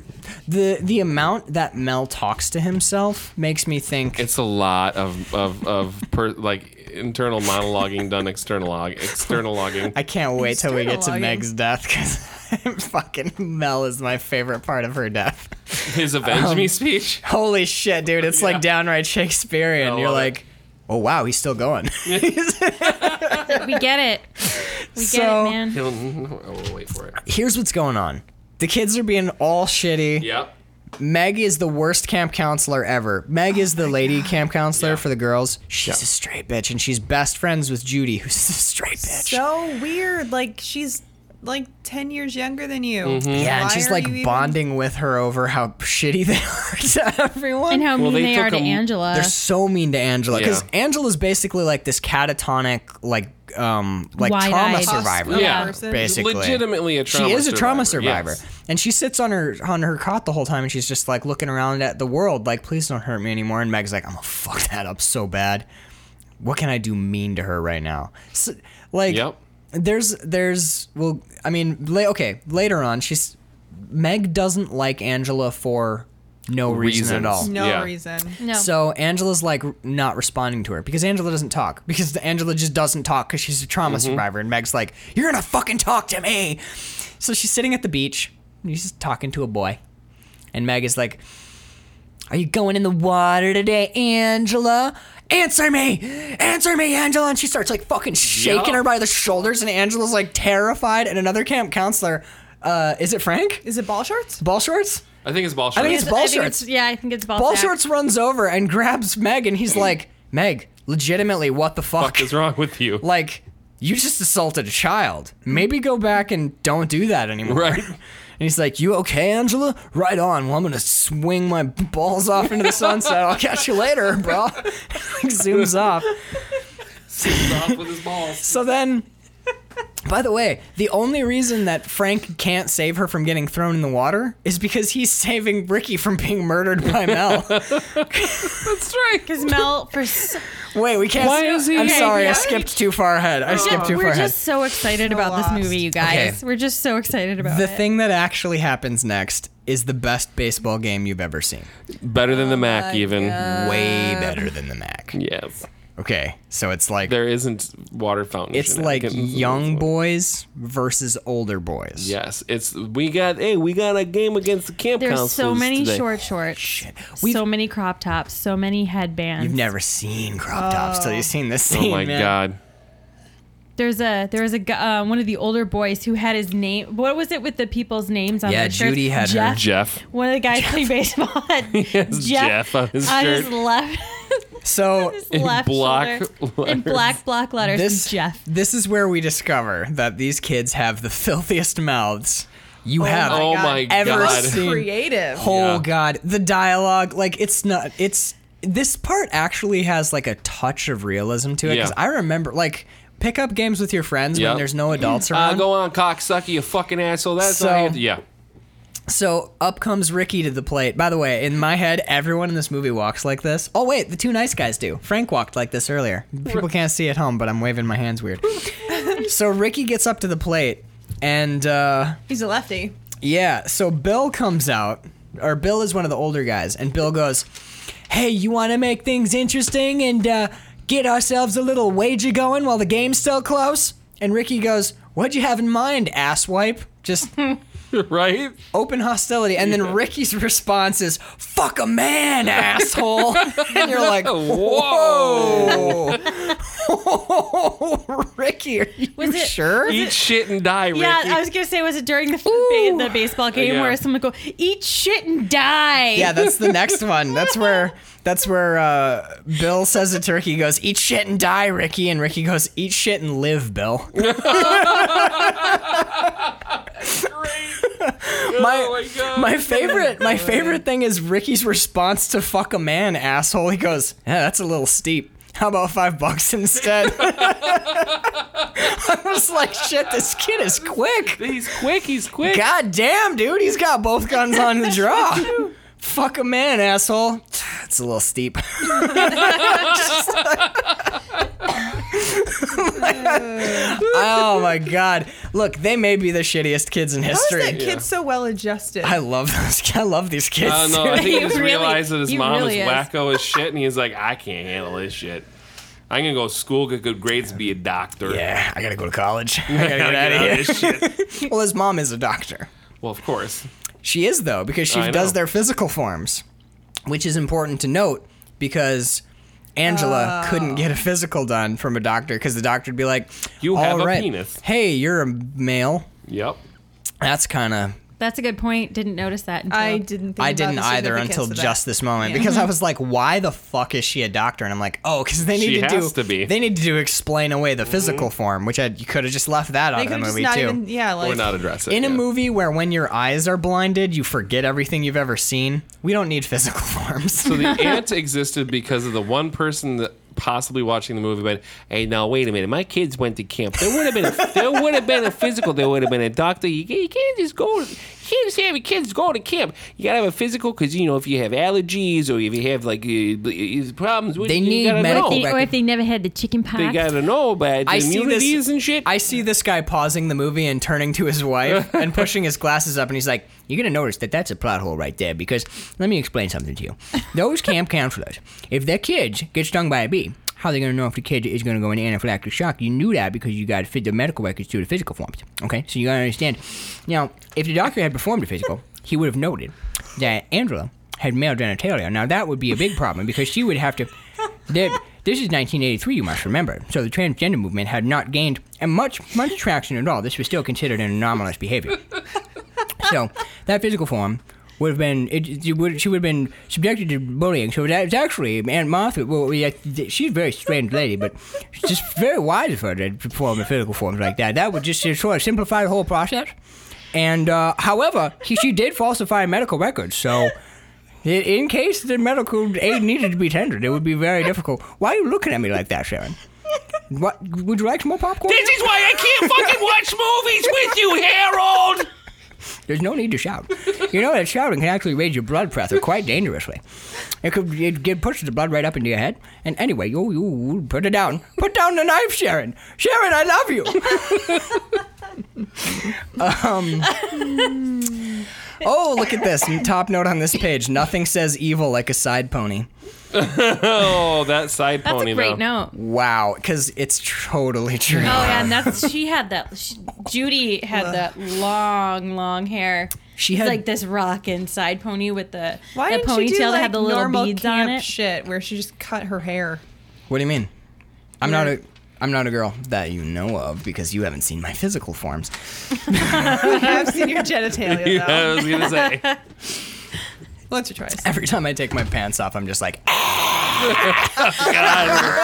The the amount that Mel talks to himself makes me think
It's a lot of of of per, like internal monologuing done external log external logging.
I can't wait till we get to
Externalizing.
Meg's death because fucking Mel is my favorite part of her death.
His avenge
um,
me speech.
Holy shit, dude! It's like downright Shakespearean.
I
You're
love it.
like, oh wow, he's still going.
We get it. We get
So-
it, man.
He'll, oh, we'll wait for it.
Here's what's going on. The kids are being all shitty.
Yep.
Meg is the worst camp counselor ever. Meg is
Oh
the lady camp counselor for the girls. She's a straight bitch, and she's best friends with Judy, who's a straight bitch.
so weird. Like she's like ten years younger than you.
Mm-hmm. yeah, and
Why
she's
are
like
you even-
bonding with her over how shitty they are to everyone.
And how
Well,
mean
they
they, are
took
to
a-
Angela.
They're so mean to Angela because
Yeah.
Angela's basically like this catatonic, like, um, like trauma
Wide-eyed.
survivor.
Yeah.
person.
basically.
Legitimately a trauma
she is a trauma survivor,
yes.
and she sits on her on her cot the whole time, and she's just like looking around at the world, like, "Please don't hurt me anymore." And Meg's like, "I'm gonna fuck that up so bad. What can I do mean to her right now?" So, like,
Yep.
there's there's well, I mean, la- okay, later on, she's Meg doesn't like Angela for no reason
Reasons.
at all.
No
Yeah.
reason.
no.
So Angela's like r- not responding to her because Angela doesn't talk because Angela just doesn't talk because she's a trauma survivor. And Meg's like, "You're gonna fucking talk to me." So she's sitting at the beach and she's talking to a boy, and Meg is like, "Are you going in the water today, Angela?" answer me, answer me, Angela. And she starts like fucking shaking
Yup.
her by the shoulders, and Angela's like terrified. And another camp counselor, uh, is it Frank?
Is it ball shorts?
Ball shorts?
I think it's ball
I
shorts.
think it's ball
I think
shorts.
it's- yeah, I think it's ball,
Ball
sack.
shorts runs over and grabs Meg, and he's like, Meg, legitimately, what the fuck?
What's wrong with you?
like, you just assaulted a child. Maybe go back and don't do that anymore.
Right.
And he's like, "You okay, Angela? Right on. Well, I'm gonna swing my balls off into the sunset. I'll catch you later, bro." like zooms off.
He's off with his balls.
So then, by the way, the only reason that Frank can't save her from getting thrown in the water is because he's saving Ricky from being murdered by Mel.
That's right.
Because Mel, for so,
Wait, we can't.
Why is he- Oh,
I'm
Okay,
sorry, I
yeah.
skipped too far ahead. I skipped too
we're
far
just
ahead.
so excited about
lost.
this movie, you guys.
Okay.
We're just so excited about
The
it.
thing that actually happens next is the best baseball game you've ever seen.
Better
Oh
than the Mac, even. Uh,
Way better than the Mac.
Yes.
Okay, so it's like
There isn't water fountains.
it's
in
like
Atkinson.
young boys versus older boys.
Yes, it's we got. Hey, we got a game against the camp
There's so
counselors
many
today.
short shorts,
We've-
so many crop tops, so many headbands.
You've never seen crop tops till you've seen this
Oh
scene.
my
man.
god.
There's a there was a gu- uh, one of the older boys who had his name. What was it with the people's names on
Yeah,
their shirts?
Judy had her.
Jeff.
Jeff.
One of the guys playing baseball had Jeff,
Jeff on his shirt.
left,
So
his
In
left
black
shoulder, in
letters.
black block letters.
this
Jeff.
this is where we discover that these kids have the filthiest mouths you have
Oh
God.
my
Ever
god.
seen-
Creative.
Oh
Yeah.
god, the dialogue like it's not it's this part actually has like a touch of realism to it
Yeah.
cuz I remember like pick up games with your friends
Yep.
when there's no adults
Uh,
around.
go on, cocksucker, you fucking asshole. That's
So-
not how you- yeah.
so up comes Ricky to the plate. By the way, in my head everyone in this movie walks like this. Oh wait, the two nice guys do. Frank walked like this earlier. People can't see at home, but I'm waving my hands weird. so Ricky gets up to the plate and uh
He's a lefty.
Yeah, so Bill comes out, or Bill is one of the older guys, and Bill goes, Hey, you want to make things interesting and uh, get ourselves a little wager going while the game's still close? And Ricky goes, What'd you have in mind, asswipe? Just
Right?
open hostility. And then Ricky's response is, Fuck a man, asshole. and you're like, Whoa. Ricky, are you
Was it-
sure?
Eat shit and die, Ricky. Uh,
Yeah, I was gonna say, was it during the
Ooh.
ba- the baseball game
Yeah.
where someone go eat shit and die?
Yeah, that's the next one. That's where that's where uh, Bill says it to Ricky. He goes, "Eat shit and die, Ricky," and Ricky goes, "Eat shit and live, Bill." my,
Oh my God.
my favorite my favorite thing is Ricky's response to "fuck a man, asshole." He goes, "Yeah, that's a little steep." How about five bucks instead? I was like, shit, this kid is quick.
he's quick, he's quick.
God damn, dude, he's got both guns on the draw. Fuck a man, asshole. It's a little steep. Just like- oh my god! Look, they may be the shittiest kids in
How is
history.
that kid so well adjusted?
I love those. I love these kids.
I don't know. I think he
You
just
really-
realized that his
you
mom
really
is
is.
wacko as shit, and he's like, I can't handle this shit. I'm gonna go to school, get good grades, be a doctor.
yeah, I gotta go to college. I gotta
Gotta
get out
get out of
of
this shit.
here. well, his mom is a doctor.
Well, of course.
She is though, because she
I
does
know.
their physical forms, which is important to note because
Oh.
Angela couldn't get a physical done from a doctor because the doctor'd be like,
You have
"All
a
right,
penis."
Hey, you're a male.
Yep.
That's kind of
that's a good point. Didn't notice that. Until
I didn't. Think
I
about
didn't
the
either
significance
until
of that. Mm-hmm.
just this moment because I was like, why the fuck is she a doctor? And I'm like, oh, because they need
She
to
has
do
to be. Mm-hmm.
they need to do explain away the physical form, which I you could have just left that out
They
of the
could've just
movie
not
too.
even. Yeah, like
Or not address it.
in a
yeah.
movie where when your eyes are blinded, you forget everything you've ever seen, we don't need physical forms.
So the ant existed because of the one person that possibly watching the movie went, "Hey, now wait a minute, my kids went to camp. There would have been a, there would have been a physical. There would have been a doctor. You, can't- you can't just go. You can't just have your kids go to camp. You gotta have a physical because you know if you have allergies or if you have like uh, problems,
They
you
need
gotta
Oh,
medical
know.
They- or if they never had the chicken pox.
They gotta know about the
I see this-
immunities and shit.
I see this guy pausing the movie and turning to his wife and pushing his glasses up, and he's like, "You're gonna notice that that's a plot hole right there because let me explain something to you. Those camp counselors, if their kids get stung by a bee." How are they gonna know if the kid is gonna go into anaphylactic shock? You knew that because you gotta fit the medical records to the physical forms. Okay, so you gotta understand. Now, if the doctor had performed a physical, he would have noted that Angela had male genitalia. Now that would be a big problem because she would have to. There, This is 1983, you must remember, so the transgender movement had not gained and much, much traction at all. This was still considered an anomalous behavior. so that physical form would have been it, it would, she would have been subjected to bullying. So that's actually Aunt Martha. Well, yeah, she's a very strange lady, but it's just very wise of her to perform in physical forms like that. That would just sort of simplify the whole process. And uh, however, he, she did falsify medical records, so. i- In case the medical aid needed to be tendered, it would be very difficult. Why are you looking at me like that, Sharon? What would you like some more popcorn?
This is why I can't fucking watch movies with you, Harold.
There's no need to shout. You know that shouting can actually raise your blood pressure quite dangerously. It could it, it pushes the blood right up into your head. And anyway, you you put it down. Put down the knife, Sharon. Sharon, I love you. um. Oh, look at this. Top note on this page. Nothing says evil like a side pony.
Oh, that side
That's
pony
a great
though.
note. Oh
Wow, because it's totally true.
yeah, and that's she had that. She, Judy had that long, long hair.
She
It's
had-
like this rockin' side pony with the
Why
the
didn't
ponytail
she do
that
like
had the little
normal
beads
camp
on it.
shit where she just cut her hair?
What do you mean? I'm not a I'm not a girl that you know of because you haven't seen my physical forms.
I've seen your genitalia though.
Yeah, I was gonna say.
Once or twice.
Every time I take my pants off, I'm just like, "Ah,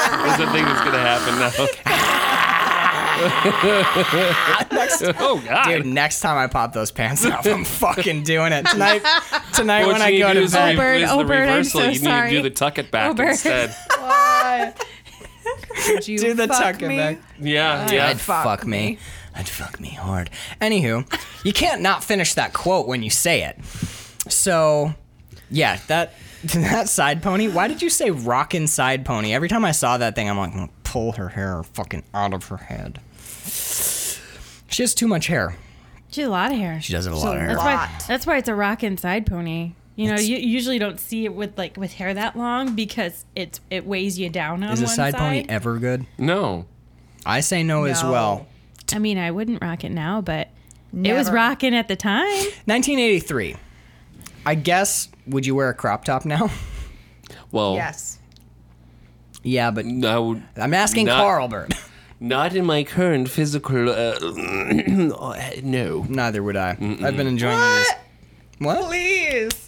God, is the thing that's gonna happen now. oh God!
Dude, next time I pop those pants off, I'm fucking doing it tonight. Tonight
what
when
you
I
need
go
to do
to
is re-
bed.
Bird,
is
oh,
the
Bird, I'm
reversal.
so
you
sorry.
need to do the tuck it back
Oh, Bird.
instead.
Why? Would you
Do the
fuck
tuck it
me?
back.
Yeah, yeah.
I'd fuck, me. I'd fuck me hard. Anywho, you can't not finish that quote when you say it. So, yeah, that that side pony. Why did you say rockin' side pony? Every time I saw that thing, I'm like, "Mm, pull her hair fucking out of her head. She has too much hair.
She had a lot of hair.
She does have a lot of hair.
That's why. That's why it's a rockin' side pony. You know, you usually don't see it with like with hair that long because it's it weighs you down on
Is a
one
side
side.
pony ever good?
No.
I say no, as
No.
well.
I mean, I wouldn't rock it now, but it was
Never.
rocking at the time.
1983. I guess would you wear a crop top now?
Well,
Yes.
yeah, but
no,
I'm asking
Not-
Carl Bird.
not in my current physical. Uh, uh, no.
Neither would I. I've been enjoying these.
What?
What?
Please.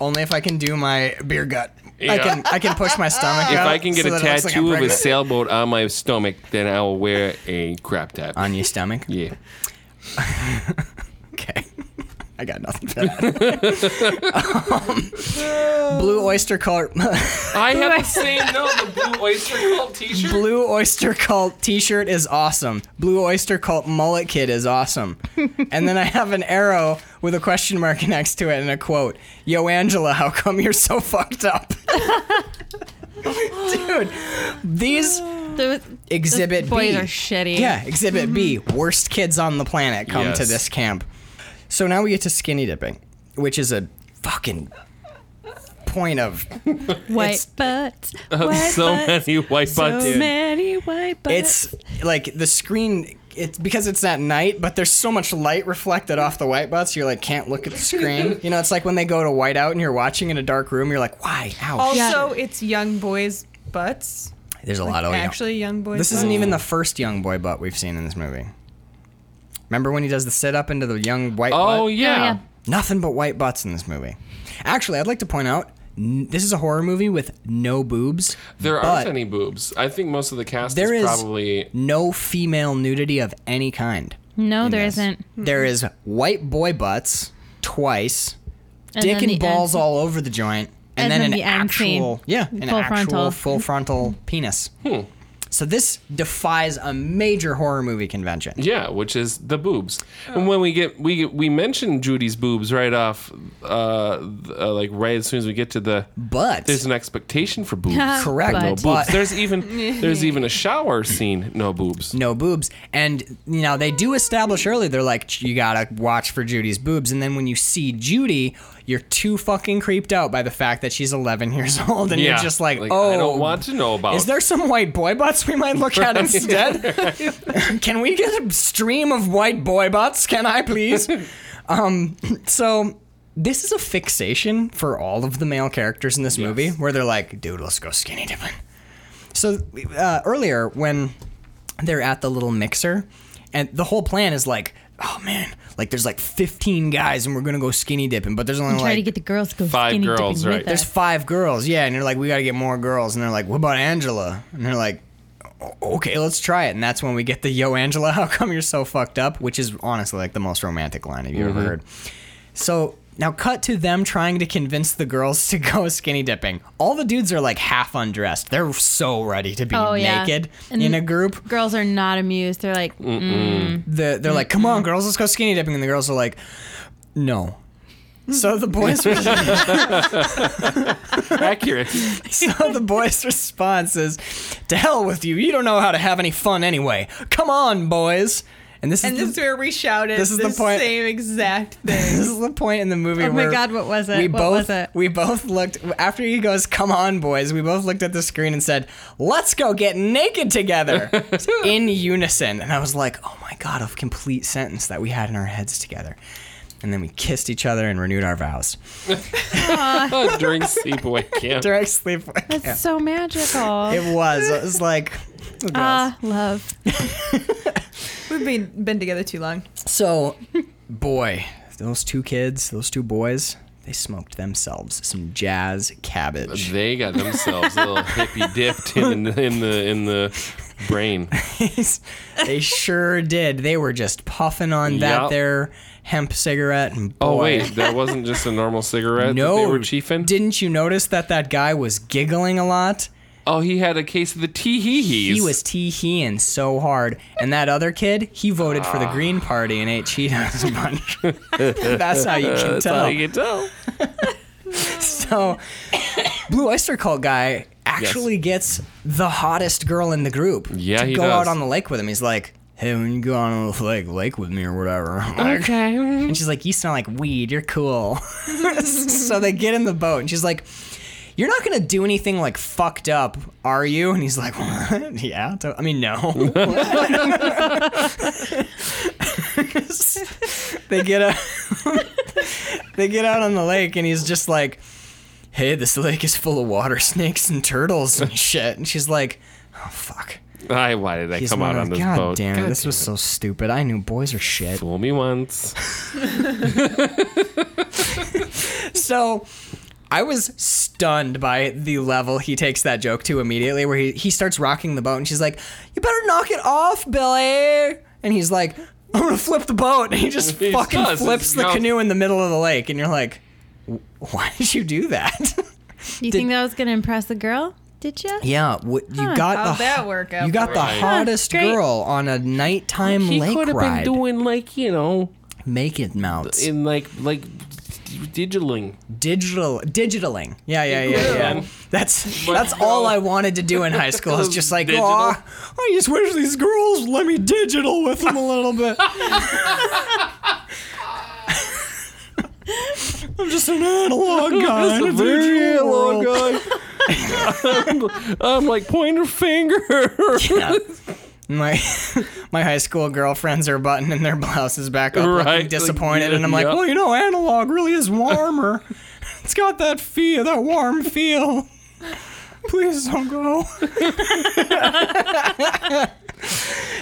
Only if I can do my beer gut. I
Yeah.
can I can push my stomach.
If I can get a tattoo of a
his
sailboat on my stomach, then I will wear a crap tap.
on your stomach.
yeah.
Okay. I got nothing for that. Um, blue oyster cult,
I have the same note, the blue oyster cult t-shirt.
blue oyster cult T-shirt is awesome. Blue oyster cult mullet kid is awesome. and then I have an arrow with a question mark next to it and a quote: "Yo, Angela, how come you're so fucked up?" Dude, these
The,
exhibit
the boys
B.
are Mm-hmm. shitty.
Yeah, Exhibit B, worst kids on the planet come to
Yes.
this camp. So now we get to skinny dipping, which is a fucking point of
white butts. White
Oh, so
butts,
many white
so
butts.
many white butts.
it's like the screen it's because it's at night but there's so much light reflected off the white butts you like can't look at the screen you know it's like when they go to whiteout and you're watching in a dark room you're like why ouch
Also,
Yeah.
it's young boys' butts.
there's a lot of
Actually, young boys.
this
butts.
isn't even the first young boy butt we've seen in this movie remember when he does the sit up into the young white butt?
Oh yeah.
yeah.
Nothing but white butts in this movie. Actually, I'd like to point out n- this is a horror movie with no boobs.
There
but
aren't any boobs. I think most of the cast
There is-
is probably
no female nudity of any kind.
No, there
Yes.
isn't.
There is white boy butts twice, dick
then
and
the um,
balls
end-
all over the joint, and,
and
then,
then
an
the end scene.
actual yeah, an
Full
actual
frontal.
full frontal penis.
Hmm.
So this defies a major horror movie convention.
yeah, which is the boobs.
Oh.
And when we get we get, we mention Judy's boobs right off, uh, th- uh, like right as soon as we get to the.
But
There's an expectation for boobs.
Correct.
But-
No
But-
boobs. There's even there's even a shower scene. No boobs.
no boobs. And you know they do establish early. They're like, you gotta watch for Judy's boobs. And then when you see Judy, you're too fucking creeped out by the fact that she's 11 years old, and you're just like, oh,
I don't want to know about.
Is there some white boy butts we might look at instead? Can we get a stream of white boy butts? Can I please? um, so this is a fixation for all of the male characters in this movie, where they're like, dude, let's go skinny dipping. So uh, earlier when they're at the little mixer, and the whole plan is like, oh man, like there's like 15 guys and we're gonna go skinny dipping, but there's only
Try
like
to get the girls to go
Five
skinny
girls,
dipping
right.
with
there's
us.
five girls, yeah, and you're like, we got to get more girls, and they're like, what about Angela? And they're like, "O- okay, let's try it, and that's when we get the Yo Angela, how come you're so fucked up? Which is honestly like the most romantic line have you
Mm-hmm.
ever heard. So now cut to them trying to convince the girls to go skinny dipping. All the dudes are like half undressed. They're so ready to be
Oh, yeah.
naked
And-
in a group.
Girls are not amused. They're like,
Mm.
The, they're like, come on, girls, let's go skinny dipping, and the girls are like, no. So the boys were
Accurate.
So the boy's response is, "To hell with you! You don't know how to have any fun anyway. Come on, boys!" And this
And
is
this is
the,
where we shouted
This is the
the
point-
same exact thing.
this is the point in the movie.
oh my
where
god, what was it?
We
what
both
was it?
we both looked after he goes, "Come on, boys!" We both looked at the screen and said, "Let's go get naked together," in unison. And I was like, "Oh my god!" A complete sentence that we had in our heads together. And then we kissed each other and renewed our vows.
Oh, during sleepaway camp.
Direct sleep.
That's so magical.
It was. It was like.
Ah, love.
We've been been together too long.
So, boy, those two kids, those two boys, they smoked themselves some jazz cabbage.
They got themselves a little hippie dipped in the in the in the brain.
they sure did. They were just puffing on that
Yup.
there hemp cigarette. And boy,
Oh wait, that wasn't just a normal cigarette
no,
that they were chiefing.
didn't you notice that that guy was giggling a lot?
oh, he had a case of the tee hee hees.
He was tee heeing so hard, and that other kid, he voted
Ah.
for the Green Party and ate Cheetos a bunch. That's how you can
That's
tell.
how you can tell.
So, Blue Oyster Cult guy actually gets the hottest girl in the group.
Yeah,
to
he
go out
does.
on the lake with him. He's like, "Hey, when you go out on the lake, lake with me or whatever." Like-
Okay.
And she's like, "You smell like weed. You're cool." so they get in the boat, and she's like, "You're not gonna do anything like fucked up, are you?" And he's like, "What? Yeah. I mean, no." they get a they get out on the lake and he's just like hey this lake is full of water snakes and turtles and shit and she's like oh fuck
I why did I
He's
come out
wondering,
on this
god
boat?
damn it
God
this was so stupid i knew boys are shit
Fool me once.
so I was stunned by the level he takes that joke to immediately, where he, he starts rocking the boat and she's like, You better knock it off, Billy. And he's like, I'm gonna flip the boat. And he just
He
fucking
does.
flips the
No.
canoe in the middle of the lake. And you're like, "Wh- Why did you do that?
You think that was gonna impress the girl? Did you?
yeah, what, you got
How'd
the,
that work out
You got the
for you?
hottest
Huh, great.
girl on a nighttime
he
lake
could have been
ride.
doing like you know,
Make it mounts.
in like like digiling.
digital digitaling. Yeah, yeah, yeah, yeah.
Digitaling.
That's
But
that's all
no.
I wanted to do in high school. It's just like,
Digital.
"Aw, I just wish these girls would let me digital with them a little bit. I'm just an analog guy. in a digital world.
I'm, I'm like pointer finger.
Yeah. My my high school girlfriends are buttoning their blouses back up,
Right,
looking
like,
disappointed,
yeah,
and I'm like,
yeah.
well, you know, analog really is warmer. it's got that feel, that warm feel. Please don't go.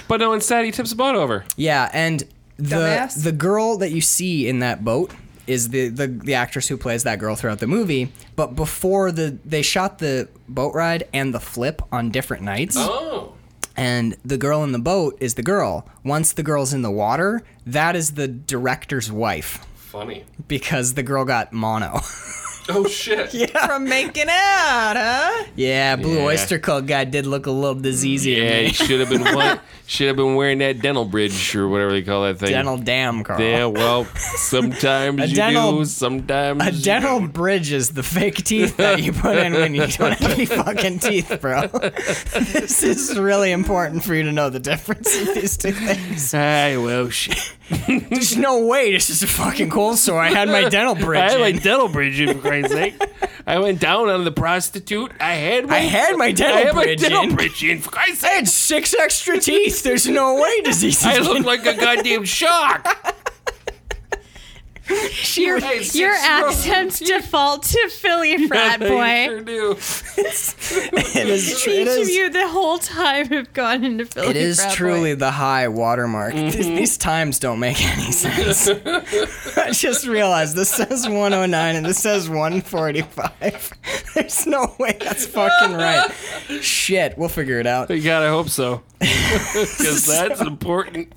But no, instead he tips the boat over.
Yeah, and the
Dumbass.
the girl that you see in that boat is the, the the actress who plays that girl throughout the movie. But before the they shot the boat ride and the flip on different nights.
Oh.
and the girl in the boat is the girl. Once the girl's in the water, that is the director's wife
Funny.
because the girl got mono.
Oh shit. yeah.
From making out, huh?
yeah, Blue
Yeah.
Oyster Cult guy did look a little diseasy. to
Yeah,
me.
he should have been one, should have been wearing that dental bridge or whatever they call that thing.
dental dam, Carl.
Yeah, well, sometimes
A
you
dental-
do, sometimes
A
you
dental
don't.
bridge is the fake teeth that you put in when you don't have any fucking teeth, bro. this is really important for you to know the difference in these two things.
I will. Shit.
There's no way this is a fucking cold sore. I had my dental bridge.
I had my
in.
dental bridge in, for Christ's sake. I went down on the prostitute. I had my
I had my
I
dental
had my
bridge
dental
in.
bridge in for Christ's
I
sake.
had six extra teeth. There's no way disease.
I look like a goddamn shark.
your
was six
your
years old.
accents default to Philly frat
They
boy.
sure do.
it is, tr- it
Each of
is,
you the whole time have gone into Philly.
it is
frat boy.
truly the high watermark. These, these times don't make any sense. I just realized this says 109 and this says 145. There's no way that's fucking right. Shit, we'll figure it out.
You gotta hope so, because that's important.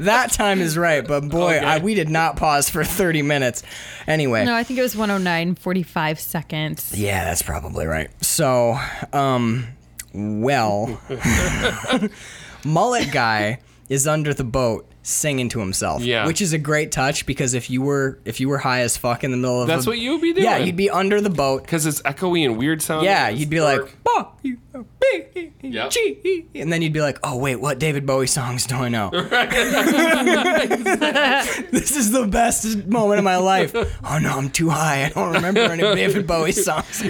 That time is right, but boy,
Okay.
I, we did not pause for 30 minutes. Anyway.
No, I think it was 109 45 seconds.
Yeah, that's probably right. So, um, well, mullet guy is under the boat singing to himself.
Yeah.
which is a great touch because if you were if you were high as fuck in the middle of
That's
a-
what you'd be
Yeah,
doing.
you'd be under the boat.
Because it's echoey and weird sounding.
Yeah,
and it's
you'd be
dark.
like, "Bah, you- bee, hee, hee,
Yep.
gee, hee," and then you'd be like, oh wait, what David Bowie songs do I know? this is the best moment of my life. Oh no, I'm too high. I don't remember any David Bowie songs.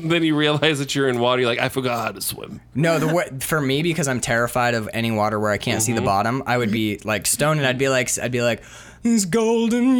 then you realize that you're in water. You're like, I forgot how to swim.
No, the wa- for me because I'm terrified of any water where I can't see
Mm-hmm.
the bottom. I would be like stoned, and I'd be like, I'd be like, these golden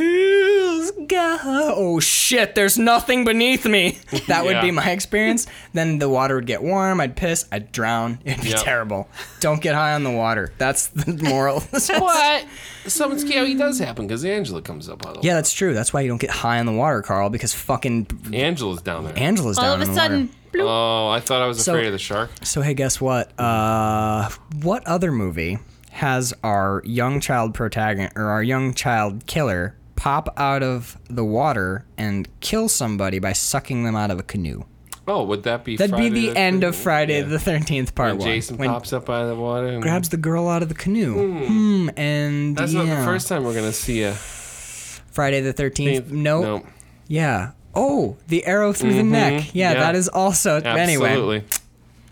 years, go. Oh shit! There's nothing beneath me. That would be
Yeah.
my experience. Then the water would get warm. I'd piss. I'd drown. It'd be
Yep.
terrible. Don't get high on the water. That's the moral. of this whole-
But something scary does happen because Angela comes up on the
yeah, that's true. That's why you don't get high on the water, Carl, because fucking
Angela's down there.
Angela's down
All of
in
a
the
sudden,
water.
bloop.
oh, I thought I was
So-
afraid of the shark.
So hey, guess what? Uh, what other movie has our young child protagonist or our young child killer pop out of the water and kill somebody by sucking them out of a canoe?
Oh, would that be?
That'd
Friday
be the end of Friday the Thirteenth Part
And
One.
Jason
when
pops up out of the water and
grabs the girl out of the canoe. Hmm. and
That's
yeah.
not the first time we're gonna see a.
Friday the Thirteenth. No.
no. Mm-hmm.
Yeah. Oh, the arrow through the neck. Yeah,
Yeah.
that is also. Anyway,
Absolutely.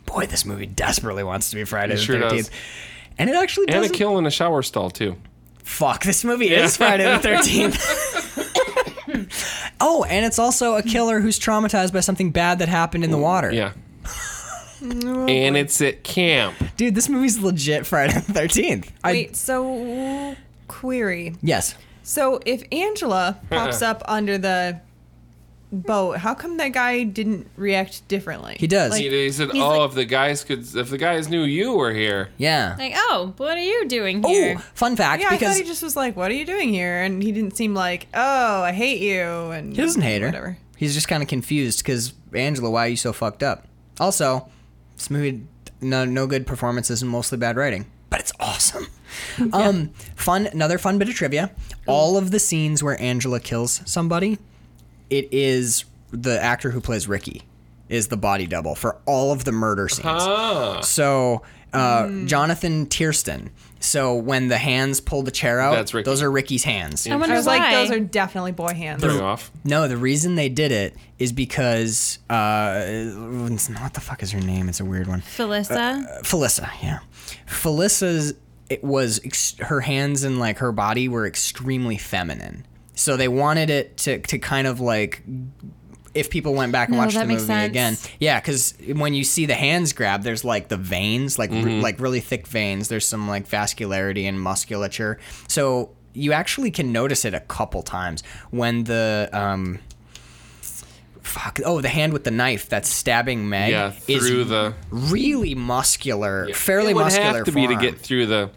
boy, this movie desperately wants to be Friday the
sure does.
Thirteenth, and it actually
And a
doesn't.
kill in a shower stall too.
fuck, this movie is Friday the 13th. oh, and it's also a killer who's traumatized by something bad that happened in the water.
Yeah. and it's at camp.
Dude, this movie's legit Friday the 13th. I,
Wait, so query.
Yes.
So if Angela pops up under the boat, how come that guy didn't react differently?
He does.
Like,
He said,
He's
"Oh,
like-
if the guys could, if the guys knew you were here,
Yeah.
Like, oh, what are you doing here?
Oh, fun fact
yeah, I
because
thought he just was like, "What are you doing here?" And he didn't seem like, "Oh, I hate you." And
he doesn't hate her.
Whatever.
He's just kind of confused because Angela, why are you so fucked up? Also, this movie, no, no good performances and mostly bad writing, but it's awesome. Um, fun, another fun bit of trivia. All of the scenes where Angela kills somebody, it is the actor who plays Ricky is the body double for all of the murder scenes.
ah,
So uh,
Mm.
Jonathan Tiersten. So when the hands pull the chair out,
That's Ricky.
those are Ricky's hands.
I wonder
I was
why.
like, "Those are definitely boy hands."
turn it off."
No, the reason they did it is because uh, it's not- what the fuck is her name? It's a weird one. Uh,
Felissa.
Felissa, yeah. Felissa's it was ex- her hands and like her body were extremely feminine, so they wanted it to to kind of like if people went back and
No,
watched
that
the movie
makes sense.
again, yeah, because when you see the hands grab, there's like the veins, like
Mm-hmm.
re- like really thick veins. There's some like vascularity and musculature, so you actually can notice it a couple times when the um. Fuck! Oh, the hand with the knife that's stabbing Meg
Yeah,
is
through the
really muscular,
it
fairly
would
muscular.
have to be to
farm.
get Oh. through the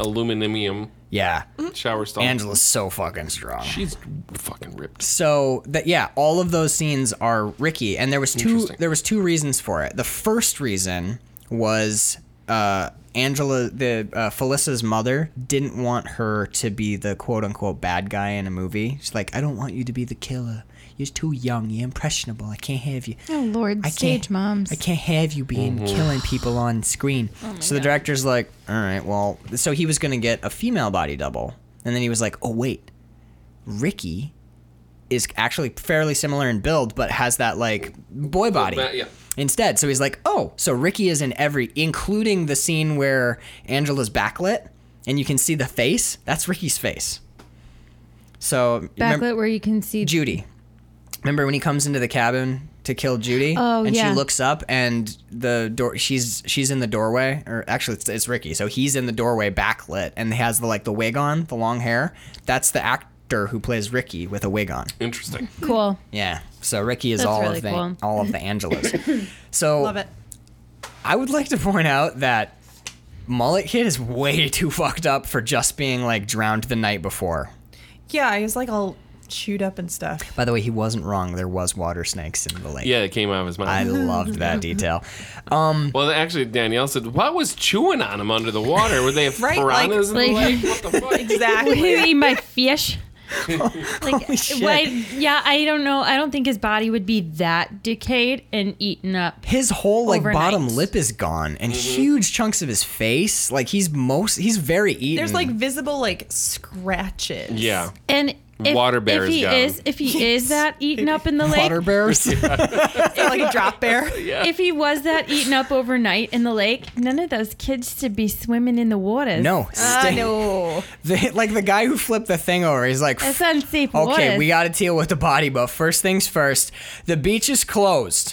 aluminium
yeah.
shower stall.
Angela's so fucking strong.
she's fucking ripped.
So that yeah, all of those scenes are Ricky, and there was two.
Interesting.
There was two reasons for it. The first reason was uh, Angela, the uh, Felissa's mother, didn't want her to be the quote unquote bad guy in a movie. She's like, I don't want you to be the killer. You're too young. You're impressionable. I can't have you.
Oh, Lord,
I can't,
stage moms.
I can't have you being killing people on screen. so the director's like, all right, well, so he was going to get a female body double, and then he was like, oh wait, Ricky is actually fairly similar in build, but has that like boy body.
ba- yeah.
Instead, so he's like, oh, so Ricky is in every, including the scene where Angela's backlit, and you can see the face. That's Ricky's face. So you remem-
Backlit where you can see
Judy. Remember when he comes into the cabin to kill Judy,
Oh,
and
yeah.
she looks up and the door she's she's in the doorway, or actually it's, it's Ricky, so he's in the doorway backlit and he has the like the wig on, the long hair. That's the actor who plays Ricky with a wig on.
Interesting.
Cool.
Yeah, so Ricky is
That's
all
really
of the
cool.
all of the Angelas. so
Love it.
I would like to point out that Mullet Kid is way too fucked up for just being like drowned the night before.
Yeah, he was like all chewed up and stuff.
By the way, he wasn't wrong. There was water snakes in the lake.
Yeah, it came out of his mouth.
I loved that detail.
well, actually, Danielle said, "What was chewing on him under the water? Were they
Right, like-
piranhas in
like-
the lake? What the fuck?"
Exactly.
Eat my fish. like,
Holy shit.
why- yeah, I don't know. I don't think his body would be that decayed and eaten up.
His whole like
Overnight.
bottom lip is gone and
Mm-hmm.
huge chunks of his face. Like he's most he's very eaten.
There's like visible like scratches.
Yeah.
And if,
Water bear
if
is
he
gone.
is if he is that eaten up in the lake,
water bears.
It's like a drop bear.
if he was that eaten up overnight in the lake, none of those kids should be swimming in the waters.
no,
I
Ah,
stay-
know.
the- like the guy who flipped the thing over. He's like,
That's unsafe
okay,
waters.
we got to deal with the body, but first things first, the beach is closed.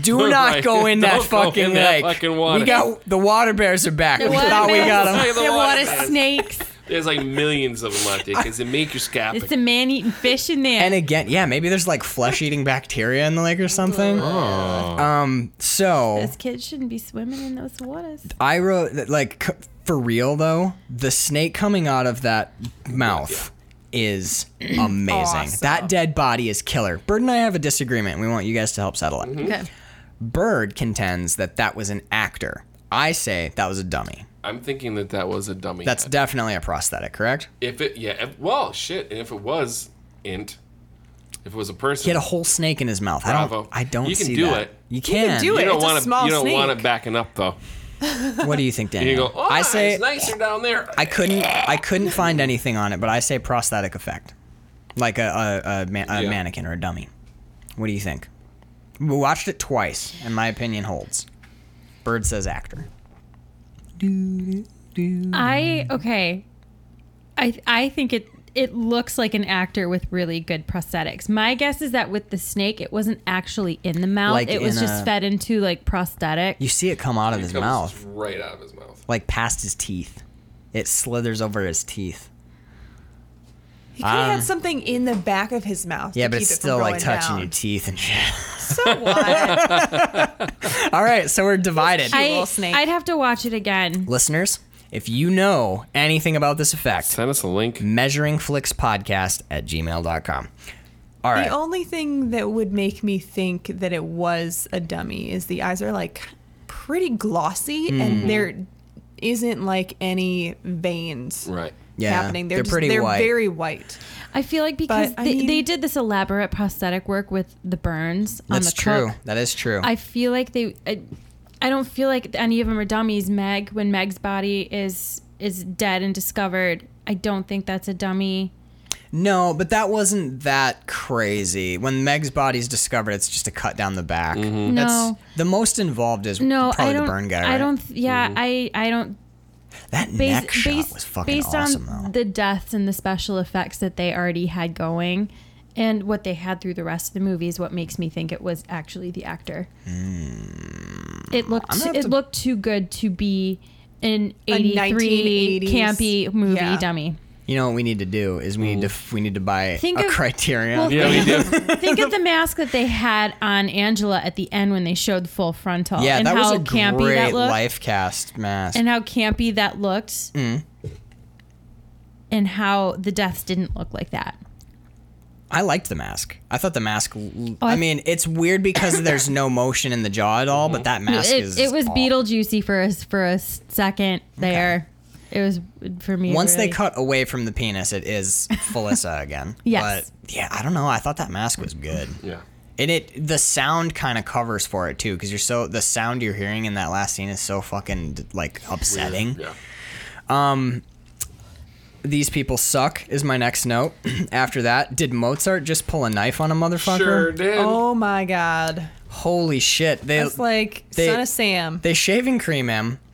Do not
Right.
go in that
Don't go
fucking
in that
lake.
fucking water.
We got the water bears are back.
The
we
water
thought we got
Look at
them.
bears.
the
the
water
water
bears.
snakes.
There's like millions of them left because it make your scalp.
It's a man eating fish in there.
And again, yeah, maybe there's like flesh eating bacteria in the lake or something.
Oh.
Um, so
those kids shouldn't be swimming in those waters.
I wrote that, like c- for real though, the snake coming out of that mouth is amazing.
Awesome.
That dead body is killer. Bird and I have a disagreement. We want you guys to help settle
Mm-hmm.
it.
Okay.
Bird contends that that was an actor. I say that was a dummy.
I'm thinking that that was a dummy.
That's
head.
definitely a prosthetic, correct?
if it. Yeah. If, well, shit. And if it was int, if it was a
He
person,
had a whole snake in his mouth.
Bravo.
I don't. I don't
You can
see
do
that.
it.
You can.
do it.
you don't
It's a
want to.
small
You don't
snake.
want it backing up though.
What do you think, Daniel?
You go. Oh,
I say
it's nicer down there.
I couldn't I couldn't find anything on it, but I say prosthetic effect, like a a, a, ma- a
Yeah.
mannequin or a dummy. What do you think? We watched it twice, and my opinion holds. Bird says actor.
I
Mm.
okay. I I think it it looks like an actor with really good prosthetics. My guess is that with the snake, it wasn't actually in the mouth.
Like
it was
in
just
a-
fed into like prosthetic.
You see it come out of his
Comes
mouth,
right out of his mouth.
like past his teeth. It slithers over his teeth.
He could have had something in the back of his mouth.
Um, Yeah,
to
but
keep
it's
it from
still like
going
touching
down.
your teeth and shit.
So what?
All right, so we're divided.
I,
little snake.
I'd have to watch it again.
Listeners, if you know anything about this effect,
Send us a link.
measuringflixpodcast at gmail.com. All right.
The only thing that would make me think that it was a dummy is the eyes are like pretty glossy
Mm-hmm.
and there isn't like any veins
Right.
Yeah,
happening. They're,
they're
just,
pretty
they're
white.
very white.
I feel like because
But, I
they,
mean-
they did this elaborate prosthetic work with the burns on
That's
the
true.
cook.
That is true.
I feel like they. I, I don't feel like any of them are dummies. Meg, when Meg's body is is dead and discovered, I don't think that's a dummy.
no, but that wasn't that crazy. When Meg's body's discovered, it's just a cut down the back. That's
No.
the most involved is
No,
probably
I don't.
the burn guy. Right?
I don't. th- Yeah, I. I don't.
That
Based,
neck shot
based,
was fucking
based
awesome
on
though.
the deaths and the special effects that they already had going, and what they had through the rest of the movie is what makes me think it was actually the actor. it looked.
Hmm. gonna have
It
to-
looked too good to be an
A
'83
1980s
campy movie
yeah.
dummy.
You know what we need to do is we need to f- we need to buy
Think
a
of-
criterion.
well,
Yeah, we do.
Think of the mask that they had on Angela at the end when they showed the full frontal.
yeah,
and
that was
how
a
campy
great
that looked.
life cast mask.
And how campy that looked.
Mm.
And how the deaths didn't look like that.
I liked the mask. I thought the mask. l-
Oh,
I
I-
mean, it's weird because there's no motion in the jaw at all, but that mask
It,
is.
it was
aw-
Beetlejuicy for a, for a second there. It was for me.
Once they
really-
cut away from the penis, it is Felissa again.
Yes.
But yeah, I don't know. I thought that mask was good.
Yeah.
And it the sound kind of covers for it too, because you're so the sound you're hearing in that last scene is so fucking like upsetting. Um,
Yeah.
These people suck is my next note. After that, did Mozart just pull a knife on a motherfucker?
Sure did.
Oh my god.
Holy shit! They
It's like
they-
Son of Sam.
they shaving cream him.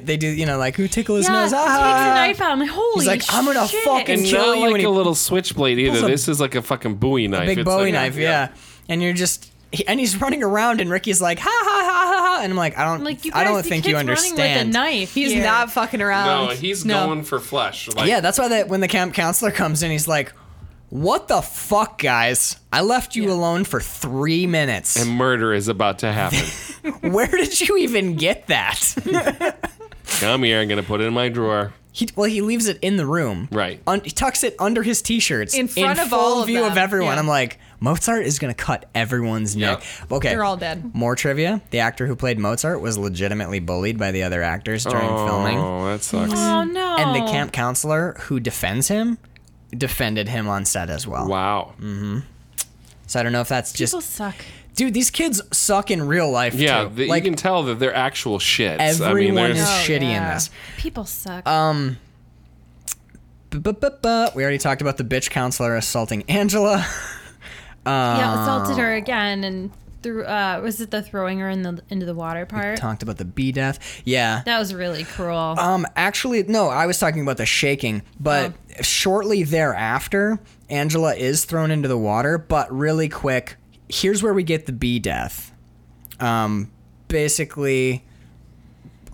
They do you know like who tickle his
yeah,
nose?
takes
Ah!
a knife out. I'm like, holy
like, "I'm gonna
shit."
fucking
and
kill
not
you
like
when he
a little switchblade either.
pulls a
this is like a fucking Bowie knife.
big
It's like
Bowie
a-
knife, yeah. And you're just he- and he's running around, and Ricky's like, ha ha ha ha ha, and I'm like, I don't,
Like you guys,
I don't
the
think
kid's
you
running
understand.
With a knife.
He's
here.
not fucking around.
No, he's
No.
going for flesh. Like,
Um, Yeah, that's why that when the camp counselor comes in, he's like, "What the fuck, guys? I left you alone for three minutes.
and murder is about to happen.
Where did you even get that?"
Come here, I'm gonna put it in my drawer.
He, well, he leaves it in the room.
Right.
Un- he tucks it under his t-shirts
In front of
full
all of
view of
them.
everyone.
Yeah.
I'm like, Mozart is gonna cut everyone's neck. Okay.
They're all dead.
More trivia: the actor who played Mozart was legitimately bullied by the other actors during filming, Mm.
Oh, that sucks.
Oh no.
and the camp counselor who defends him defended him on set as well.
Wow.
Mm, So I don't know if that's
People
just
suck.
dude. These kids suck in real life.
Yeah,
too.
th-
like
you can tell that they're actual shits.
everyone
I mean,
is
there's
Oh,
shitty in
yeah.
this.
People suck.
Bu-bu-bu-bu. We already talked about the bitch counselor assaulting Angela. Uh,
yeah, assaulted her again and threw. Uh, was it the throwing her in the into the water part?
talked about the bee death. Yeah.
That was really cruel.
Um, actually, no, I was talking about the shaking, but shortly thereafter, Angela is thrown into the water, but really quick, here's where we get the bee death. Um, basically,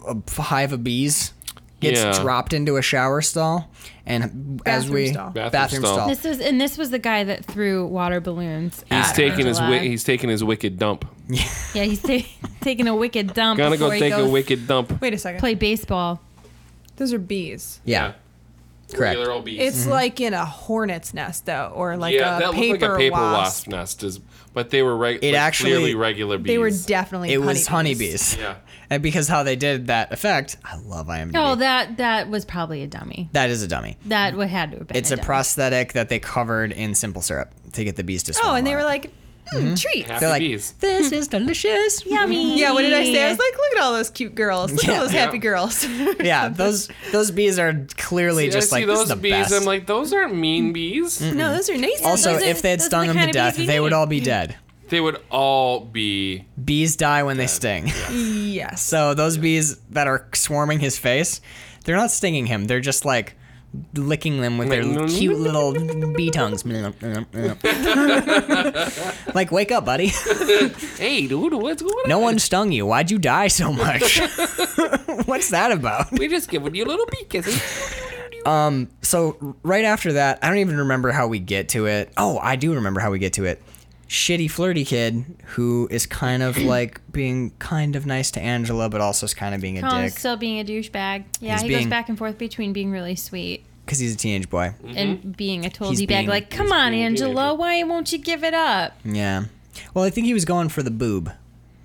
a hive of bees gets
Yeah.
dropped into a shower stall, and as
Bathroom
we
stall.
Bathroom
bathroom
stall.
stall.
this was and this was the guy that threw water balloons.
He's
at
taking his
Angela.
wi- he's taking his wicked dump.
yeah, he's ta- taking a wicked dump.
Gonna go
before he
take a
goes
wicked dump.
Wait a second.
Play baseball.
Those are bees.
Yeah, correct.
Regular old bees.
Mm-hmm.
It's like in a hornet's nest though, or like
yeah,
a
that looked
paper,
like a paper wasp,
wasp.
nest, is, but they were right.
It
like,
actually-
clearly regular bees.
They were definitely
It was
honeybees.
honeybees,
Yeah.
and because how they did that effect, I love IMDb.
Oh, that that was probably a dummy.
that is a dummy.
That would had to have been.
It's a
dummy.
prosthetic that they covered in simple syrup to get the bees to.
Oh,
swim
and they
on
were
it.
like, hmm,
Mm-hmm.
treats.
Happy
They're like,
bees.
this is delicious.
Yummy.
Yeah, what did I say? I was like, look at all those cute girls. Look at
Yeah.
all those happy
Yeah.
girls.
yeah, those those bees are clearly
Yeah,
just
I see
like this
those
is the
bees.
best. Mm.
I'm like, those aren't mean bees.
no, those are nice.
also,
those are-
if they had
those are
stung
the
them to
kind of
death,
bees we
they would
need.
all be dead.
They would all be.
Bees die when they sting.
yes.
So those bees that are swarming his face, they're not stinging him. They're just like licking them with their
Like,
cute little bee tongues. like, wake up, buddy.
Hey, dude, what's going on?
No one stung you. Why'd you die so much? What's that about? Um,
We're just giving you a little bee kisses.
so right after that, I don't even remember how we get to it. Oh, I do remember how we get to it. Shitty flirty kid who is kind of like being kind of nice to Angela, but also is kind of being a
Tom's
dick
still being a douchebag. Yeah,
He's
he
being-
goes back and forth between being really sweet
because he's a teenage boy.
and being a total
He's
d
being-
bag. Like, come on,
Mm-hmm. being a
Angela,
teenager.
why won't you give it up?
Yeah. Well, I think he was going for the boob,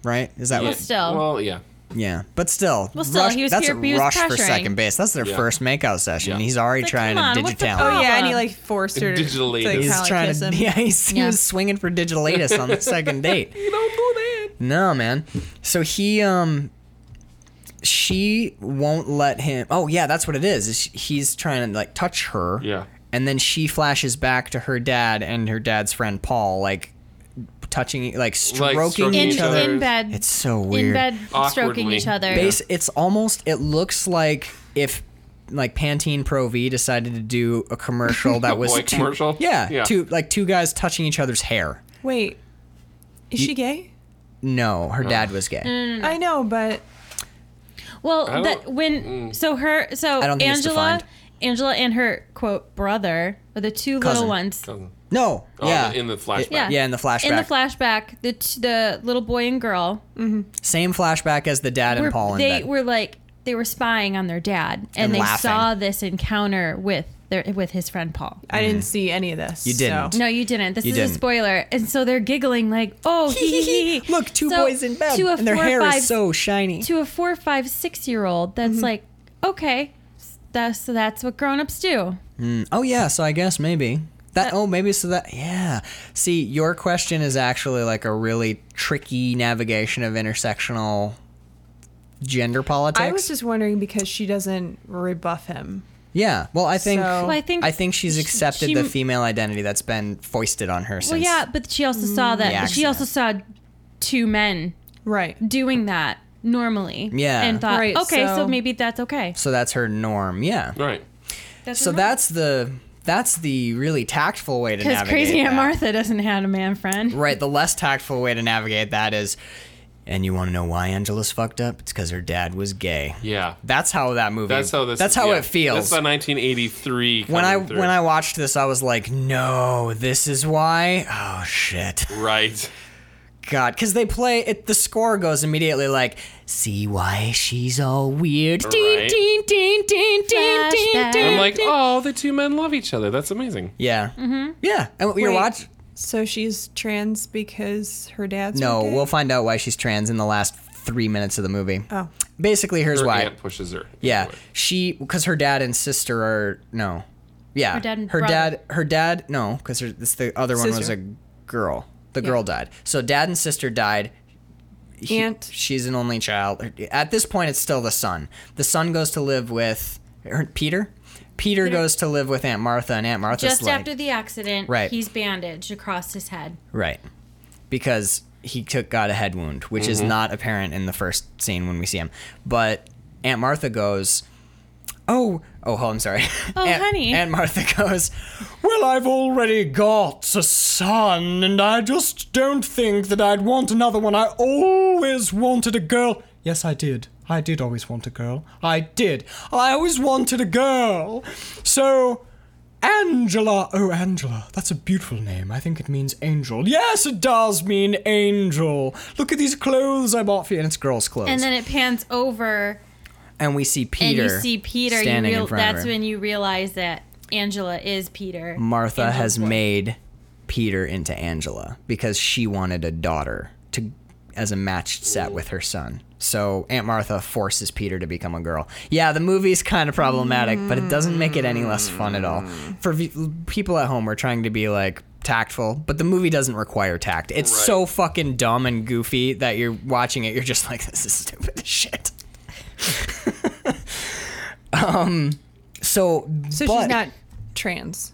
right? Is that what?
Still.
Well, yeah.
Yeah, but still.
Well, still, he was
that's
here-
a
he was
rush for
pressuring.
second base. That's their
Yeah.
first makeout session.
Yeah.
He's already
It's
trying
like,
to
come on, what's the
digital.
Oh yeah, and he
Problem.
like forced her to, to
Digitally. He's
like, kinda,
He's
like,
trying
kiss
to.
him.
Yeah, he's, he
Yeah.
was swinging for digitalatus on the second date.
You don't do that.
No, man. So he um she won't let him Oh yeah, that's what it is. is she- He's trying to like touch her.
Yeah.
And then she flashes back to her dad and her dad's friend Paul like touching like stroking,
stroking
In,
each
each
other.
other.
in bed.
It's so weird.
in bed, stroking
Awkwardly.
each other.
Base it's almost it looks like if like Pantene Pro V decided to do a commercial that was
boy
two,
commercial?
Yeah,
Yeah.
two like two guys touching each other's hair.
Wait, is she gay?
No, her dad was gay.
I know,
I
but
Well, that
don't-
when so her so
I don't think it's
Angela,
defined.
Angela and her quote brother are the two
Cousin.
little ones.
No,
Oh,
yeah.
in the flashback.
Yeah.
Yeah, in the flashback.
In the flashback, the t- the little boy and girl
Same flashback as the dad and
were
Paul in
they
bed.
were like they were spying on their dad, and,
And
they
laughing.
saw this encounter with their with his friend Paul.
I didn't see any of this.
Mm. You didn't.
So.
No, you didn't. This
You
is
didn't.
a spoiler. And so they're giggling like, "Oh, hee, hee, hee.
Look, two
So
boys in bed,
to a
and their
four,
hair
five-
is so Mm-hmm. shiny.
to a four, five, six year old. That's like, okay, s- that's so that's what grown ups do.
oh yeah, so I guess maybe that.
Uh,
Oh, maybe so that. Yeah. See, your question is actually like a really tricky navigation of intersectional gender politics.
I was just wondering because she doesn't rebuff him.
yeah. Well, I think.
So- Well,
I think
I think she's
she-
accepted
she-
the female identity that's been foisted on her since.
Well, yeah, but she also saw that. She
accident.
also saw two men
Right.
doing that normally.
Yeah.
And thought,
Right,
okay, so,
so-
maybe that's okay.
So that's her norm. Yeah.
Right.
That's
So
normal.
that's the That's the really tactful way to
Because
navigate.
Crazy Aunt
that.
Martha doesn't have a man friend.
Right. The less tactful way to navigate that is, and you want to know why Angela's fucked up? It's because her dad was gay.
Yeah.
That's how that movie.
That's how this.
That's how
yeah.
it feels.
That's about 1983.
when I
coming through.
when I watched this, I was like, no, this is why. Oh shit,
right.
God, because they play it. The score goes immediately like, see why she's all weird. Ding,
Right.
ding, ding, ding, ding, ding,
Flashback.
ding.
I'm like, oh, the two men love each other. That's amazing.
yeah, mm-hmm. yeah. And you're
Wait,
watch.
So she's trans because her dad's
No,
were gay?
we'll find out why she's trans in the last three minutes of the movie.
Oh.
Basically, here's
Her
why.
aunt pushes her.
Yeah, she because her dad and sister are no. Yeah,
Her dad and
her
brother.
dad, her dad. No, because this the other one was
Sister.
a girl. The girl died. So dad and sister died. He-
Aunt.
she's an only child. At this point, it's still the son. The son goes to live with her, Peter. Peter goes to live with Aunt Martha, and Aunt Martha's
Just
like,
after the accident,
Right.
he's bandaged across his head.
Right. Because he took got a head wound, which is not apparent in the first scene when we see him. But Aunt Martha goes, "Oh, oh, hold- I'm sorry."
Oh,
Aunt,
honey.
Aunt Martha goes, "Well, I've already got a son, and I just don't think that I'd want another one. I always wanted a girl. Yes, I did. I did always want a girl. I did. I always wanted a girl. So." Angela. Oh, Angela. That's a beautiful name. I think it means angel. Yes, it does mean angel. Look at these clothes I bought for you. And it's girls' clothes.
And then it pans over,
And we see Peter.
and you see Peter. You
standing
real,
in front
that's
of her.
when you realize that Angela is Peter.
Martha
Angel's
has
wife.
made Peter into Angela because she wanted a daughter to as a matched set with her son. So Aunt Martha forces Peter to become a girl. Yeah, the movie's kind of problematic, but it doesn't make it any less fun at all. For v- people at home, we're trying to be like tactful, but the movie doesn't require tact. It's so fucking dumb and goofy that you're watching it, you're just like, this is stupid as shit. um, so,
So
but-
she's not trans.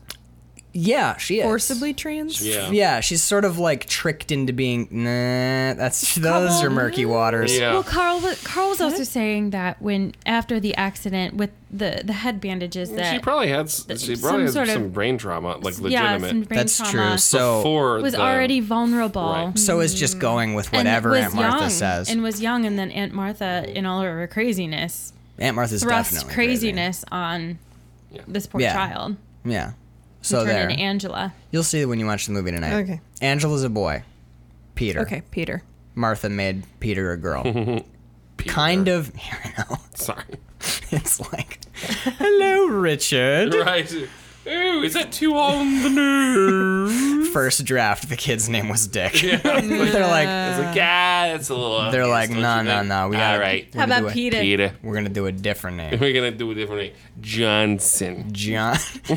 yeah, she is
Forcibly trans?
Yeah.
yeah, she's sort of like tricked into being. Nah, that's those are murky waters.
Yeah.
Well, Carl, wa- Carl was also saying that when after the accident with the the head bandages that
she probably had s- she
some
probably
sort
had
of-
some brain trauma, like
yeah,
legitimate.
some brain
That's true.
trauma
So
before
was
the-
already vulnerable.
Right.
so is just going with
And
whatever
was
Aunt Martha
young,
says.
and was young, and then Aunt Martha, in all her craziness,
Aunt Martha's
thrust
definitely
craziness on
Yeah.
this poor
Yeah.
child.
Crazy. Yeah. So
turned
there,
into Angela.
you'll see when you watch the movie tonight.
Okay.
Angela's a boy. Peter.
Okay, Peter.
Martha made Peter a girl.
Peter.
kind of. I know.
Sorry.
It's like, hello, Richard.
Right. Ooh, is that too on the news?
First draft, the kid's name was Dick. They're like,
It's like, yeah, that's a little.
they're like,
obvious,
no,
don't you
no,
think?"
no. We
All
gotta-
right,
How
gonna
about
do it.
Peter?
Peter.
We're gonna do a different name.
We're gonna do it differently. Johnson.
John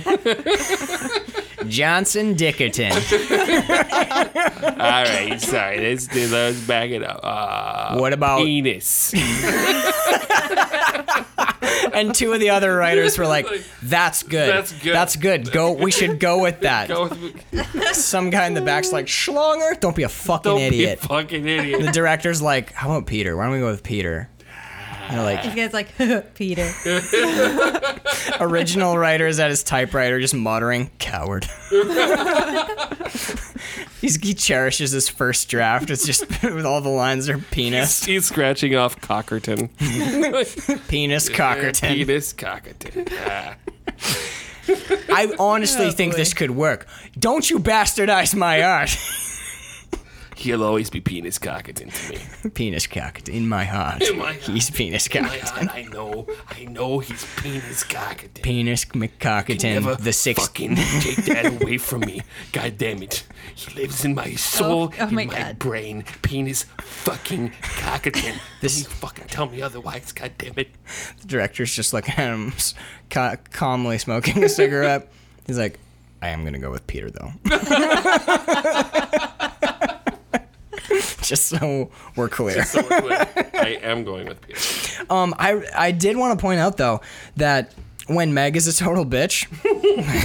Johnson Dickerton.
All right, sorry. Let's, do- let's back it up. Uh,
What about
penis?
and two of the other writers were like, "That's good.
That's good.
That's good. Go. We should go with that."
Go with-
Some guy in the back's like, "Schlonger, don't be a fucking
Don't be a
idiot."
fucking
the
idiot.
director's like, "How about Peter? Why don't we go with Peter?" And they're like,
You guys like Peter.
original writer is at his typewriter just muttering, coward. He's, he cherishes his first draft. It's just with all the lines are penis,
He's scratching off Cockerton.
penis, cockerton.
Penis Cockerton. Ah.
I honestly think
boy.
this could work. Don't you bastardize my art.
He'll always be Penis Cockerton to me.
penis cocked in my heart.
In my heart.
He's penis
My
cocked.
God, I know, I know he's Penis Cockerton.
Penis
Never
McCockerton, the sixth.
fucking take that away from me. God damn it. He lives in my soul,
Oh, oh
in my,
my God.
brain. Penis fucking Cockerton.
This-
this you fucking tell me otherwise, god damn it.
director's just looking at him s- ca- calmly smoking a cigarette. He's like, I am gonna go with Peter though. just so we're clear.
So we're clear. I am going with Peter.
Um, I I did want to point out though that when Meg is a total bitch,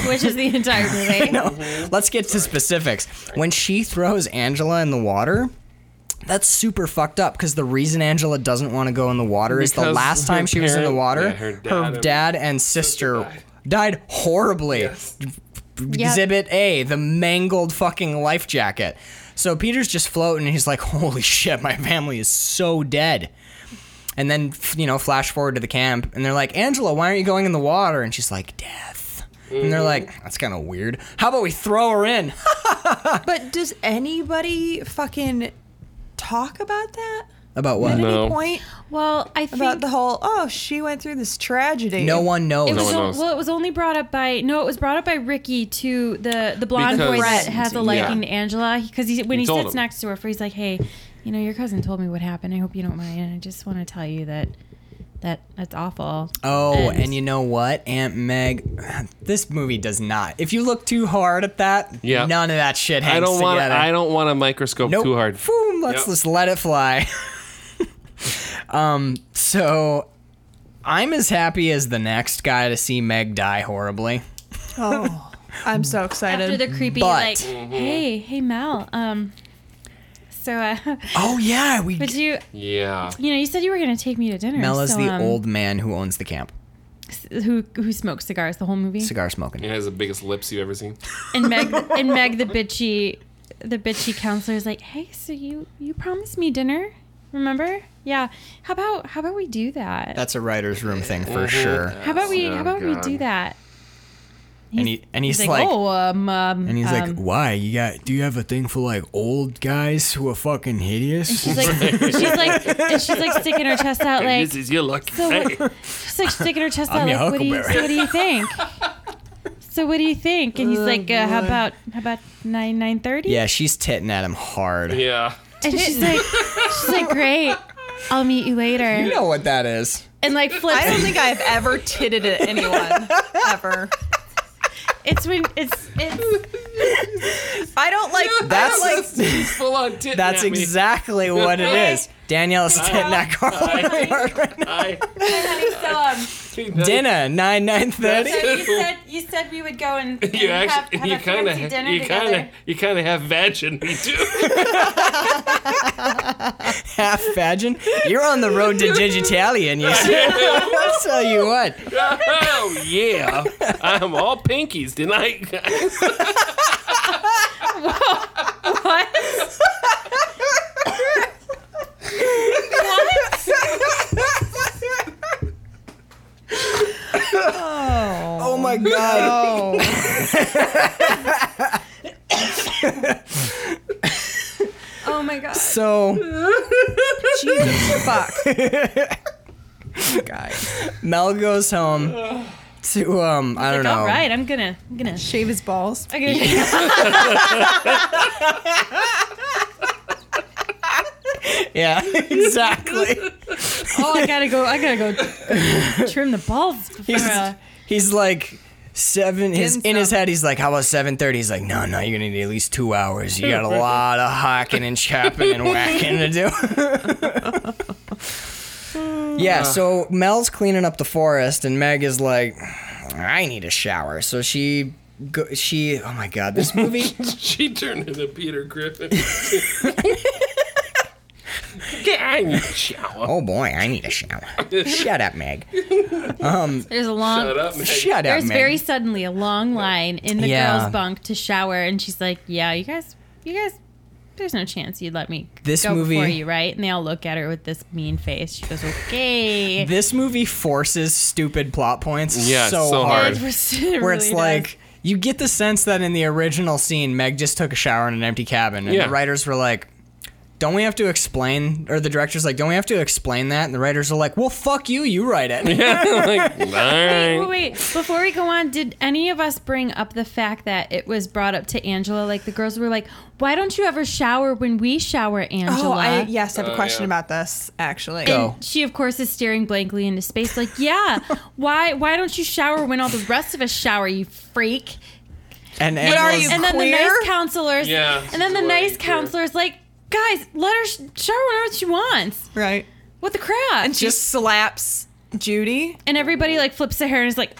which is the entire movie.
let's get to specifics. When she throws Angela in the water, That's super fucked up because the reason Angela doesn't want to go in the water is the
Because
last time
her
she was in the
parent-
water,
yeah, her
her,
dad
dad
and
and sister died, horribly.
Yep.
Exhibit A, the mangled fucking life jacket. So Peter's just floating and he's like, holy shit, my family is so dead. And then, f- you know, flash forward to the camp and they're like, Angela, why aren't you going in the water? And she's like, death. And they're
Mm-hmm.
like, that's kind of weird. How about we throw her in?
But does anybody fucking talk about that
about what?
at
No.
any point?
Well, I think
About the whole, oh, she went through this tragedy.
No one knows.
It
No
was
one
o-
knows.
well, it was only brought up by no, it was brought up by Ricky to the the blonde
Because-
boy that has a liking
Yeah.
to Angela because he, when
He
he,
told
sits
him.
next to her, he's like, "Hey, you know, your cousin told me what happened. I hope you don't mind. And I just want to tell you that that that's awful."
Oh, and you know what, Aunt Meg, this movie does not. If you look too hard at that,
Yeah.
none of that shit hangs
I don't want.
together.
I don't want a microscope
nope.
too hard.
Boom, let's
Yep.
just let it fly. um, so I'm as happy as the next guy to see Meg die horribly.
Oh, I'm so
after
excited.
the creepy
But-
like,
Mm-hmm.
"Hey, hey, Mel, um, so uh,
Oh yeah, we.
but you,
Yeah.
you know, you said you were gonna take me to dinner."
Mel is
so,
the
um,
old man who owns the camp.
who who smokes cigars the whole movie,
Cigar smoking.
It has the biggest lips you've ever seen.
and Meg and Meg the bitchy the bitchy counselor is like, "Hey, so you you promised me dinner, remember? Yeah. How about how about we do that?
That's a writer's room thing for sure.
how about we how about we do that?"
And he and he's,
He's like,
like,
"Oh, um, um
and he's like,
um,"
why you got? Do you have a thing for like old guys who are fucking hideous?
She's like, she's like, and she's like sticking her chest out, like,
is your lucky
so what, she's like sticking her chest
I'm
out,
your
like, what do you,
huckleberry."
so what do you think? So what do you think? And he's like, uh, how about how about nine nine thirty?
Yeah, she's titting at him hard.
Yeah.
And she's like, she's like, great, I'll meet you later.
You know what that is.
And like flips
I don't think I've ever titted at anyone ever.
It's when it's it's
I don't like.
That's
I don't like.
He's full on titting
that's
at me.
exactly what it is. Danielle is titting at Carl really hard right now.
I-
Dinner nine nine thirty.
That's-
um, you said you said we would go and, and
You
have,
actually,
have
you
a
kind
fancy
of,
dinner
you
together.
kind of, you kind of have vag in me too.
Half fagin. You're on the road to digitalian. You see? I tell you what.
oh yeah, I'm all pinkies tonight, guys.
What?
Oh my god.
Oh,
Oh my god!
So
Jesus fuck.
guys, Mel goes home to um I don't
Like, all
know.
right, I'm gonna I'm gonna
Shave his balls.
I'm gonna
Yeah, exactly.
oh I gotta go I gotta go trim the balls before.
He's,
Uh,
he's like seven. His,
Getting
in his
some.
head, he's like, "How about 7.30? He's like, "No, no, you're gonna need at least two hours. You got a lot of hocking and chopping and whacking to do." yeah. So Mel's cleaning up the forest, and Meg is like, "I need a shower." So she. Go, she oh my god this movie
she turned into Peter Griffin. Get out of your shower.
oh boy i need a shower shut up meg
there's a long
Shut up, man.
shut up
there's
meg
very suddenly a long line in the
Yeah.
girls' bunk to shower, and she's like, "Yeah, you guys, you guys." There's no chance you'd let me
This
go
movie-
before you, right? And they all look at her with this mean face. She goes, "Okay."
this movie forces stupid plot points
Yeah, it's so hard.
It was- it
where
really
it's
does.
like you get the sense that in the original scene meg just took a shower in an empty cabin and
Yeah.
the writers were like don't we have to explain or the director's like don't we have to explain that and the writers are like well fuck you you write it
Yeah, like, all right.
Wait, wait, before we go on, did any of us bring up the fact that it was brought up to Angela? Like the girls were like, "Why don't you ever shower when we shower, Angela?"
Oh, I yes, I have a question
yeah.
about this actually.
Go.
She of course is staring blankly into space, like, "Yeah, why? Why don't you shower when all the rest of us shower? You freak!"
and
What are
Angela's-
you-
And then the
Queer?
nice counselors,
Yeah,
and then the
she's
nice
like, queer.
counselor's like, "Guys, let her sh- shower whenever she wants.
Right.
What the crap?" And
She slaps Judy.
and everybody like flips their hair and is like,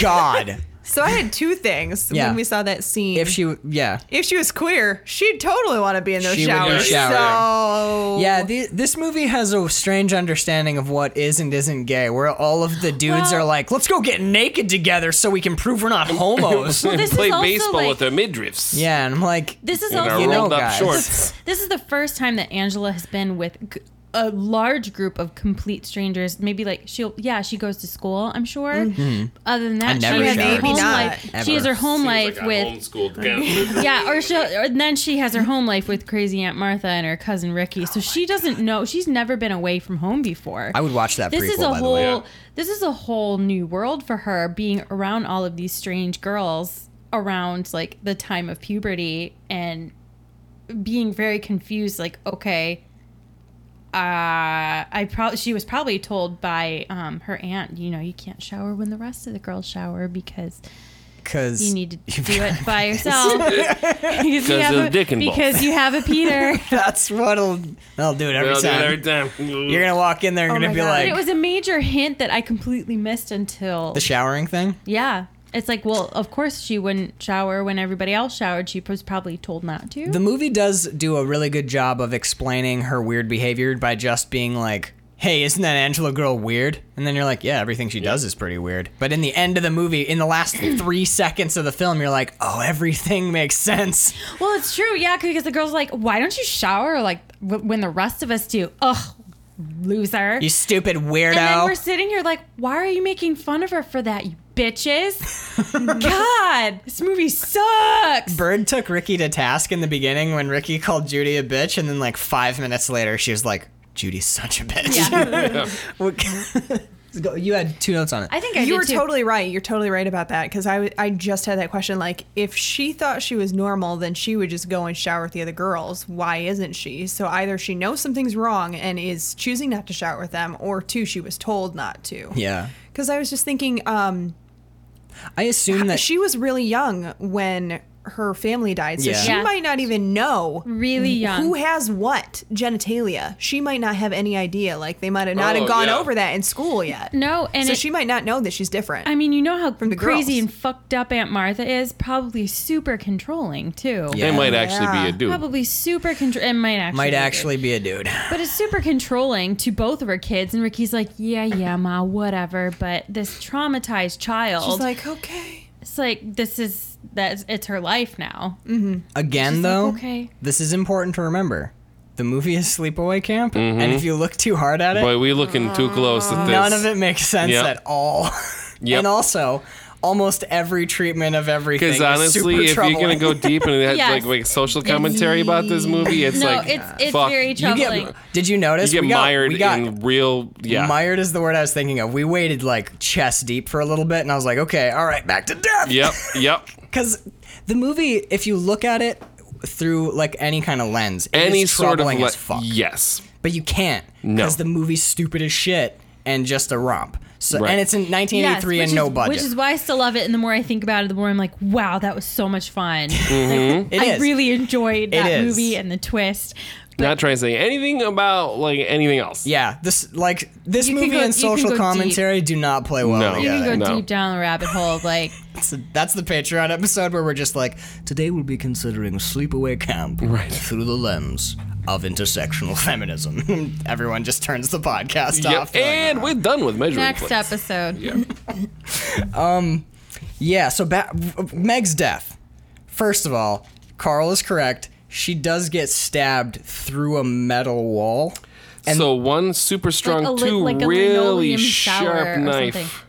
god
So I had two things
Yeah.
when we saw that scene.
If she, yeah,
if she was queer, she'd totally want to be in those
She
be
would
showers.
showered.
So
yeah. The, this movie has a strange understanding of what is and isn't gay, where all of the dudes
Well-
are like, "Let's go get naked together so we can prove we're not homos."
this is
play
also
baseball
like-
with their midriffs.
yeah, and I'm like,
This is
In our
also
You know,
rolled up
guys.
shorts.
This is the first time that Angela has been with g- a large group of complete strangers. Maybe like she'll, yeah, she goes to school, I'm sure. Other than
Mm-hmm. I
that, she
never
has
showered.
her home
Maybe not.
life. She has
Ever.
her home life with. yeah, or she will or then she has her home life with crazy Aunt Martha and her cousin Ricky. So she doesn't know she's never been away from home before.
I would watch that.
this
prequel,
is a
by the way.
whole this is a whole new world for her being around all of these strange girls around like the time of puberty and being very confused like okay uh i probably she was probably told by um her aunt you know you can't shower when the rest of the girls shower because
because
you need to do it by yourself because you have
of
a-
dick involved.
because you have a peter
That's what'll I'll do it every time. You're gonna walk in there and
Oh
gonna
my
be
God.
But it
like
was a major hint that i completely missed until
the showering thing.
Yeah. It's like, well, of course she wouldn't shower when everybody else showered. She was probably told not to.
The movie does do a really good job of explaining her weird behavior by just being like, "Hey, isn't that Angela girl weird?" And then you're like, "Yeah, everything she does is pretty weird." But in the end of the movie, in the last three seconds of the film, you're like, "Oh, everything makes sense."
well, it's true. Yeah, because the girl's like, why don't you shower like w- when the rest of us do? Ugh, loser.
You stupid
and then we're
weirdo.
sitting here like, why are you making fun of her for that, you bitches? God, this movie sucks.
Bird took Ricky to task in the beginning when Ricky called Judy a bitch, and then like five minutes later, she was like, "Judy's such a bitch."
Yeah.
What- Go- you had two notes on it.
I think I
you
did
were
too.
totally right. You're totally right about that because I, w- I just had that question. Like, if she thought she was normal, then she would just go and shower with the other girls. Why isn't she? So either she knows something's wrong and is choosing not to shower with them, or two, she was told not to.
yeah.
Because I was just thinking, um,
I assume that
she was really young when her family died, so
Yeah.
she
Yeah. Mm,
might not even know
really young.
who has what genitalia. She might not have any idea. Like they might have not
Oh,
have gone
yeah.
over that in school yet.
no, and
so
it-
she might not know that she's different.
I mean, you know how
the
crazy
girls.
and fucked up Aunt Martha is. Probably super controlling too.
Yeah.
It might actually
Yeah.
be a dude.
Probably super control. It might actually
might
be.
actually be a dude.
But it's super controlling to both of her kids. And Ricky's like, yeah, yeah, ma, whatever. But this traumatized child,
she's like, okay.
it's like this is that's it's her life now.
Again, though,
okay.
this is important to remember. The movie is Sleepaway Camp,
Mm-hmm.
and if you look too hard at it,
Boy, we looking too close at this.
none of it makes sense
Yep.
at all.
Yep.
and also, almost every treatment of everything.
Because
Because
honestly, if you're gonna go deep and it
Yes.
like like social commentary about this movie, it's
No,
like
it's- it's
fuck.
very
you
troubling.
get, did you notice?
You get
we got,
mired
we got
in real yeah.
Mired is the word I was thinking of. We waited like chest deep for a little bit, and I was like, okay, all right, back to death.
Yep, yep.
Because the movie, if you look at it through like any kind of lens, it
Any
is
sort of
troubling
le-
as fuck.
yes.
but you can't
No.
because the movie's stupid as shit and just a romp. So
Right.
and it's in 1983
which
and
is-
no budget.
Which is why I still love it. And the more I think about it, the more I'm like, wow, that was so much fun.
It
I
is.
really enjoyed that
is.
movie and the twist.
Not trying to say anything about like anything else.
yeah, this like this
You can
movie
go-
and
you can go
social
deep.
commentary do not play well
No.
You
together.
can go
No.
deep down the rabbit hole of like
So that's the Patreon episode where we're just like, today we'll be considering sleepaway camp through the lens of intersectional feminism. Everyone just turns the podcast
Yep.
off. They're like,
And we're done with measuring.
next
plates.
episode.
Yeah.
Yeah, so ba- Meg's death. First of all, Carl is correct. She does get stabbed through a metal wall.
so one super strong,
a li-
two
like a
really
linoleum
sharp
shower or something.
knife.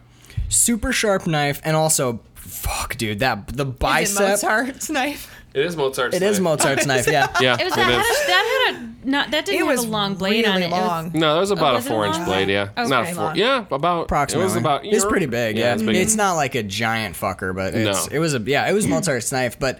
Super sharp knife, and also, fuck, dude, that the
Is it
bicep.
Mozart's knife?
It is Mozart's.
It is
knife.
Mozart's knife, yeah.
Yeah,
It was
it
that, had
is.
a, that had a not that didn't
It
have
was
a long blade on
really
it. It was-
long.
No, that was about a
Oh, was it
four
long?
inch blade. Yeah,
Okay.
not four.
Long.
Yeah, about
Approximately.
It was about.
it's pretty big, yeah.
it's
It's,
big.
not like a giant fucker, but it's,
No. Mm.
it was a yeah, it was Mozart's knife, but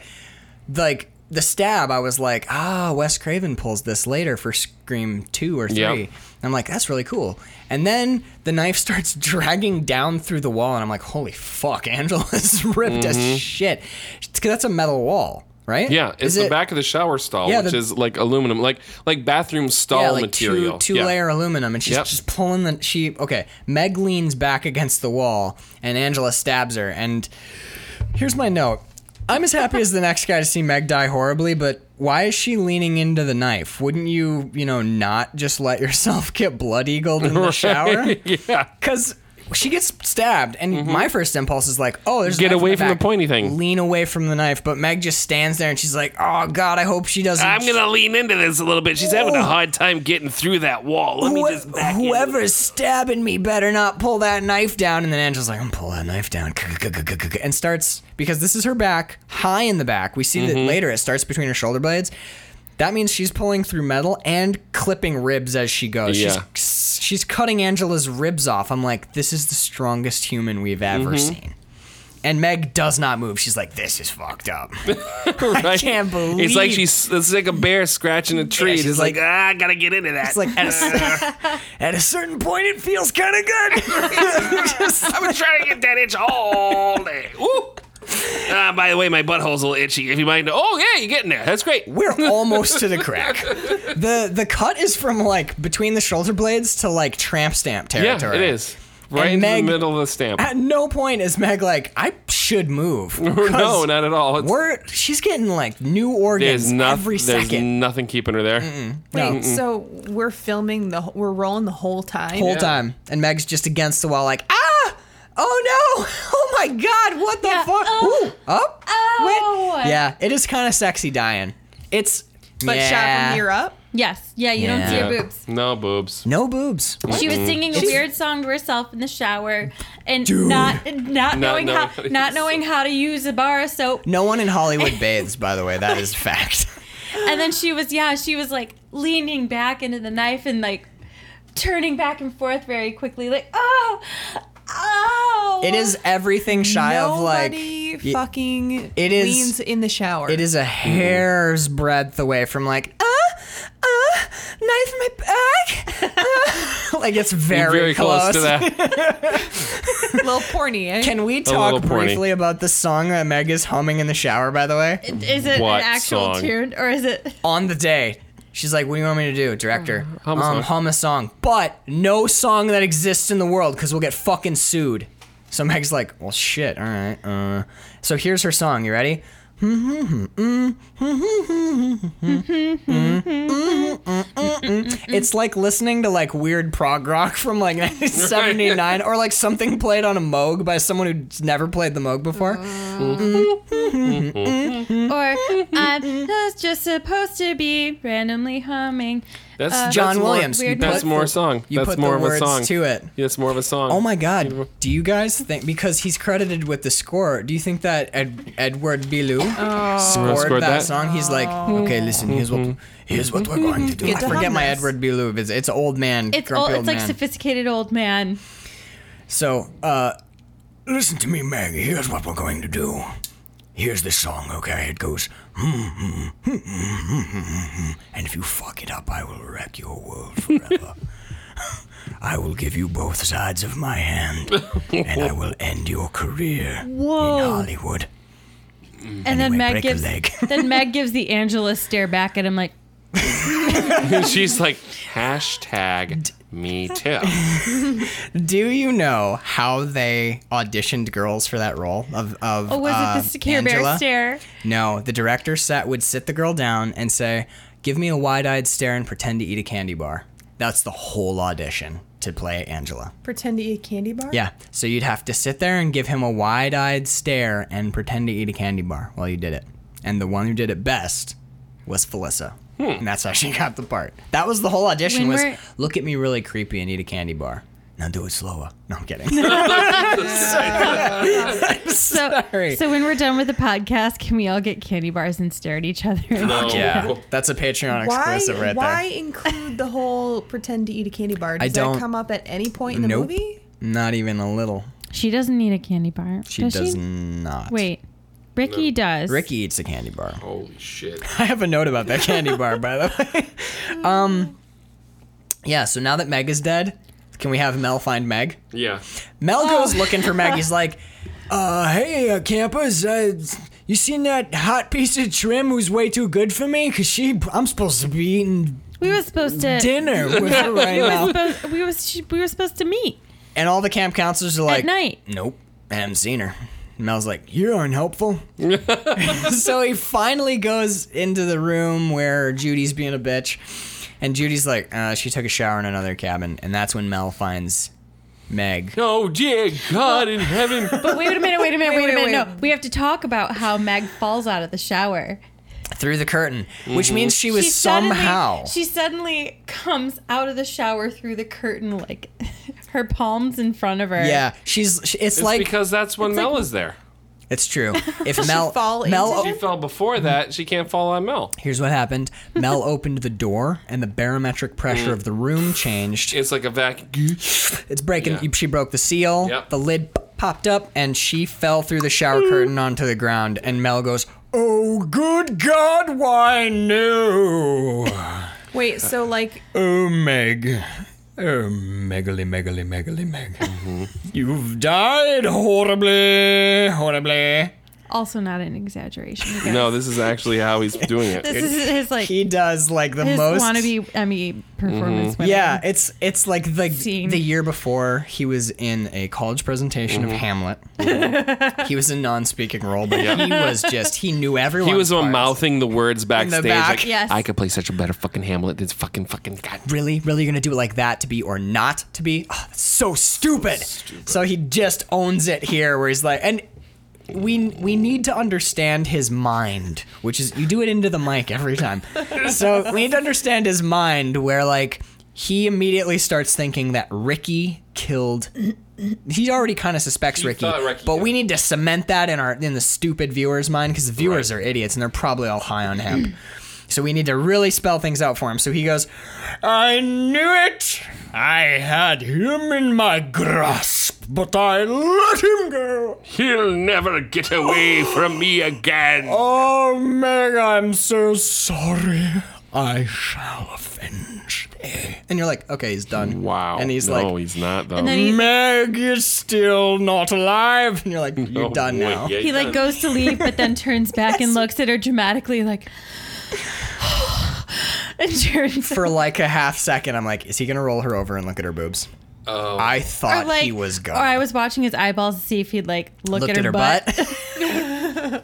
like the stab, I was like, ah, Wes Craven pulls this later for Scream two or three.
Yeah.
And I'm like, that's really cool. And then the knife starts dragging down through the wall, and I'm like, holy fuck, Angela's ripped as shit. 'Cause that's a metal wall, right?
Mm-hmm. Yeah, it's
Is
the
it-
back of the shower stall,
Yeah,
which
the-
is like aluminum, like like bathroom stall
yeah, like
material.
Two, two
yeah.
layer aluminum, and she's
Yep.
just pulling the she. Okay, Meg leans back against the wall, and Angela stabs her, and Here's my note. I'm as happy as the next guy to see Meg die horribly, but why is she leaning into the knife? Wouldn't you, you know, not just let yourself get blood eagled in the shower?
yeah. Mm-hmm.
Because she gets stabbed, and my first impulse is like, oh, there's a
Get
knife in
away from the
back.
pointy thing.
Lean away from the knife, but Meg just stands there and she's like, oh god, I hope she doesn't.
I'm gonna lean into this a little bit. She's having
Ooh.
a hard time getting through that wall. Let me
Whoe-
just back in.
whoever's stabbing me better not pull that knife down. And then Angela's like, I'm gonna pull that knife down, and starts because this is her back, high in the back. We see that
Mm-hmm.
later. It starts between her shoulder blades. That means she's pulling through metal and clipping ribs as she goes.
Yeah.
She's she's cutting Angela's ribs off. I'm like, this is the strongest human we've ever
Mm-hmm.
seen. And Meg does not move. She's like, this is fucked up.
Right?
can't believe-
it's like she's it's like a bear scratching a tree.
Yeah,
It's
she's
like,
like-
ah, I gotta get into that.
It's like at a, cer- at a certain point, it feels kind of good. Just
I've been trying to get that itch all day. Ooh. Ah, by the way, my butthole's a little itchy. If you mind, oh yeah, you're getting there. That's great.
we're almost to the crack. The the cut is from like between the shoulder blades to like tramp stamp
Yeah,
territory.
it is. Right
And
in
Meg-
the middle of the stamp.
At no point is Meg like I should move.
no, not at all. It's-
We're she's getting like new organs
there's nothing.
every
there's
second
nothing keeping her there.
Wait, so we're filming the wh- we're rolling the whole time.
whole time, and Meg's just against the wall like ah oh no oh my god what the
Yeah,
fuck
oh.
Ooh, up
Oh.
wait. yeah it is kind of sexy dying. It's
but shot
yeah.
from here up.
Yes. Yeah, you don't see
Yeah.
her boobs.
No boobs.
No boobs.
She was singing a weird song to herself in the shower and not not
knowing
knowing how
how to
not
use
knowing how to use a bar of soap.
No one in Hollywood bathes, by the way. That is a fact.
And then she was yeah, she was like leaning back into the knife and like turning back and forth very quickly like oh oh
It is everything shy of like.
Nobody
y-
fucking
it is-
leans in the shower.
It is a hair's breadth away from like ah ah knife in my back. ah." like it's
You're
very, Uh,
very close. to that.
a little porny, eh?
Can we
little
talk
porny.
briefly about the song that Meg is humming in the shower? By the way,
is it
What
an actual
song?
tune or is it
on the day. She's like, "What do you want me to do, director?
Mm, Hum a
um,
song."
hum a song, but no song that exists in the world because we'll get fucking sued." So Meg's like, "Well, shit. All right. Uh. So here's her song. You ready?" It's like listening to like weird prog rock from like 1979 or like something played on a Moog by someone who's never played the Moog before.
Uh,
or I'm not just supposed to be randomly humming
That's
John
that's more-
Williams. You
weird
put
That's more
the-
song.
You
that's
put
more
the
of
words
a song.
to it.
Yeah, it's more of a song.
Oh my God! Do you guys think because he's credited with the score? Do you think that Ed, Edward Bilou
Oh.
scored,
Scored
that,
that? Mm-hmm.
song? He's like, okay, listen, here's what here's what
Mm-hmm.
we're going to do.
Good
I
to
forget
hum
my
this.
Edward Bilou. It's it's old man,
it's
grumpy
old,
old
it's like
man.
sophisticated old man
so, uh, listen to me, Maggie. Here's what we're going to do. Here's this song, okay? It goes, hmm, and if you fuck it up, I will wreck your world forever. I will give you both sides of my hand, and I will end your career in
whoa
Hollywood.
and then
Anyway,
Meg
break a
gives
leg.
then Meg gives the Angela stare back at him like
And she's like, hashtag me too.
Do you know how they auditioned girls for that role of of
oh was
uh,
it the secure
Angela?
bear stare
No, the director sat would sit the girl down and say, "Give me a wide-eyed stare and pretend to eat a candy bar." That's the whole audition to play Angela.
Pretend to eat a candy bar.
Yeah, so you'd have to sit there and give him a wide-eyed stare and pretend to eat a candy bar while you did it. And the one who did it best was Felissa. And that's how she got the part. That was the whole audition
When
was
we're-
look at me really creepy and eat a candy bar. Now do it slower. No, I'm kidding.
so
Sorry.
so when we're done with the podcast can we all get candy bars and stare at each other
No.
Yeah, that's a Patreon
Why?
exclusive right
why
there.
include the whole pretend to eat a candy bar? Does
don't-
that come up at any point in the
Nope.
movie?
Not even a little.
she doesn't need a candy bar
She
does
does not.
wait Ricky does
Ricky eats a candy bar.
Holy shit.
I have a note about that candy bar, by the way. Um, yeah. So now that Meg is dead, can we have Mel find Meg?
Yeah.
Mel goes looking for Meg. He's like, uh, hey, uh, campers, uh, you seen that hot piece of trim who's way too good for me? Cause she, I'm supposed to be eating
we were supposed to
dinner with her right now.
supposed- we was we were supposed to meet
And all the camp counselors are like,
at night
Nope, I haven't seen her. And Mel's like, "You're unhelpful." so he finally goes into the room where Judy's being a bitch, and Judy's like, uh, "She took a shower in another cabin," and that's when Mel finds Meg.
Oh dear God in heaven!
But wait a minute, wait a minute, wait,
Wait,
a
wait,
minute. No, we have to talk about how Meg falls out of the shower.
through the curtain, which means she was
suddenly-
somehow.
she suddenly comes out of the shower through the curtain, like her palms in front of her.
yeah, she's. She, it's,
It's
like Oh.
because that's when Mel is there.
it's true. If Mel
fall
Mel,
into
o-
She fell before that. She can't fall on Mel.
here's what happened. Mel opened the door, and the barometric pressure of the room changed.
It's like a vacuum.
It's breaking.
Yeah.
She broke the seal.
Yep. Mm.
The lid p- popped up, and she fell through the shower curtain onto the ground. And Mel goes, "Oh, good God, why no?
Wait, so like
oh, Meg." Oh, Megaly, Megaly, Megaly, Meg.
Mm-hmm.
You've died horribly, horribly.
Also, not an exaggeration. you guys.
No, this is actually how he's doing it.
this is his like
He does like the
his
most
wannabe Emmy performance.
Mm-hmm.
winner.
Yeah, it's it's like the
Scene.
the year before he was in a college presentation
Mm-hmm.
of Hamlet. he was in non-speaking role, but he was just he knew everyone.
He was the one mouthing the words
the
backstage.
back.
Like,
Yes.
I could play such a better fucking Hamlet than fucking fucking God.
Really, really, you're gonna do it like that to be or not to be? Oh, that's so stupid. So he just owns it here, where he's like, and we we need to understand his mind, which is you do it into the mic every time. so we need to understand his mind, where like he immediately starts thinking that Ricky killed. He already kind of suspects Ricky,
thought Ricky
but
did.
we need to cement that in our in the stupid viewer's mind because the viewers are idiots and they're probably all high on hemp. So we need to really spell things out for him. So he goes, I knew it! I had him in my grasp, but I let him go!
He'll never get away from me again.
Oh, Meg, I'm so sorry. I shall avenge thee. And you're like, okay, he's done.
Wow.
And he's
no,
like,
he's not though.
And then he,
Meg is still not alive. And you're like, you're
Oh,
done
wait,
now.
yeah,
he like
done.
goes to leave, but then turns back and looks at her dramatically, like, and turns.
For like a half second, I'm like, is he gonna roll her over and look at her boobs? Oh. I
or
thought
like,
he was gone.
Or I was watching his eyeballs to see if he'd like look
looked
at her, butt.
Uh,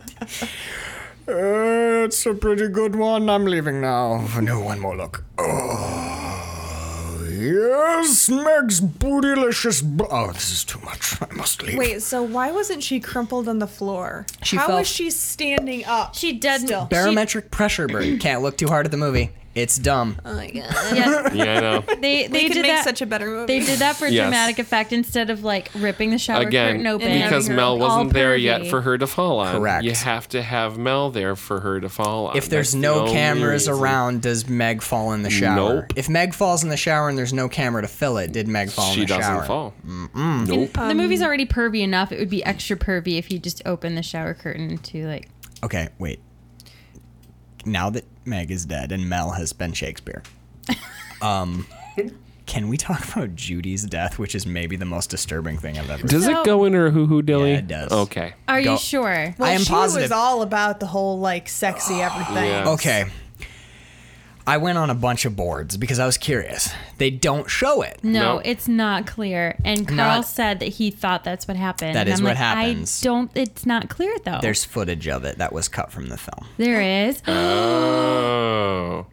it's a pretty good one. I'm leaving now. No, one more look. Oh, yes, Meg's bootylicious. Bu- oh, this is too much. I must leave.
wait, so why wasn't she crumpled on the floor?
She
How
fell-
was she standing up?
She doesn't.
Still.
Barometric pressure, Bert. Can't look too hard at the movie. It's dumb.
oh my god.
Yeah,
Yeah, I know.
they they
They
did
could make
that.
such a better movie.
they did that for
Yes.
dramatic effect instead of like ripping the shower
Again,
curtain open
because
Having her
Mel
all
wasn't there yet
pervy.
for her to fall on.
Correct.
You have to have Mel there for her to fall on.
If there's
That's the
no
only
cameras
reason.
around, does Meg fall in the shower?
Nope.
If Meg falls in the shower and there's no camera to fill it, did Meg fall
she
in the
doesn't
shower? Mm.
fall. Nope.
the movie's already pervy enough. It would be extra pervy if you just open the shower curtain to like.
Okay, wait. Now that Meg is dead and Mel has been Shakespeare, um, can we talk about Judy's death, which is maybe the most disturbing thing I've ever
Does
So-
it go in her hoo hoo dilly?
Yeah, it does.
Okay.
Are
Go-
you sure?
Well,
I am
she
positive.
was all about the whole like sexy everything.
Yeah.
Okay. I went on a bunch of boards because I was curious. They don't show it.
No,
No.
it's not clear. And Carl
Not-
said that he thought that's what happened.
That
and
is
I'm
what
like,
happens.
I don't. It's not clear though.
There's uh, footage of it that was cut from the film.
there is.
Oh.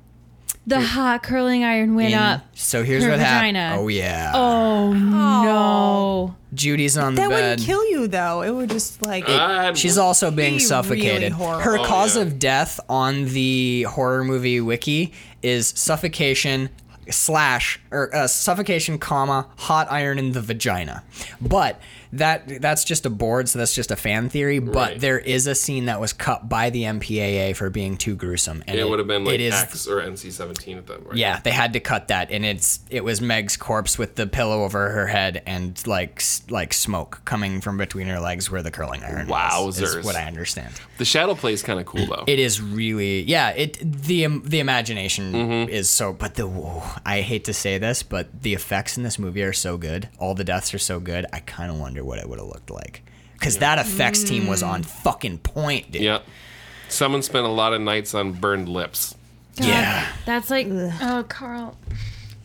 the hot curling iron went up.
So here's
Her
what
vagina.
happened. Oh yeah.
Oh no!
Oh. Judy's on
That
the bed.
wouldn't kill you though. It would just like
I'm-
She's also being
be really
suffocated.
horrible.
Her
Oh,
cause
yeah.
of death on the horror movie wiki is suffocation slash or uh, suffocation comma hot iron in the vagina. But that that's just a board, so that's just a fan theory. But
Right.
there is a scene that was cut by the MPAA for being too gruesome, and
It would have been like
it is.
X or NC seventeen at that point.
Yeah, they had to cut that, and it's it was Meg's corpse with the pillow over her head and like s- like smoke coming from between her legs where the curling iron was.
Wowzers.
Is what I understand.
The shadow play is kind of cool though.
It is really yeah. It the im- the imagination
Mm-hmm.
is so, but the whoa, I hate to say this, but the effects in this movie are so good. All the deaths are so good. I kind of wonder what it would have looked like because that effects team was on fucking point, dude.
yeah. Someone spent a lot of nights on burned lips.
God,
Yeah.
that's like oh Carl.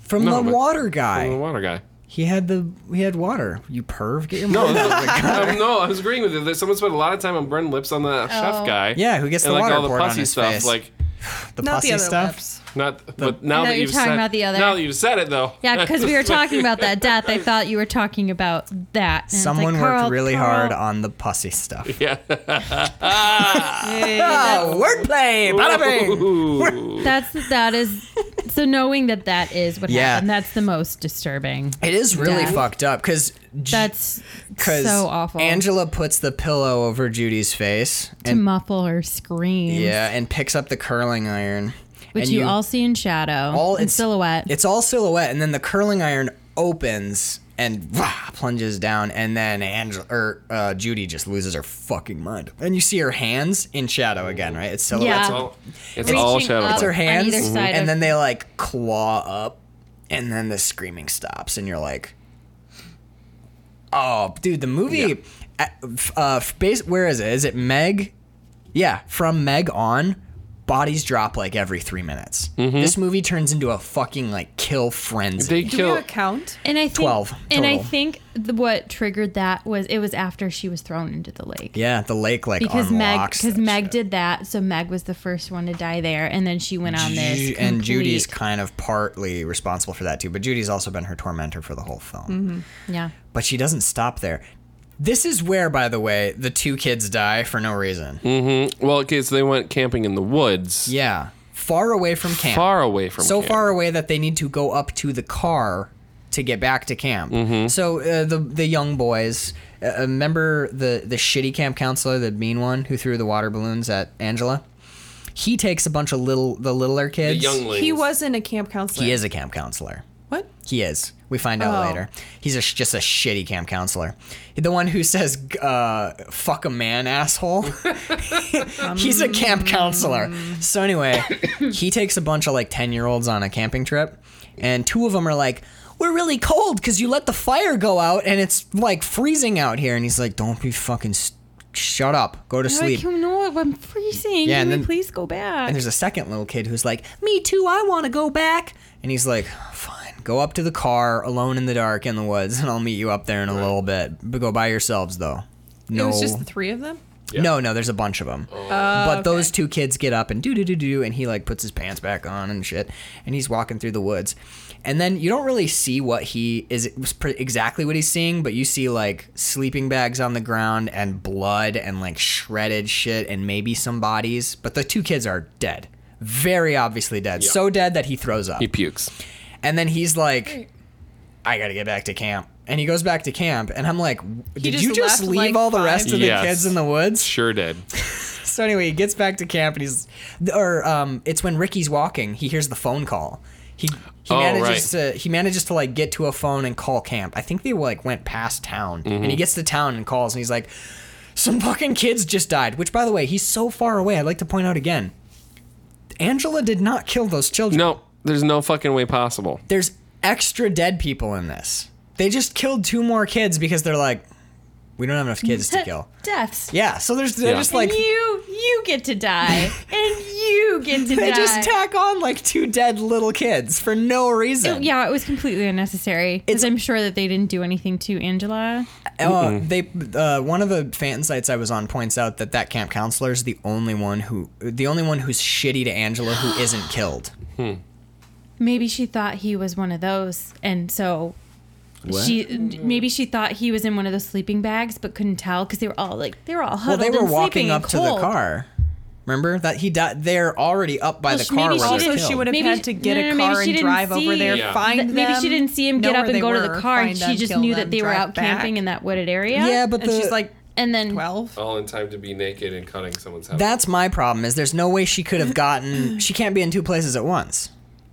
From
No,
the
but-
water
The
guy.
water guy.
He had the he had water. You perv, get your
No,
mind out of it.
um, no, I was agreeing with you. That someone spent a lot of time on burn lips on the
Oh.
chef guy.
Yeah, who gets
and
the
like
water
all the
poured on
pussy
his
stuff.
face.
Like
the
Not
pussy
the other
stuff.
lips.
not, but now
I thought
that
you were
you've
talking
said,
about the other.
Now that you've said it though.
Yeah, because we were talking about that death. I thought you were talking about that. And it's like,
Someone
Carl,
worked really
Carl.
hard on the pussy stuff.
Yeah.
Oh, wordplay! Bada bing!
Ooh.
That's that is so knowing that that is what
Yeah.
happened. That's the most disturbing.
It is really
Yeah.
fucked up because
That's
Because
so awful.
Angela puts the pillow over Judy's face,
to
and
muffle her screams.
yeah, and picks up the curling iron,
which
and
you, all see in shadow,
all-
in
it's-
silhouette.
It's all silhouette, and then the curling iron opens and rah, plunges down, and then Angela or uh, Judy just loses her fucking mind, and you see her hands in shadow again, right? It's silhouette.
Yeah.
It's,
Well, it's
Reaching
all shadow.
up.
it's her
On
hands, Mm-hmm.
either side
and
of-
then they like claw up, and then the screaming stops, and you're like, oh, dude, the movie. uh f Uh, f- base, where is it? Is it Meg? Yeah, from Meg on, bodies drop like every three minutes.
Mm-hmm.
This movie turns into a fucking like kill frenzy.
They
Do
kill.
we have a count?
and I think,
12
And I
total.
think the, what triggered that was it was after she was thrown into the lake.
yeah, the lake like
Because Meg,
unlocks
because
that
Meg
shit.
did that, so Meg was the first one to die there, and then she went on this.
Ju- and Judy's
complete-
kind of partly responsible for that too, but Judy's also been her tormentor for the whole film.
yeah,
but she doesn't stop there. This is where, by the way, the two kids die for no reason.
Hmm. Well, okay, so they went camping in the woods,
Yeah, far away from camp.
far away from
so
camp.
far away that they need to go up to the car to get back to camp.
Mm-hmm.
So uh, the the young boys uh, remember the the shitty camp counselor, the mean one who threw the water balloons at Angela. He takes a bunch of little the littler
The
kids.
younglings.
He wasn't a camp counselor.
he is a camp counselor.
What?
He is. We find out
Oh.
later. He's a, sh- just a shitty camp counselor. The one who says, g- uh, fuck a man, asshole. He's a camp counselor. So, anyway, he takes a bunch of like 10 year olds on a camping trip, and two of them are like, we're really cold because you let the fire go out and it's like freezing out here. And he's like, don't be fucking. St- shut up. Go to
I
sleep.
can know I'm freezing.
Yeah,
Yeah,
and
Can we
then-
please go back?
And there's a second little kid who's like, Me too, I want to go back. And he's like, Fine, go up to the car alone in the dark in the woods, and I'll meet you up there in a little bit. But go by yourselves, though. No.
It was just the three of them.
No, no, there's a bunch of them.
Oh.
Oh,
but those two kids get up and do do do do, and he like puts his pants back on and shit, and he's walking through the woods, and then you don't really see what he is it was pre- exactly what he's seeing, but you see like sleeping bags on the ground and blood and like shredded shit and maybe some bodies, but the two kids are dead, very obviously dead, so dead that he throws up.
He pukes.
And then he's like, I gotta get back to camp. And he goes back to camp, and I'm like, Did
just
you just
left,
leave
like,
all the
five-
rest of the
Yes.
kids in the woods?
Sure did.
So anyway, he gets back to camp, and he's, or um, it's when Ricky's walking, he hears the phone call. He he
Oh,
manages to he manages to like get to a phone and call camp. I think they like went past town, and
Mhm.
he gets to town and calls, and he's like, "Some fucking kids just died." Which, by the way, he's so far away. I'd like to point out again, Angela did not kill those children.
No, there's no fucking way possible.
there's extra dead people in this. They just killed two more kids because they're like, we don't have enough kids to kill.
Deaths.
Yeah, so there's they're
Yeah.
just like
and you you get to die, and you get to
they
die.
just tack on like two dead little kids for no reason.
yeah, it was completely unnecessary. Because I'm sure that they didn't do anything to Angela.
Uh, they uh, one of the fan sites I was on points out that that camp counselor is the only one who the only one who's shitty to Angela who isn't killed.
Oh, Maybe she thought he was one of those, and so she
Mm.
maybe she thought he was in one of those sleeping bags, but couldn't tell because they were all like they were all
Well,
huddled.
they were
and
walking
sleeping
up
and
to the
cold.
car. Remember that he died. They're already up by
Well,
the
sh-
car.
maybe
where
she
they're
Also,
didn't-
she
killed.
would have
Maybe
had
she-
to get
no,
a
no, maybe
car
she
and
didn't
drive over
see-
there,
Yeah.
find
Th-
them.
maybe she didn't see him get
know
up
where
and
they
go to
were,
the car.
find
She
them,
just
kill
knew
them,
that they were
drive
out camping
back.
in that wooded area.
Yeah, but
And
the,
she's like
and then
twelve.
All in time to be naked and cutting someone's head.
That's my problem. Is there's no way she could have gotten. she can't be in two places at once,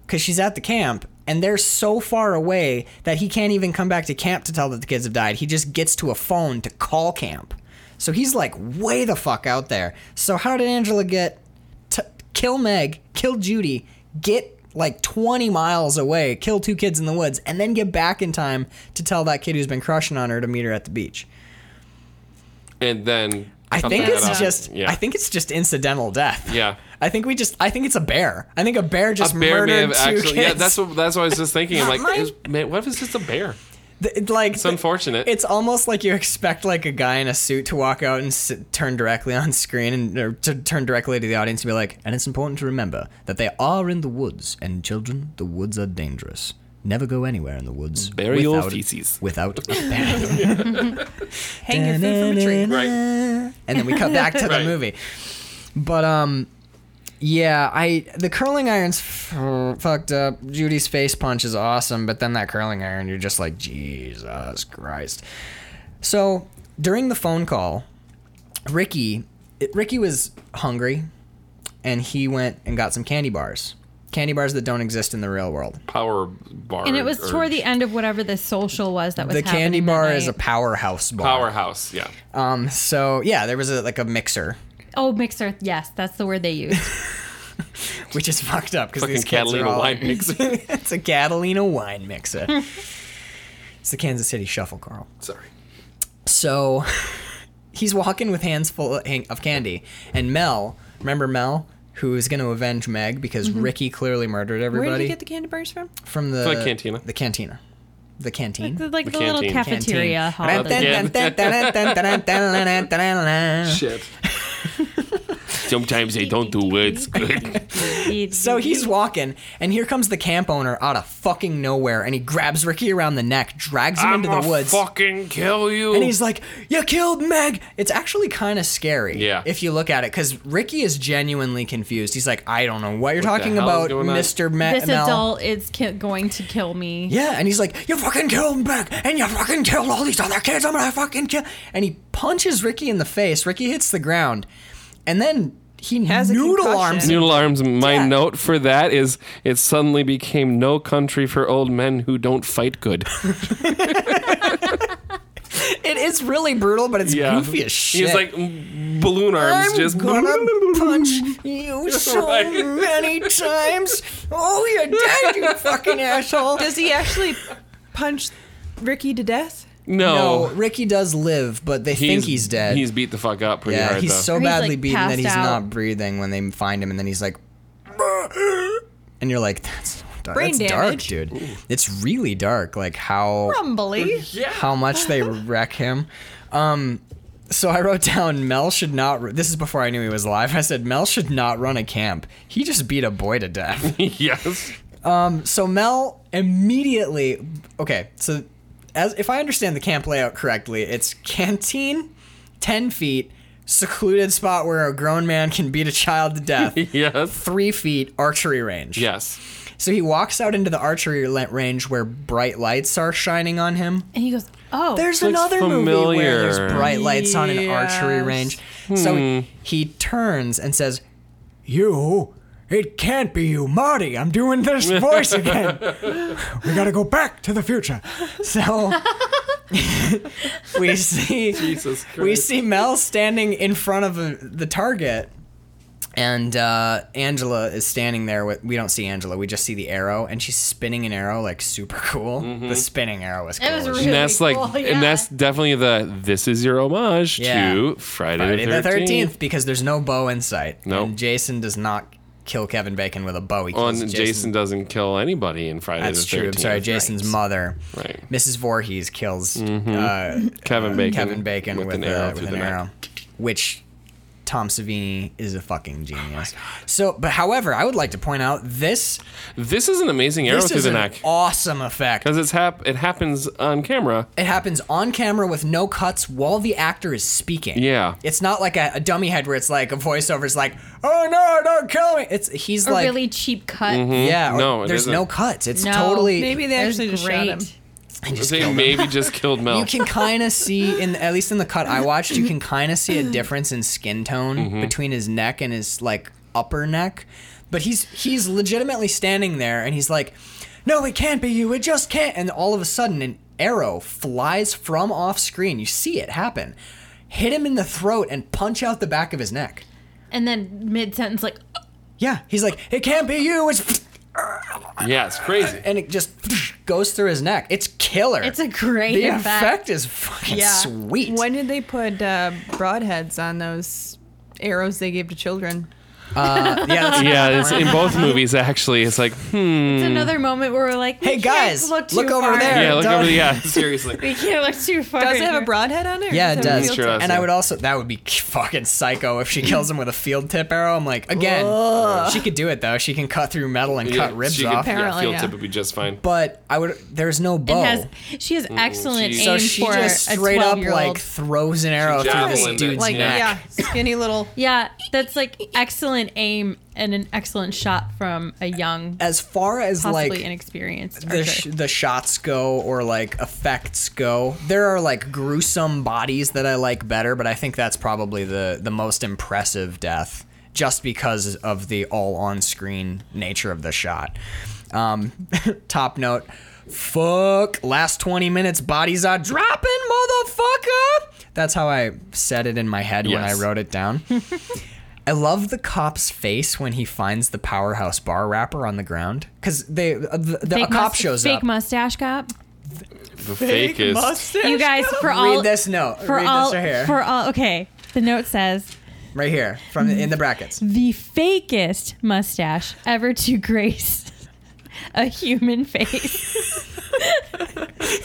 because she's at the camp and they're so far away that he can't even come back to camp to tell that the kids have died. He just gets to a phone to call camp. So he's like way the fuck out there. So how did Angela get to kill Meg, kill Judy, get like 20 miles away, kill two kids in the woods, and then get back in time to tell that kid who's been crushing on her to meet her at the beach?
and then
I
comes
think
that
it's
out.
just.
Yeah.
I think it's just incidental death.
Yeah.
I think we just. I think it's a bear. I think a bear
a
just
bear may have
murdered two
actually.
kids.
Yeah, that's what that's what I was just thinking. I'm like,
mine.
is, man, what if it's just a bear?
Th- it, like
It's unfortunate.
It's almost like you expect like a guy in a suit to walk out and sit, turn directly on screen and or to turn directly to the audience and be like, "And it's important to remember that they are in the woods, and children, the woods are dangerous. Never go anywhere in the woods.
Bury your
without-
feces."
without a bag."
Hang your food from a tree.
Right.
And then we cut back to the
Right.
movie. But um yeah, I the curling iron's f- fucked up. Judy's face punch is awesome, but then that curling iron, you're just like Jesus Christ. So during the phone call, Ricky it, Ricky was hungry, and he went and got some candy bars, candy bars that don't exist in the real world.
Power bar.
And it was
or
toward the end of whatever the social was that was
the candy
happening that
bar is a
night.
powerhouse bar.
powerhouse. Yeah.
Um. So yeah, there was a, like a mixer
oh mixer. Yes, that's the word they used.
which is fucked up because
Fucking
these kids are
Catalina
all,
wine mixer.
it's a Catalina wine mixer. it's the Kansas City Shuffle, Carl.
Sorry.
So he's walking with hands full of hang- of candy, and Mel, remember Mel, who is going to avenge Meg because
Mm-hmm.
Ricky clearly murdered everybody
Where did you get the candy bars from?
from the
From the cantina.
The cantina. The canteen.
It's like
The
the, little
canteen.
cafeteria hall.
Canteen.
thing.
Shit. Sometimes they don't do words good.
So he's walking, and here comes the camp owner out of fucking nowhere, and he grabs Ricky around the neck, drags him
I'm
into the woods.
fucking kill you.
And he's like, "You killed Meg." It's actually kind of scary,
Yeah.
if you look at it, because Ricky is genuinely confused. He's like, "I don't know what you're
What the
talking
hell is
about,
going on?"
Mister Me-
this
Mel."
adult is ki- going to kill me.
Yeah, and he's like, "You fucking killed Meg, and you fucking killed all these other kids. I'm gonna fucking kill." And he punches Ricky in the face. Ricky hits the ground, and then he
Has a
noodle
concussion.
arms.
Noodle arms. My
Yeah.
note for that is it suddenly became no country for old men who don't fight good.
It is really brutal, but it's goofy as shit.
He's like mm, balloon arms,
I'm
just
gonna punch you so
Right.
many times. Oh, you're dead, you fucking asshole.
Does he actually punch Ricky to death?
no.
No, Ricky does live, but they think he's dead.
He's beat the fuck up pretty
yeah,
hard
he's
though.
so
Or he's,
badly
like,
beaten that
passed
he's
out.
not breathing when they find him, and then he's like, and you're like, that's so dark.
Brain
that's
damage.
dark, dude. It's really dark. Like how
Rumbly.
how much they wreck him. Um, so I wrote down Mel should not. This is before I knew he was alive. I said Mel should not run a camp. He just beat a boy to death.
yes.
so Mel immediately. Okay, so as if I understand the camp layout correctly, it's canteen, ten feet, secluded spot where a grown man can beat a child to death.
Yes.
Three feet archery range.
Yes.
So he walks out into the archery la- range where bright lights are shining on him.
And he goes, "Oh,
There's
Looks
another movie where
familiar. Hmm.
there's bright lights on an archery
Yes.
range. So he turns and says, "You, it can't be you, Marty. I'm doing this voice again. we got to go back to the future." So we see
Jesus
we
Christ.
see Mel standing in front of uh, the target. And uh, Angela is standing there. With, we don't see Angela. We just see the arrow, and she's spinning an arrow like super cool.
Mm-hmm.
The spinning arrow was cool.
It was
as
really
and that's like
cool, yeah.
and that's definitely the this is your homage
Yeah.
to Friday,
Friday the
thirteenth.
thirteenth because there's no bow in sight.
Nope.
And Jason does not kill Kevin Bacon with a bow. He
On
kills
Jason.
Jason.
doesn't kill anybody in Friday
That's
the
true. I'm
thirteenth.
sorry. Jason's mother,
Right. Mm-hmm.
Mrs. Voorhees, kills uh,
Kevin Bacon.
Kevin Bacon with, an arrow, with
through
an
the neck.
arrow, which Tom Savini is a
Oh
fucking genius. So, but however, I would like to point out this
This is an amazing arrow
this
through
is
the
an
neck.
awesome effect.
Because it's hap- it happens on camera.
It happens on camera with no cuts while the actor is speaking.
Yeah.
It's not like a, a dummy head where it's like a voiceover is like, "Oh no, don't kill me." It's he's
a
like
really cheap cut."
Mm-hmm.
Yeah, or
No, it
there's
isn't.
no cuts. It's
Hmm? No.
totally
Maybe they
That was
actually just shot him.
great.
I just
They
killed him.
maybe just killed Mel.
You can kind of see in at least in the cut I watched, you can kind of see a difference in skin tone
Mm-hmm.
between his neck and his like upper neck. But he's he's legitimately standing there and he's like, "No, it can't be you. It just can't." And all of a sudden an arrow flies from off screen. You see it happen. Hit him in the throat and punch out the back of his neck.
And then mid sentence, like,
Yeah, he's like, "It can't be you." It's
yeah, it's crazy.
and it just goes through his neck. It's killer.
it's a great
the effect.
effect.
is fucking
Yeah.
sweet.
When did they put uh, broadheads on those arrows they gave to children?
Uh, yeah, that's
Yeah, it's in both movies actually. It's like, hmm.
It's another moment where we're like, we
Hey,
can't
guys,
look, too
look over
far.
there.
Yeah, look
Don't-
over the yeah. Seriously.
We can't look too far.
Does it have a
here.
broadhead on it? or
Yeah,
is
it
a
does.
field
Sure,
tip?
that's
and I
it.
would also that would be fucking psycho if she kills him with a field tip arrow. I'm like, again, she could do it though. She can cut through metal and
Yeah,
cut ribs
she could-
off.
yeah,
Apparently,
field
yeah.
tip would be just fine.
But I would. There's no bow.
And has she has
Oh.
excellent
geez.
so
aim
she
for
just
a
straight up
12-year-old.
like throws an arrow
She
through this
javelined it.
dude's
Like,
neck.
yeah, skinny little.
Yeah, that's like excellent aim and an excellent shot from a young,
As far as
possibly
like
inexperienced
the
archer.
sh- the shots go or like effects go there are like gruesome bodies that i like better but i think that's probably the the most impressive death just because of the all on screen nature of the shot um top note fuck last 20 minutes bodies are dropping motherfucker that's how i said it in my head when i
Yes.
wrote it down I love the cop's face when he finds the powerhouse bar wrapper on the ground because they uh, the, the a
Fake
cop
must-
shows
fake
up.
mustache cop.
The fakest.
You guys, for all
Read this note.
for
Read
all
this right here.
for all. Okay, the note says
right here from the, in the brackets.
the fakest mustache ever to grace a human face.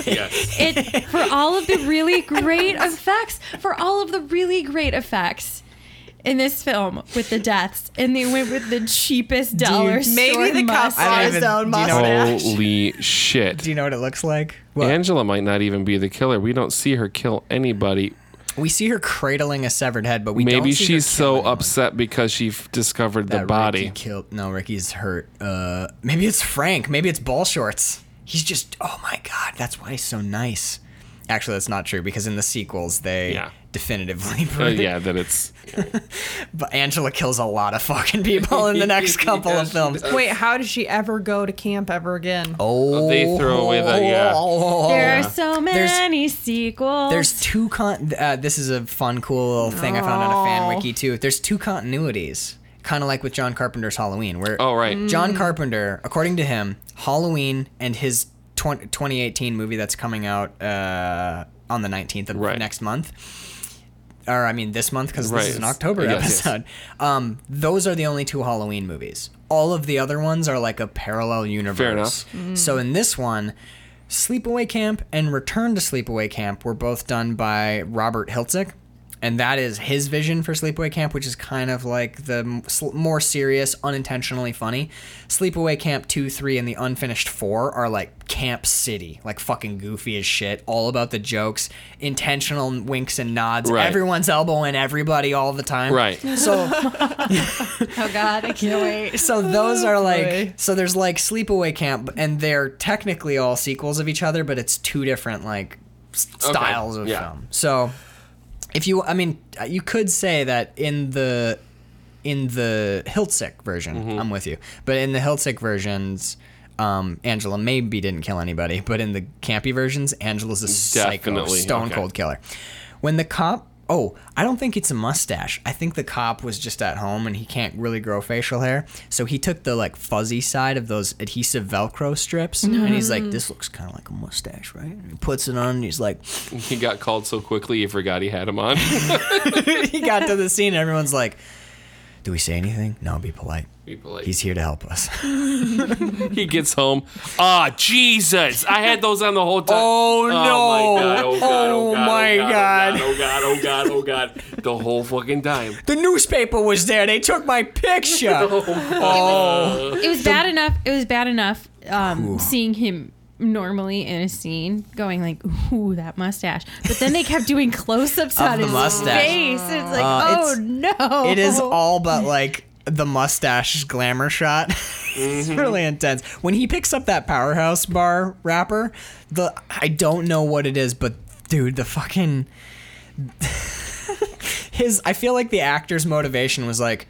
Yes.
It for all of the really great effects, for all of the really great effects in this film with the deaths, and they went with the cheapest dollar store
Maybe the cop
must.
I don't
saw his
even-
own
do you know
mustache.
what-
Holy shit.
Do you know what it looks like? Well,
Angela might not even be the killer. We don't see her kill anybody.
we see her cradling a severed head, but we don't
Maybe
see her
she's so
killing
upset because she f- discovered the
that Ricky
body.
killed. No, Ricky's hurt. Uh, maybe it's Frank. Maybe it's Ball Shorts. He's just. Oh my God, that's why he's so nice. Actually, that's not true because in the sequels they
Yeah.
definitively prove
Uh, yeah, that it's
But Angela kills a lot of fucking people in the next couple
Yeah,
of
she
films.
Wait, how does she ever go to camp ever again?
Oh,
They throw away the-
There are so
There's-
many sequels.
There's two con. Uh, this is a fun, cool little thing I found on a fan wiki too. There's two continuities, kind of like with John Carpenter's Halloween, where
Oh right.
John Carpenter, according to him, Halloween and his 20, 2018 movie that's coming out uh, on the 19th of
Right.
next month. Or I mean this month because
Right,
this is an
it's-
October
yes, yes.
episode. Um, those are the only two Halloween movies. All of the other ones are like a parallel universe. So in this one, Sleepaway Camp and Return to Sleepaway Camp were both done by Robert Hiltzik. And that is his vision for Sleepaway Camp, which is kind of like the m- sl- more serious, unintentionally funny. Sleepaway Camp 2, 3, and the unfinished 4 are like Camp City, like fucking goofy as shit, all about the jokes, intentional winks and nods.
Right.
Everyone's elbowing everybody all the time.
Right.
So
oh god, I can't wait.
so those are
boy.
like so there's like sleepaway camp and they're technically all sequels of each other but it's two different like s- styles of
yeah.
film so if you i mean you could say that in the in the hiltzik version
Mm-hmm.
i'm with you but in the hiltzik versions um, Angela maybe didn't kill anybody, but in the campy versions, Angela's a psycho,
Definitely,
stone
okay.
cold killer. When the cop, oh, I don't think it's a mustache. I think the cop was just at home and he can't really grow facial hair, so he took the like fuzzy side of those adhesive Velcro strips, and he's like, "This looks kind of like a mustache, right?" And he puts it on, and he's like,
He got called so quickly he forgot he had him on.
he got to the scene, and everyone's like, "Do we say anything? No, be polite.
People like
He's here to help us."
he gets home. Ah, Jesus! I had those on the whole time.
Oh, no.
my god! Oh god!
Oh,
Oh god!
my
oh,
God.
god. Oh god! Oh god! Oh god! The whole fucking time.
the newspaper was there. They took my
Oh,
picture.
It was bad enough. It was bad enough um, seeing him normally in a scene, going like, "Ooh, that mustache," but then they kept doing close-ups on
the
his
mustache.
face. and It's like,
Uh,
oh
it's-
no!
it is all but like the mustache glamour shot. it's
Mm-hmm.
really intense. When he picks up that powerhouse bar wrapper, the I don't know what it is, but dude, the fucking his I feel like the actor's motivation was like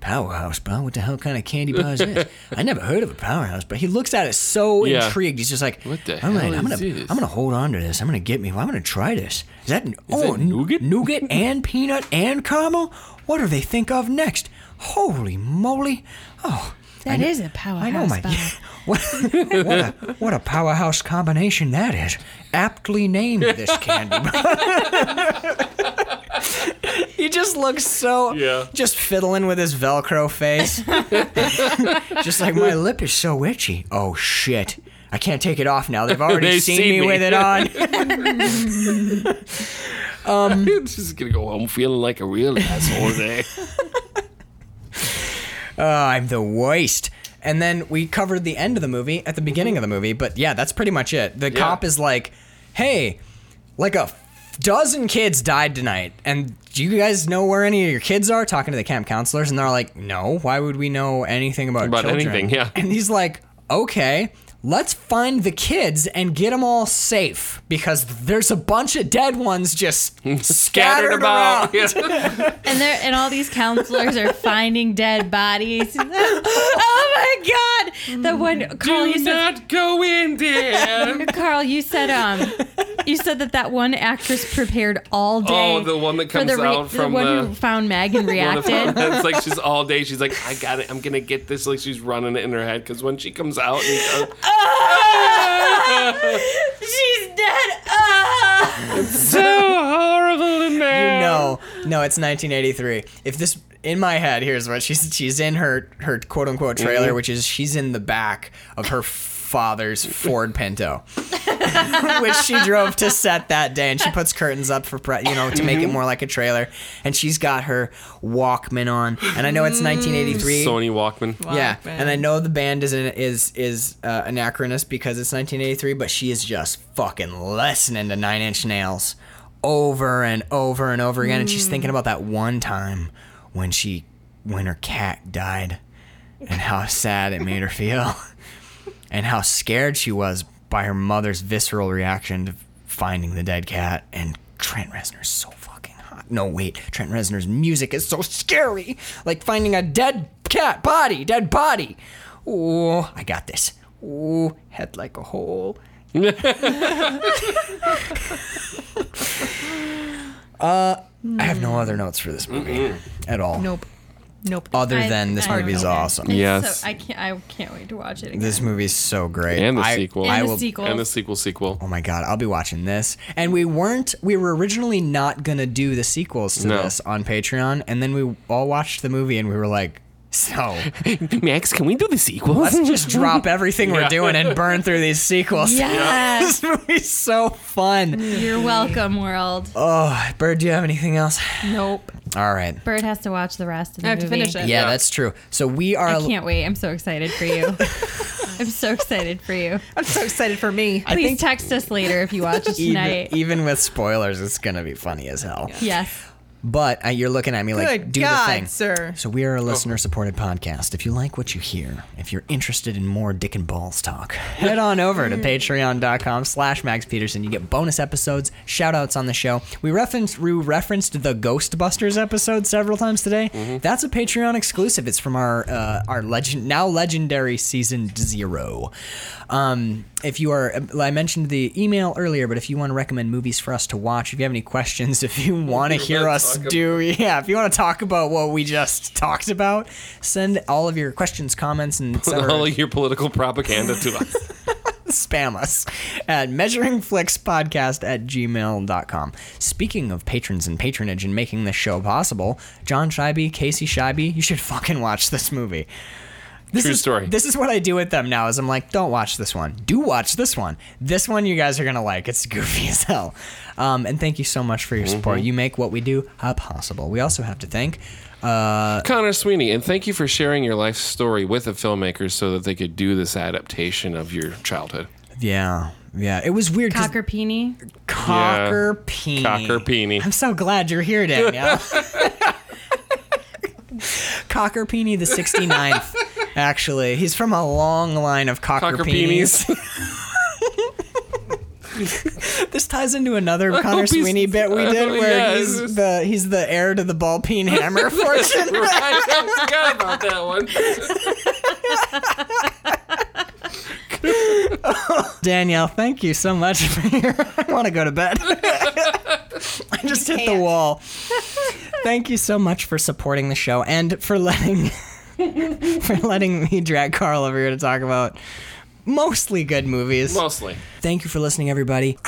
Powerhouse bar? What the hell kind of candy bar is this? I never heard of a powerhouse, but he looks at it so
Yeah.
intrigued. He's just like,
What the
"All right,
hell
I'm gonna,
is this?"
I'm gonna hold on to this. I'm gonna get me. I'm gonna try this. Is that oh
that
n-
nougat?
nougat and peanut and caramel? What do they think of next? Holy moly! Oh,
That
I,
is a powerhouse.
I know my
bar.
what, what a what a powerhouse combination that is. Aptly named this candy. bar. he he just looks so
Yeah.
just fiddling with his Velcro face. just like my lip is so itchy. Oh shit. I can't take it off now. They've already
They
seen,
see
me,
me.
with it on.
I'm just gonna go home feeling like a real asshole today.
Oh, I'm the worst. And then we covered the end of the movie at the beginning of the movie, but yeah, that's pretty much it. The cop is like, "Hey, like a dozen kids died tonight, and do you guys know where any of your kids are?" Talking to the camp counselors, and they're like, "No, why would we know anything about
About
children?"
anything, yeah.
And he's like, "Okay." Let's find the kids and get them all safe because there's a bunch of dead ones just scattered, around.
about. Yeah.
And there and all these counselors are finding dead bodies. oh my god! The
Mm.
one Carl, you
Do
said,
not go in there.
Carl, you said um, you said that that one actress prepared all day.
Oh, the one that
for
comes
the re-
out from
the one
the.
who found Meg and
one of them.
reacted.
It's like she's all day. She's like, I got it. I'm gonna get this. Like she's running it in her head because when she comes out, and,
She's dead. Ah!
so horrible in there.
You know, no, it's 1983. If this in my head, here's what she's she's in her her quote unquote trailer, which is she's in the back of her father's Ford Pinto, which she drove to set that day, and she puts curtains up for pre- you know to make it more like a trailer, and she's got her Walkman on, and I know it's 1983.
Sony Walkman.
Yeah,
Walkman.
and I know the band is is is uh, anachronist because it's 1983, but she is just fucking listening to Nine Inch Nails over and over and over again, and she's thinking about that one time when she when her cat died and how sad it made her feel, and how scared she was by her mother's visceral reaction to finding the dead cat. And Trent Reznor's so fucking hot. No, wait, Trent Reznor's music is so scary. Like finding a dead cat body, dead body. Ooh, I got this. Ooh, head like a hole. uh, I have no other notes for this movie at all.
Nope. Nope.
Other
I-
than this
I
movie is
don't know.
awesome.
It's
Yes.
So, I can't. I can't wait to watch it. Again.
This movie's so great.
And the
I-
sequel.
and
I
the
will
sequel.
And the sequel sequel.
Oh my god, I'll be watching this. And we weren't we were originally not gonna do the sequels to
No.
this on Patreon, and then we all watched the movie and we were like, so
Max, can we do the sequel?
let's just drop everything we're
Yeah.
doing and burn through these sequels.
Yes.
this movie's so fun.
You're welcome, world.
Oh, Bird, do you have anything else?
Nope.
All right.
Bird has to watch the rest of the
I have to
movie.
finish it.
Yeah,
Yeah.
that's true. So we are
I can't wait. I'm so excited for you. I'm so excited for you.
I'm so excited for me.
Please
think-
text us later if you watch it
even,
tonight.
even with spoilers, it's gonna be funny as hell.
Yes.
But uh, you're looking at me like,
Good
do
God,
the thing.
sir.
So we are a listener-supported podcast. If you like what you hear, if you're interested in more dick and balls talk, head on over to patreon.com slash Max Peterson. You get bonus episodes, shout-outs on the show. We referenced, we referenced the Ghostbusters episode several times today. That's a Patreon exclusive. It's from our uh, our legend now legendary season zero. Um, if you are, I mentioned the email earlier, but if you want to recommend movies for us to watch, if you have any questions, if you want to hear us
talk about-
do do- yeah, if you want to talk about what we just talked about, send all of your questions, comments, and et cetera.
All your political propaganda to us.
spam us at measuringflixpodcast at gmail.com. Speaking of patrons and patronage and making this show possible, John Scheibe, Casey Scheibe, you should fucking watch this movie. This
True
is,
story.
This is what I do with them now. Is I'm like, don't watch this one. Do watch this one. This one you guys are gonna like. It's goofy as hell. Um, and thank you so much for your
Mm-hmm.
support. You make what we do uh, possible. We also have to thank uh,
Connor Sweeney, and thank you for sharing your life story with the filmmakers so that they could do this adaptation of your childhood.
Yeah, yeah. It was weird. 'cause
Cocker Peony.
Cocker Peony.
Cocker Peony.
I'm so glad you're here, Danielle. Cocker Peony the 69th, actually. He's from a long line of Cocker,
Cocker
Peonies.
Peonies.
This ties into another Connor
hope he's-
Sweeney bit we
I
did
hope-
where
yeah,
he's
it's-
the he's the heir to the ball peen hammer fortune.
right, I forgot about that one.
Danielle, thank you so much for your. I want to go to bed. I just hit the wall. Thank you so much for supporting the show and for letting for letting me drag Carl over here to talk about mostly good movies.
Mostly.
Thank you for listening, everybody.